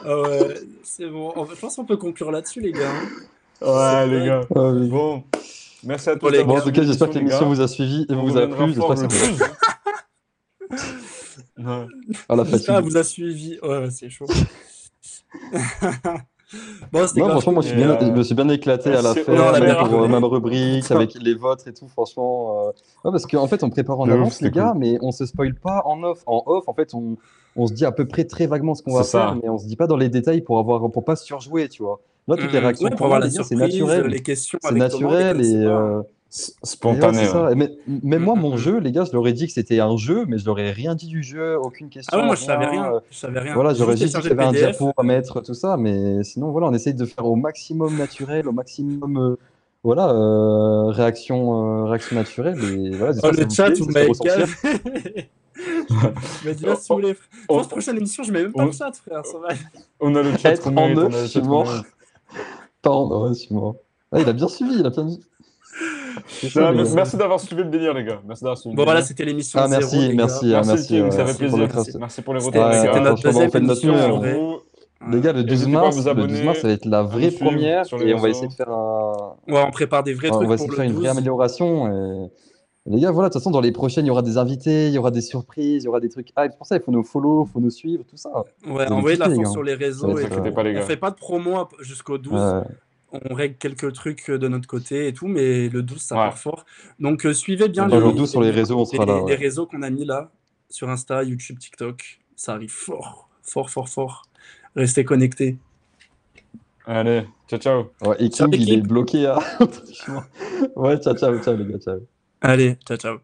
A: ah ouais, c'est bon. En fait, je pense qu'on peut conclure là-dessus, les gars. hein.
B: Ouais, les gars.
C: Ah, oui.
B: Bon, merci à tous.
A: Bon, les
C: Bon,
B: d'avoir
C: en tout cas,
B: suivi
C: j'espère que l'émission
B: les gars.
C: vous a suivi et
B: On
C: vous a
B: reviendra
C: plu. J'espère
B: fort
C: que ça
B: le 12. Ouais.
C: à Ah, la
A: J'espère qu'elle
C: fatigue.
A: vous a suivi. Ouais, ouais, c'est chaud. bon, c'était
C: Non,
A: grave.
C: franchement, moi, je, suis
B: Et,
C: bien,
B: euh,
C: je me suis bien éclaté à la
B: c'est-
C: fin
A: Non, la
C: euh,
A: meilleure.
C: pour euh, même rubrique avec les vôtres et tout. Franchement, euh, ouais, parce qu'en fait, on prépare en
B: De ouf,
C: avance, les
B: c'était
C: gars, mais on se spoil pas en off. En off, en fait, on, on se dit à peu près très vaguement ce qu'on va
B: C'est ça.
C: faire, mais on se dit pas dans les détails pour avoir pour pas surjouer, tu vois. Là, toutes les
A: Mmh,
C: réactions,
A: ouais, pour
C: qu'on
A: avoir
C: a,
A: la
C: les gars, c'est
A: surprise,
C: naturel.
A: les questions.
C: C'est
A: avec
C: naturel
A: Thomas, on les
C: et.
A: connaissait pas.
C: euh,
B: S-
C: Mais ouais,
B: Spontané.
C: c'est ça.
B: ouais.
C: Et mais- même moi, mon
A: Mhm.
C: jeu, les gars, je leur ai dit que c'était un jeu, mais je leur ai rien dit du jeu, aucune question.
A: Ah ouais, moi, je savais rien.
C: euh,
A: Je savais rien.
C: Voilà, j'aurais juste dit
A: téléchargé
C: qu'il y avait un
A: le PDF.
C: diapo à mettre, tout ça, mais sinon, voilà, on essaye de faire au maximum naturel, au maximum, euh, voilà, euh, réaction, euh, réaction naturelle. Et voilà,
A: Oh,
C: j'espère que ça
A: le
C: vous
A: chat,
C: plaît,
A: vous
C: ça
A: m'avez
C: ressortira.
A: gavé. Je me dis là, ah, si vous voulez. Je
B: On,
A: pense prochaine émission, je mets même pas
B: on-
A: le chat, frère. Ça va.
B: on a le chat
C: Être
B: qu'on
C: en
B: mérite, on a
C: neuf,
B: le
C: je
B: chat
C: suis
B: qu'on
C: mort.
B: mérite.
C: Pardon, ouais, c'est moi. Ah, il a bien suivi, il a bien suivi. C'est ça,
B: Non,
C: les
B: mais-
C: gars.
B: Merci d'avoir suivi le délire, les gars. Merci d'avoir suivi. le
A: Bon, voilà,
B: délire.
A: c'était l'émission.
C: Ah,
A: zéro, les
C: merci,
A: gars.
C: merci, ah,
B: Merci, le
C: merci,
B: team,
C: euh,
B: ça fait
C: merci pour le
B: plaisir.
C: craft.
B: Merci pour les
A: C'était-
B: retours, les
A: c'était
B: gars.
A: notre
C: franchement,
A: deuxième
C: on fait de notre
A: émission,
C: mieux,
A: en
C: hein.
A: vrai.
C: Les gars, le 12
B: N'hésitez pas à
C: mars,
B: vous
C: le
B: abonner,
C: 12 mars, ça va être la
B: nous
C: vraie
B: suivre
C: première
B: sur les
C: et on va
B: réseaux.
C: essayer de faire un,
A: Ouais, on prépare des vrais
C: on
A: trucs
C: va
A: pour
C: essayer de
A: le
C: faire une
A: 12.
C: vraie amélioration. Et... Les gars, voilà, de toute façon, dans les prochaines, il y aura des invités, il y aura des surprises, il y aura des trucs hype. C'est pour ça, il faut nous follow, il faut nous suivre, tout ça.
A: Ouais,
C: Vous
A: envoyez de la
C: inquiétez, les
A: force
C: gars.
A: sur les
C: Ça
A: réseaux.
C: va
A: Et
C: être,
A: tout.
C: euh,
B: N'inquiétez pas, les
A: On
B: gars.
A: fait pas de promo à- jusqu'au 12.
C: Euh,
A: On règle quelques trucs euh, de notre côté et tout, mais le 12, ça
B: Ouais.
A: part fort. Donc, euh, suivez bien
C: dans le dos sur les réseaux,
A: les-
C: on sera là.
A: les
C: ouais.
A: réseaux qu'on a mis là, sur Insta, YouTube, TikTok. Ça arrive fort, fort, fort, fort. Restez connectés.
B: Allez, ciao, ciao.
C: Ouais, et
A: Ciao,
C: King, il est hein.
A: l'équipe.
C: bloqué. à- ouais, ciao, ciao, ciao, les gars, ciao.
A: Allez, ciao, ciao.